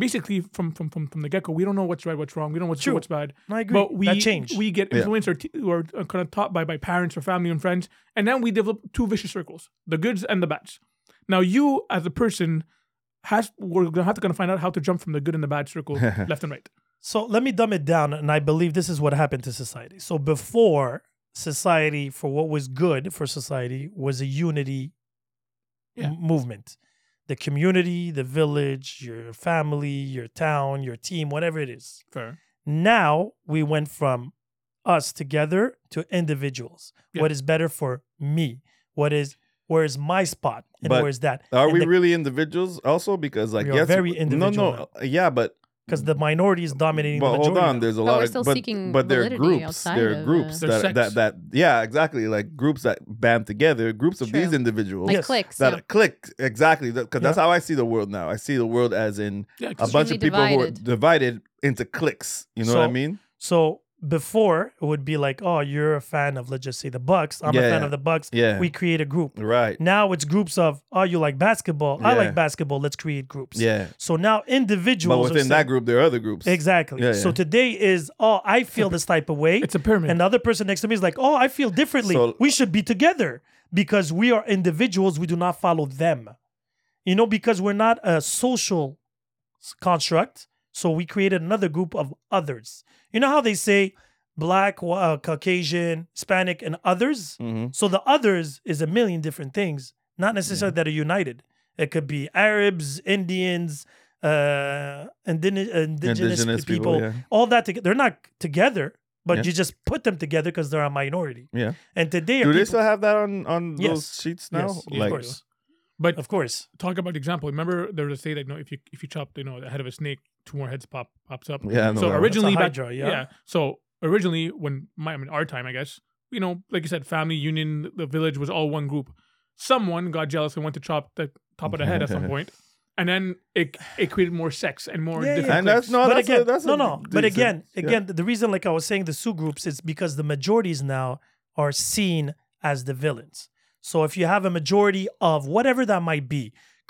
S4: basically from from from, from the get go, we don't know what's right, what's wrong. We don't know what's
S1: True.
S4: good, what's bad.
S1: I agree.
S4: But we
S1: That changed.
S4: we get
S2: Yeah.
S4: influenced or, t- or uh, kind of taught by by parents or family and friends, and then we develop two vicious circles: the goods and the bads. Now you as a person has we're gonna have to kind of find out how to jump from the good and the bad circle left and right.
S1: So let me dumb it down, and I believe this is what happened to society. So before society, for what was good for society, was a unity
S4: Yeah.
S1: m- movement. The community, the village, your family, your town, your team, whatever it is.
S4: Fair.
S1: Now we went from us together to individuals.
S4: Yeah.
S1: What is better for me? What is where is my spot and
S2: But
S1: where is that?
S2: Are
S1: And
S2: we
S1: the-
S2: really individuals also? Because like
S1: We are
S2: yes,
S1: very
S2: no,
S1: individual
S2: no, yeah, but
S1: because the minority is dominating
S2: but
S1: the
S2: hold
S1: majority.
S2: on,
S1: now.
S2: there's a
S3: we're
S2: lot
S3: still
S2: of but,
S3: seeking
S2: but there are
S3: validity
S2: groups,
S3: outside
S2: there are
S3: of,
S2: groups
S4: uh,
S2: that, that
S4: There's sects.
S2: that yeah, exactly like groups that band together, groups of
S3: True.
S2: these individuals
S3: like
S1: Yes.
S3: clicks.
S2: that
S3: yeah.
S2: click exactly because that's how I see the world now. I see the world as in
S4: Yeah,
S2: a
S4: 'cause-
S2: bunch of
S3: Extremely
S2: people who are
S3: divided.
S2: divided into cliques. You know what I
S1: So-
S2: mean?
S1: So before it would be like, oh, you're a fan of let's just say the Bucks. I'm a
S2: Yeah,
S1: fan
S2: yeah.
S1: of the Bucks.
S2: Yeah,
S1: We create a group.
S2: right.
S1: Now it's groups of, oh, you like basketball. I
S2: Yeah.
S1: like basketball. Let's create groups.
S2: Yeah,
S1: So now individuals.
S2: but
S1: are
S2: within
S1: saying-
S2: that group, there are other groups.
S1: Exactly.
S2: Yeah,
S1: So
S2: yeah.
S1: today is, oh, I feel this type of way.
S4: it's a pyramid.
S1: Another person next to me is like, oh, I feel differently.
S2: So-
S1: we should be together because we are individuals. We do not follow them. You know, because we're not a social s- construct. So we created another group of others. You know how they say black, wh- uh, Caucasian, Hispanic, and others?
S2: Mhm.
S1: So the others is a million different things, not necessarily that are united. It could be Arabs, Indians, uh, indigenous, indigenous,
S2: Indigenous people,
S1: people,
S2: yeah.
S1: all that together. They're not together, but
S2: Yeah.
S1: you just put them together because they're a minority.
S2: Yeah.
S1: And today,
S2: Do
S1: are
S2: they
S1: [laughs] people,
S2: still have that on on those
S1: Yes.
S2: sheets now?
S1: Yes,
S4: Yeah,
S1: of
S2: Like-
S1: course,
S4: but
S1: of course.
S4: talk about the example. Remember there was a say that you know if you if you chop you know the head of a snake, two more heads pop pops up.
S2: Yeah, I know
S4: So
S2: that one.
S4: originally,
S1: That's a
S4: back,
S1: hydra, yeah.
S4: So originally, when my I mean our time, I guess you know, like you said, family union, the village was all one group. Someone got jealous and went to chop the top of the head at some point, and then it it created more sex and more.
S1: Yeah, yeah.
S4: different
S2: and that's
S4: cliques.
S2: no,
S1: but
S2: that's a-
S1: again,
S2: that's a
S1: no, no. But
S2: decent-
S1: again,
S2: yeah.
S1: again, the reason, like I was saying, the Sioux groups is because the majorities now are seen as the villains. So if you have a majority of whatever that might be,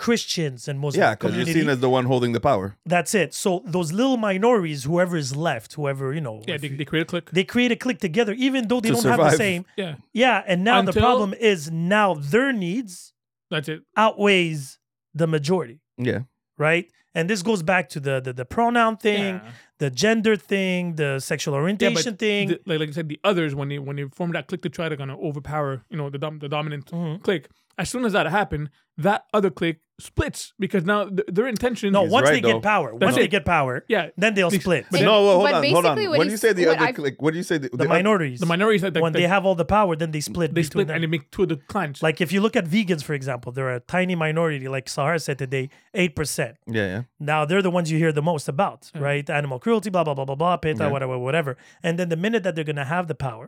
S1: Christians and Muslims,
S2: Yeah, because you're seen as the one holding the power.
S1: That's it. So those little minorities, whoever is left, whoever you know,
S4: yeah,
S1: if-
S4: they, they created a clique.
S1: they create a clique together, even though they
S2: To
S1: don't have
S2: survive.
S1: the same.
S4: yeah,
S1: Yeah, and now the
S4: Until-
S1: problem is now their needs
S4: that's it.
S1: outweighs the majority,
S2: Yeah,
S1: right? And this goes back to the the, the pronoun thing,
S4: Yeah.
S1: the gender thing, the sexual
S4: Yeah,
S1: orientation
S4: but
S1: thing.
S4: the- like, like I said, the others when they when they formed that clique to try to kind of overpower, you know, the dom- the dominant
S1: Mhm.
S4: clique. As soon as that happened, that other clique splits because now th- their intention.
S1: no,
S2: He's
S1: once
S2: right,
S1: they
S2: though.
S1: get power, once
S4: it.
S1: they get power,
S4: yeah,
S1: then they'll
S4: These-
S1: split.
S4: but
S2: no, well, hold
S3: but
S2: on, hold
S3: basically
S2: on.
S3: what
S2: When you
S3: he's-
S2: say the
S3: what
S2: other
S3: I've-
S2: clique, what do you say? The,
S1: the
S2: the other-
S1: minorities,
S4: the minorities that, that
S1: when
S4: that-
S1: they have all the power, then they split.
S4: they
S1: between
S4: split
S1: them.
S4: and they make two of the clans.
S1: Like if you look at vegans, for example, they're a tiny minority. Like Sahar said today, eight percent.
S2: Yeah, yeah.
S1: Now they're the ones you hear the most about,
S4: Yeah.
S1: right? Animal cruelty, blah blah blah blah blah, PETA,
S2: Mm. Yeah.
S1: whatever, whatever. And then the minute that they're gonna have the power,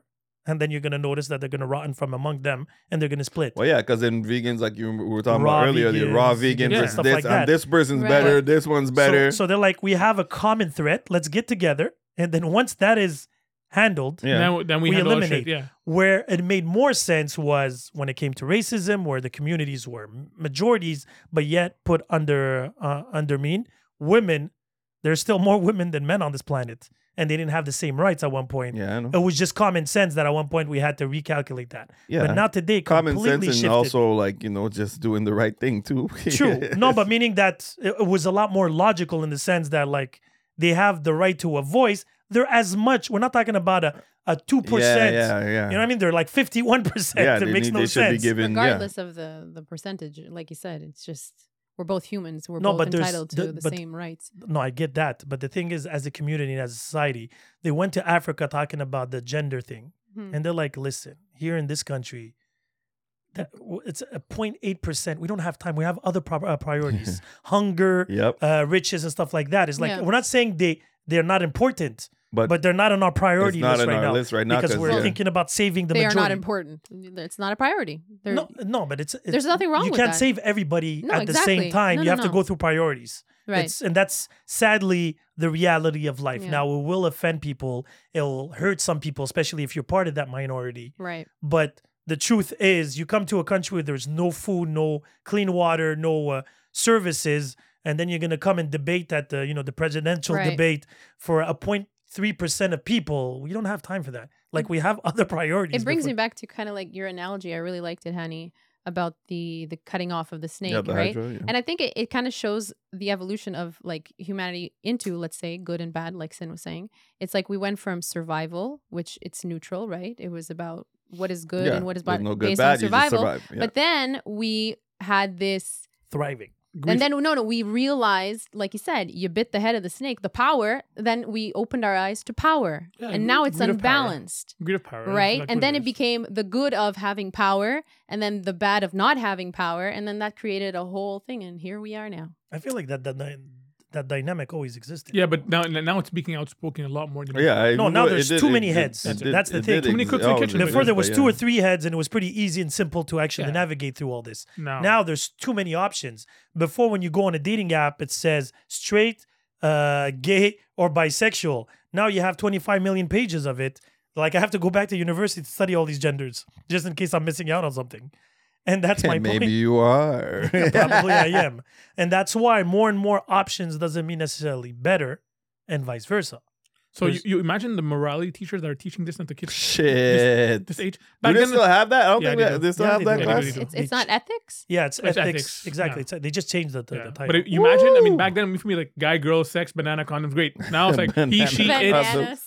S1: and then you're gonna notice that they're gonna rotten from among them, and they're gonna split.
S2: Well, yeah, because then vegans, like you we were talking
S1: Raw
S2: about earlier, the raw
S1: vegans,
S2: vegans,
S4: yeah,
S2: versus
S1: stuff
S2: this,
S1: like that.
S2: and this person's
S3: Right.
S2: better, this one's better.
S1: So, so they're like, we have a common threat. Let's get together. And then once that is handled,
S2: yeah.
S4: now, then we,
S1: We
S4: handle our
S1: eliminate.
S4: Shit. Yeah,
S1: where it made more sense was when it came to racism, where the communities were m- majorities, but yet put under uh, undermine women. There's still more [laughs] women than men on this planet, and they didn't have the same rights at one point.
S2: yeah, I know.
S1: It was just common sense that at one point we had to recalculate that.
S2: Yeah.
S1: But not today.
S2: Common sense and
S1: completely shifted.
S2: also [laughs] like you know just doing the right thing too. [laughs]
S1: True. No, but meaning that it it was a lot more logical in the sense that like they have the right to a voice. They're as much. We're not talking about a a two
S2: yeah,
S1: percent.
S2: yeah, yeah.
S1: You know what I mean? They're like fifty one percent.
S2: yeah,
S1: It
S2: they,
S1: makes
S2: need,
S1: no
S2: they should
S1: sense.
S2: be given. Yeah,
S3: regardless of the the percentage, like you said, it's just we're both humans. We're
S1: No,
S3: both
S1: but there's-
S3: entitled to
S1: the-
S3: the,
S1: but-
S3: same rights.
S1: no, I get that. But the thing is, as a community and as a society, they went to Africa talking about the gender thing.
S3: Mhm.
S1: And they're like, listen, here in this country, that w- it's a 0.8%. We don't have time. We have other pro- uh,
S2: [laughs]
S1: priorities, hunger,
S2: yep.
S1: uh, riches, and stuff like that. It's like,
S3: Yeah.
S1: we're not saying they, they're not important,
S2: But,
S1: but they're not on our priority
S2: It's not
S1: list
S2: on
S1: right
S2: our
S1: now
S2: list right now
S1: because
S2: 'cause,
S1: we're
S2: yeah.
S1: thinking about saving the
S3: they
S1: majority.
S3: are not important. It's not a priority. They're,
S1: No, no, but it's, it's-
S3: There's nothing wrong
S1: You
S3: with
S1: can't
S3: that.
S1: save everybody
S3: No,
S1: at the
S3: exactly.
S1: same time.
S3: No,
S1: you
S3: no,
S1: have to
S3: no.
S1: go through priorities.
S3: right.
S1: It's, and that's sadly the reality of life.
S3: Yeah.
S1: Now it will offend people. It'll hurt some people, especially if you're part of that minority.
S3: right.
S1: But the truth is, you come to a country where there's no food, no clean water, no uh, services, and then you're gonna come and debate at the you know the presidential
S3: Right.
S1: debate for a point three percent of people. We don't have time for that. Like we have [laughs] other priorities.
S3: Mm. It brings
S1: before-
S3: me back to kind of like your analogy. I really liked it, honey, about the the cutting off of the snake,
S2: yeah, the
S3: right?
S2: Hydra, yeah.
S3: And I think it, it kind of shows the evolution of like humanity into, let's say, good and bad, like Sin was saying. It's like we went from survival, which it's neutral, right? It was about what is good
S2: Yeah,
S3: and what is
S2: there's
S3: bad
S2: no good,
S3: based
S2: bad,
S3: on
S2: you just
S3: survival.
S2: survive, yeah.
S3: But then we had this
S1: thriving.
S4: Grief-
S3: and then no no we realized like you said you bit the head of the snake the power then we opened our eyes to power
S4: Yeah,
S3: and now
S4: greed-
S3: it's
S4: greed of power.
S3: unbalanced
S4: greed of power.
S3: right
S4: That's what
S3: and then it
S4: is.
S3: became the good of having power and then the bad of not having power and then that created a whole thing and here we are now
S1: I feel like that that dy- that dynamic always existed.
S4: Yeah, but now now it's being outspoken a lot more than
S2: Oh, yeah,
S1: No,
S2: I even
S1: now
S2: know it
S1: there's
S2: did-
S1: too
S2: it
S1: many
S2: did-
S1: heads.
S2: it did-
S1: That's the
S2: it
S1: thing.
S2: did
S1: Too
S4: many
S2: exist.
S4: cooks in the
S2: Oh, it
S4: kitchen.
S2: did
S1: Before there was
S2: exist,
S1: two or
S2: but
S1: three heads, and it was pretty easy and simple to actually
S4: Yeah. Oh.
S1: navigate through all this.
S4: now.
S1: Now there's too many options. Before, when you go on a dating app, it says straight, uh, gay, or bisexual. Now you have 25 million pages of it. Like I have to go back to university to study all these genders, just in case I'm missing out on something. And
S2: [laughs]
S1: that's
S2: yeah.
S1: my
S2: Maybe
S1: point.
S2: you are.
S1: [laughs] Probably
S2: [laughs]
S1: I am, and that's why more and more options doesn't mean necessarily better, and vice versa.
S4: so you,
S1: there's-
S4: you imagine the morality teachers that are teaching this now to kids
S2: Shit.
S4: this age.
S2: Do
S4: Back
S2: they
S4: then,
S2: still have that? I don't
S4: Yeah,
S2: think
S4: they
S2: that-
S4: do.
S2: they still
S1: Yeah,
S2: have
S1: they
S2: that
S1: do.
S2: class.
S3: it's, it's, it's not ethics
S1: Yeah, it's,
S4: It's
S1: ethics.
S4: ethics,
S1: Exactly.
S4: yeah.
S1: It's- they just changed the, the,
S4: yeah.
S1: the title.
S4: But you imagine, I mean, back then for me, like guy, girl, sex, banana condoms, great. Now it's like he, she,
S2: Banana.
S4: it.
S3: bananas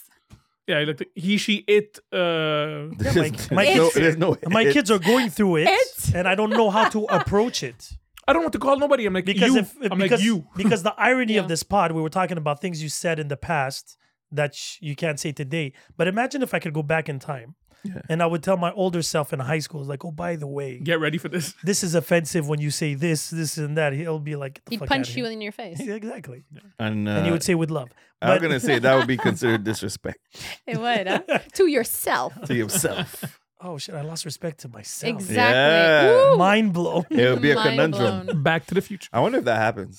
S4: Yeah, like he, she, it. Uh,
S1: Yeah,
S2: There's
S1: my- my
S2: no-
S1: kids-
S2: there's no
S1: my
S2: hits.
S1: kids are going through it,
S3: It.
S1: and I don't know how
S3: [laughs]
S1: to approach it
S4: I don't want to call nobody. I'm like
S1: because
S4: you.
S1: if
S4: I'm
S1: because
S4: like you.
S1: [laughs] because the irony of
S3: Yeah.
S1: this pod, we were talking about things you said in the past that sh- you can't say today. But imagine if I could go back in time, and I would tell my older self in high school, like, oh, by the way,
S4: [laughs] Get ready for
S1: [laughs]
S4: this.
S1: this is offensive when you say this, this and that. He'll be like, Get the
S3: he'd
S1: fuck
S3: punch
S1: outta
S3: you
S1: here."
S3: in your face
S1: [laughs] exactly,
S2: And, uh,
S1: and you would say with love.
S2: I'm
S1: But
S2: gonna say that would be considered disrespect
S3: it would huh? to yourself
S2: to yourself.
S1: [laughs] oh shit, I lost respect to myself.
S3: exactly
S2: Yeah.
S3: Woo!
S1: Mind blown.
S2: It
S1: [laughs]
S2: would be a
S3: Mind
S2: conundrum.
S3: blown.
S4: Back to the future.
S2: I wonder if that happens.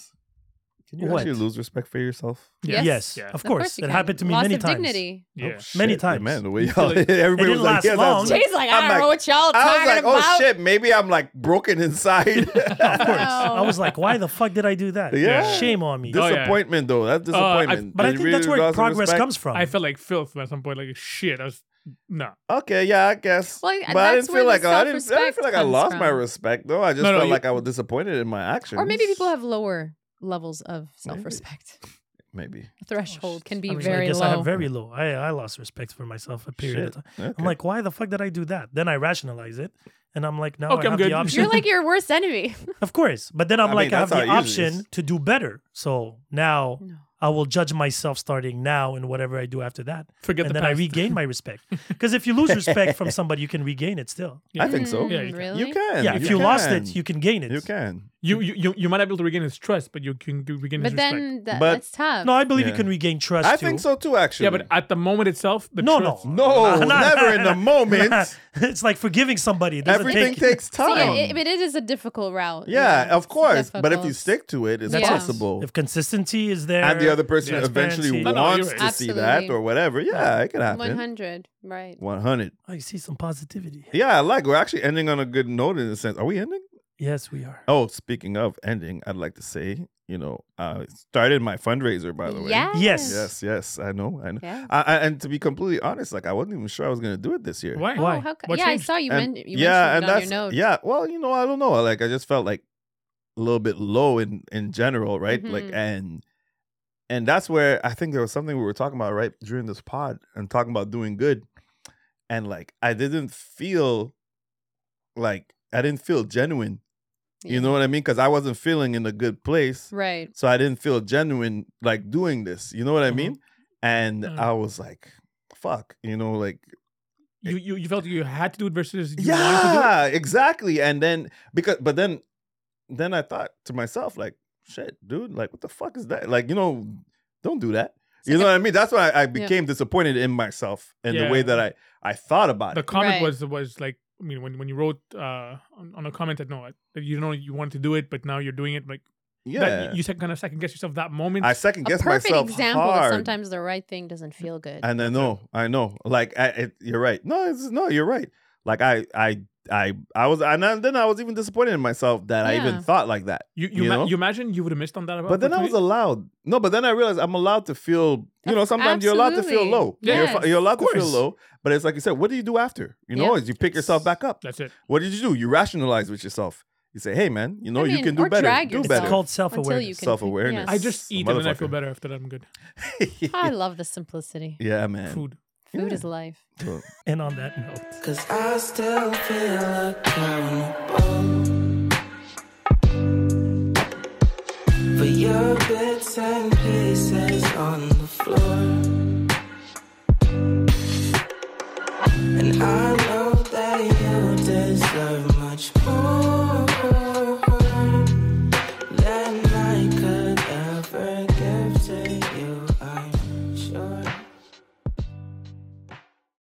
S2: Can you
S1: What?
S2: actually lose respect for yourself?
S3: Yes.
S1: Yes,
S4: Yeah.
S1: of
S3: Of
S1: course,
S3: you
S1: it
S3: can.
S1: happened to me
S3: Loss
S1: many
S3: of
S1: times.
S3: dignity
S4: Yeah.
S1: Many
S2: Shit,
S1: times.
S2: Man, the way
S4: feel
S2: y'all,
S4: like-
S1: It
S2: everybody
S1: didn't
S2: was like,
S1: last
S2: yeah,
S1: long.
S2: that's
S1: Jeez,
S2: right.
S3: Jay's like I
S2: I'm
S3: don't
S2: like-
S3: know what y'all
S2: I was
S3: talking
S2: like,
S3: about
S2: oh shit, maybe I'm like broken inside.
S1: Of course. I
S3: No.
S1: was like, why the fuck did I do that?
S2: Yeah.
S1: Shame on me.
S4: Oh, yeah.
S2: disappointment though. That's
S4: Uh, I-
S2: disappointment.
S1: but I
S2: It
S1: think
S2: really
S1: that's where
S2: lost some
S1: progress
S2: respect.
S1: comes from.
S4: I felt like filth at some point. Like shit. I was no.
S2: Okay, yeah, I guess.
S3: Well,
S2: but I
S3: that's
S2: didn't
S3: where
S2: feel like
S3: the
S2: I didn't, I didn't
S3: self-respect
S2: feel like I
S3: comes
S2: lost
S3: from.
S2: my respect though. I just
S4: No, no,
S2: felt
S4: you-
S2: like I was disappointed in my actions.
S3: Or maybe people have lower levels of self respect.
S2: maybe
S3: [laughs] Threshold can be
S1: I mean, I
S3: very
S1: guess I
S3: low.
S1: have very low. I, I lost respect for myself a period
S2: shit.
S1: of time.
S2: Okay.
S1: I'm like, why the fuck did I do that? Then I rationalize it. And I'm like, now
S4: Okay,
S1: I have
S4: I'm good.
S1: the option.
S3: [laughs] You're like your
S2: [laughs]
S3: worst enemy.
S1: of course. But then I'm
S2: I
S1: like,
S2: mean,
S1: I have
S2: that's
S1: the
S2: how it usually
S1: option
S2: is.
S1: to do better. So now
S3: No.
S1: I will judge myself starting now and whatever I do after that.
S4: Forget
S1: and
S4: the
S1: then I
S4: past.
S1: regain my
S4: [laughs]
S1: respect. Because if you
S2: [laughs]
S1: lose respect from somebody, you can regain it still.
S2: I think so.
S4: Yeah, you can.
S3: Mm-hmm. really?
S2: Oh, You can.
S1: yeah, if you lost
S2: can.
S1: it, you can gain it.
S2: You can.
S4: You, you you you might not be able to regain his trust, but you can g- regain his
S3: But
S4: respect.
S3: then that,
S2: But-
S3: that's tough.
S1: No, I believe you
S2: Yeah.
S1: can regain trust
S2: I
S1: too.
S2: think so too, actually.
S4: yeah, but at the moment itself, the
S1: No,
S4: trust,
S1: no.
S2: no, never in the moment.
S1: [laughs] it's like forgiving somebody. It doesn't
S2: Everything
S1: take,
S2: takes
S3: See,
S2: time.
S3: it, it- but it is a difficult route.
S2: yeah, of
S3: it's
S2: course. But if you
S3: difficult.
S2: stick to it, it's
S3: That's Yeah.
S2: possible.
S1: If consistency is there,
S2: And the other person
S1: Yeah.
S2: eventually
S1: Transparency. No,
S4: no,
S2: wants
S4: you're
S2: to
S4: right.
S2: see that
S3: Absolutely.
S2: or whatever. Yeah, it can happen.
S3: 100, right.
S2: 100.
S1: I see some positivity.
S2: Yeah, I like. We're actually ending on a good note in a sense. Are we ending?
S1: Yes, we are.
S2: Oh, speaking of ending, I'd like to say, you know, I started my fundraiser, by the way.
S3: Yes.
S1: Yes.
S2: Yes, yes, I know. I know.
S3: Yeah.
S2: I, I, and to be completely honest, like, I wasn't even sure I was going to do it this year.
S4: Why?
S1: Why?
S3: Oh, how co-
S4: What
S3: yeah, I
S4: changed?
S3: saw you,
S2: And-
S3: men- you
S2: yeah,
S3: mentioned
S2: and
S3: it on your
S2: that's
S3: note.
S2: yeah. Well, you know, I don't know. Like I just felt like a little bit low in in general, right? Like
S3: Mhm.
S2: and and that's where I think there was something we were talking about right during this pod and talking about doing good, and like I didn't feel like I didn't feel genuine.
S3: Yeah.
S2: You know what I mean? Because I wasn't feeling in a good
S4: Mm.
S2: place,
S3: Right.
S2: so I didn't feel genuine like doing this. You know what I
S4: Mm-hmm.
S1: Mhm.
S2: mean? And
S4: Mhm.
S2: I was like, "Fuck," you know, like
S4: you, you you felt you had to do it versus you wanted to do it.
S2: yeah exactly and then because but then then i thought to myself like shit dude like what the fuck is that like you know don't do that You know what I mean? That's why I, I became disappointed in myself and the way
S4: Yeah.
S2: that I, I thought about
S4: The
S2: it.
S4: comment
S3: Right.
S4: was was like, I mean, when when you wrote uh, on, on a comment that no, that you know you wanted to do it, but now you're doing it. Like
S2: Yeah.
S4: that, you kind of second guess yourself that moment.
S2: I second
S3: A
S2: guess
S3: perfect
S2: myself
S3: example that
S2: hard.
S3: sometimes the right thing doesn't feel good.
S2: And I know, I know. Like, I, it, you're right. No, it's, no, you're right. Like, I, I, I, I was, and then I was even disappointed in myself that I
S3: Yeah.
S2: even thought like that.
S4: you you,
S2: you
S4: ma-
S2: know?
S4: you imagine you would have missed on that.
S2: But then I was
S4: opportunity?
S2: allowed. No, but then I realized I'm allowed to feel. You know, sometimes you're allowed to feel
S3: Absolutely.
S2: low. You're fi-
S3: Yes.
S2: You're, allowed to feel
S4: course.
S2: low. But it's like you said. What do you do after? You know,
S3: Yeah.
S2: is you pick yourself back up.
S4: That's it.
S2: What did you do? You rationalize with yourself. You say, "Hey, man, you know
S3: I
S2: you
S3: mean,
S2: can do
S3: or
S2: better.
S3: drag
S2: Do
S3: yourself.
S1: It's
S2: better."
S1: called
S3: Until
S1: self-awareness.
S3: you can
S2: Self-awareness.
S4: I
S3: Yes. Oh,
S4: just eat and then I feel
S2: Motherfucker.
S4: better after that. I'm good.
S3: I love the simplicity.
S2: yeah, man.
S4: Food.
S3: Food
S2: Yeah.
S3: is life.
S2: So-
S1: And on that note,
S5: Cause I still feel like I'm above For your bits and pieces on the floor And I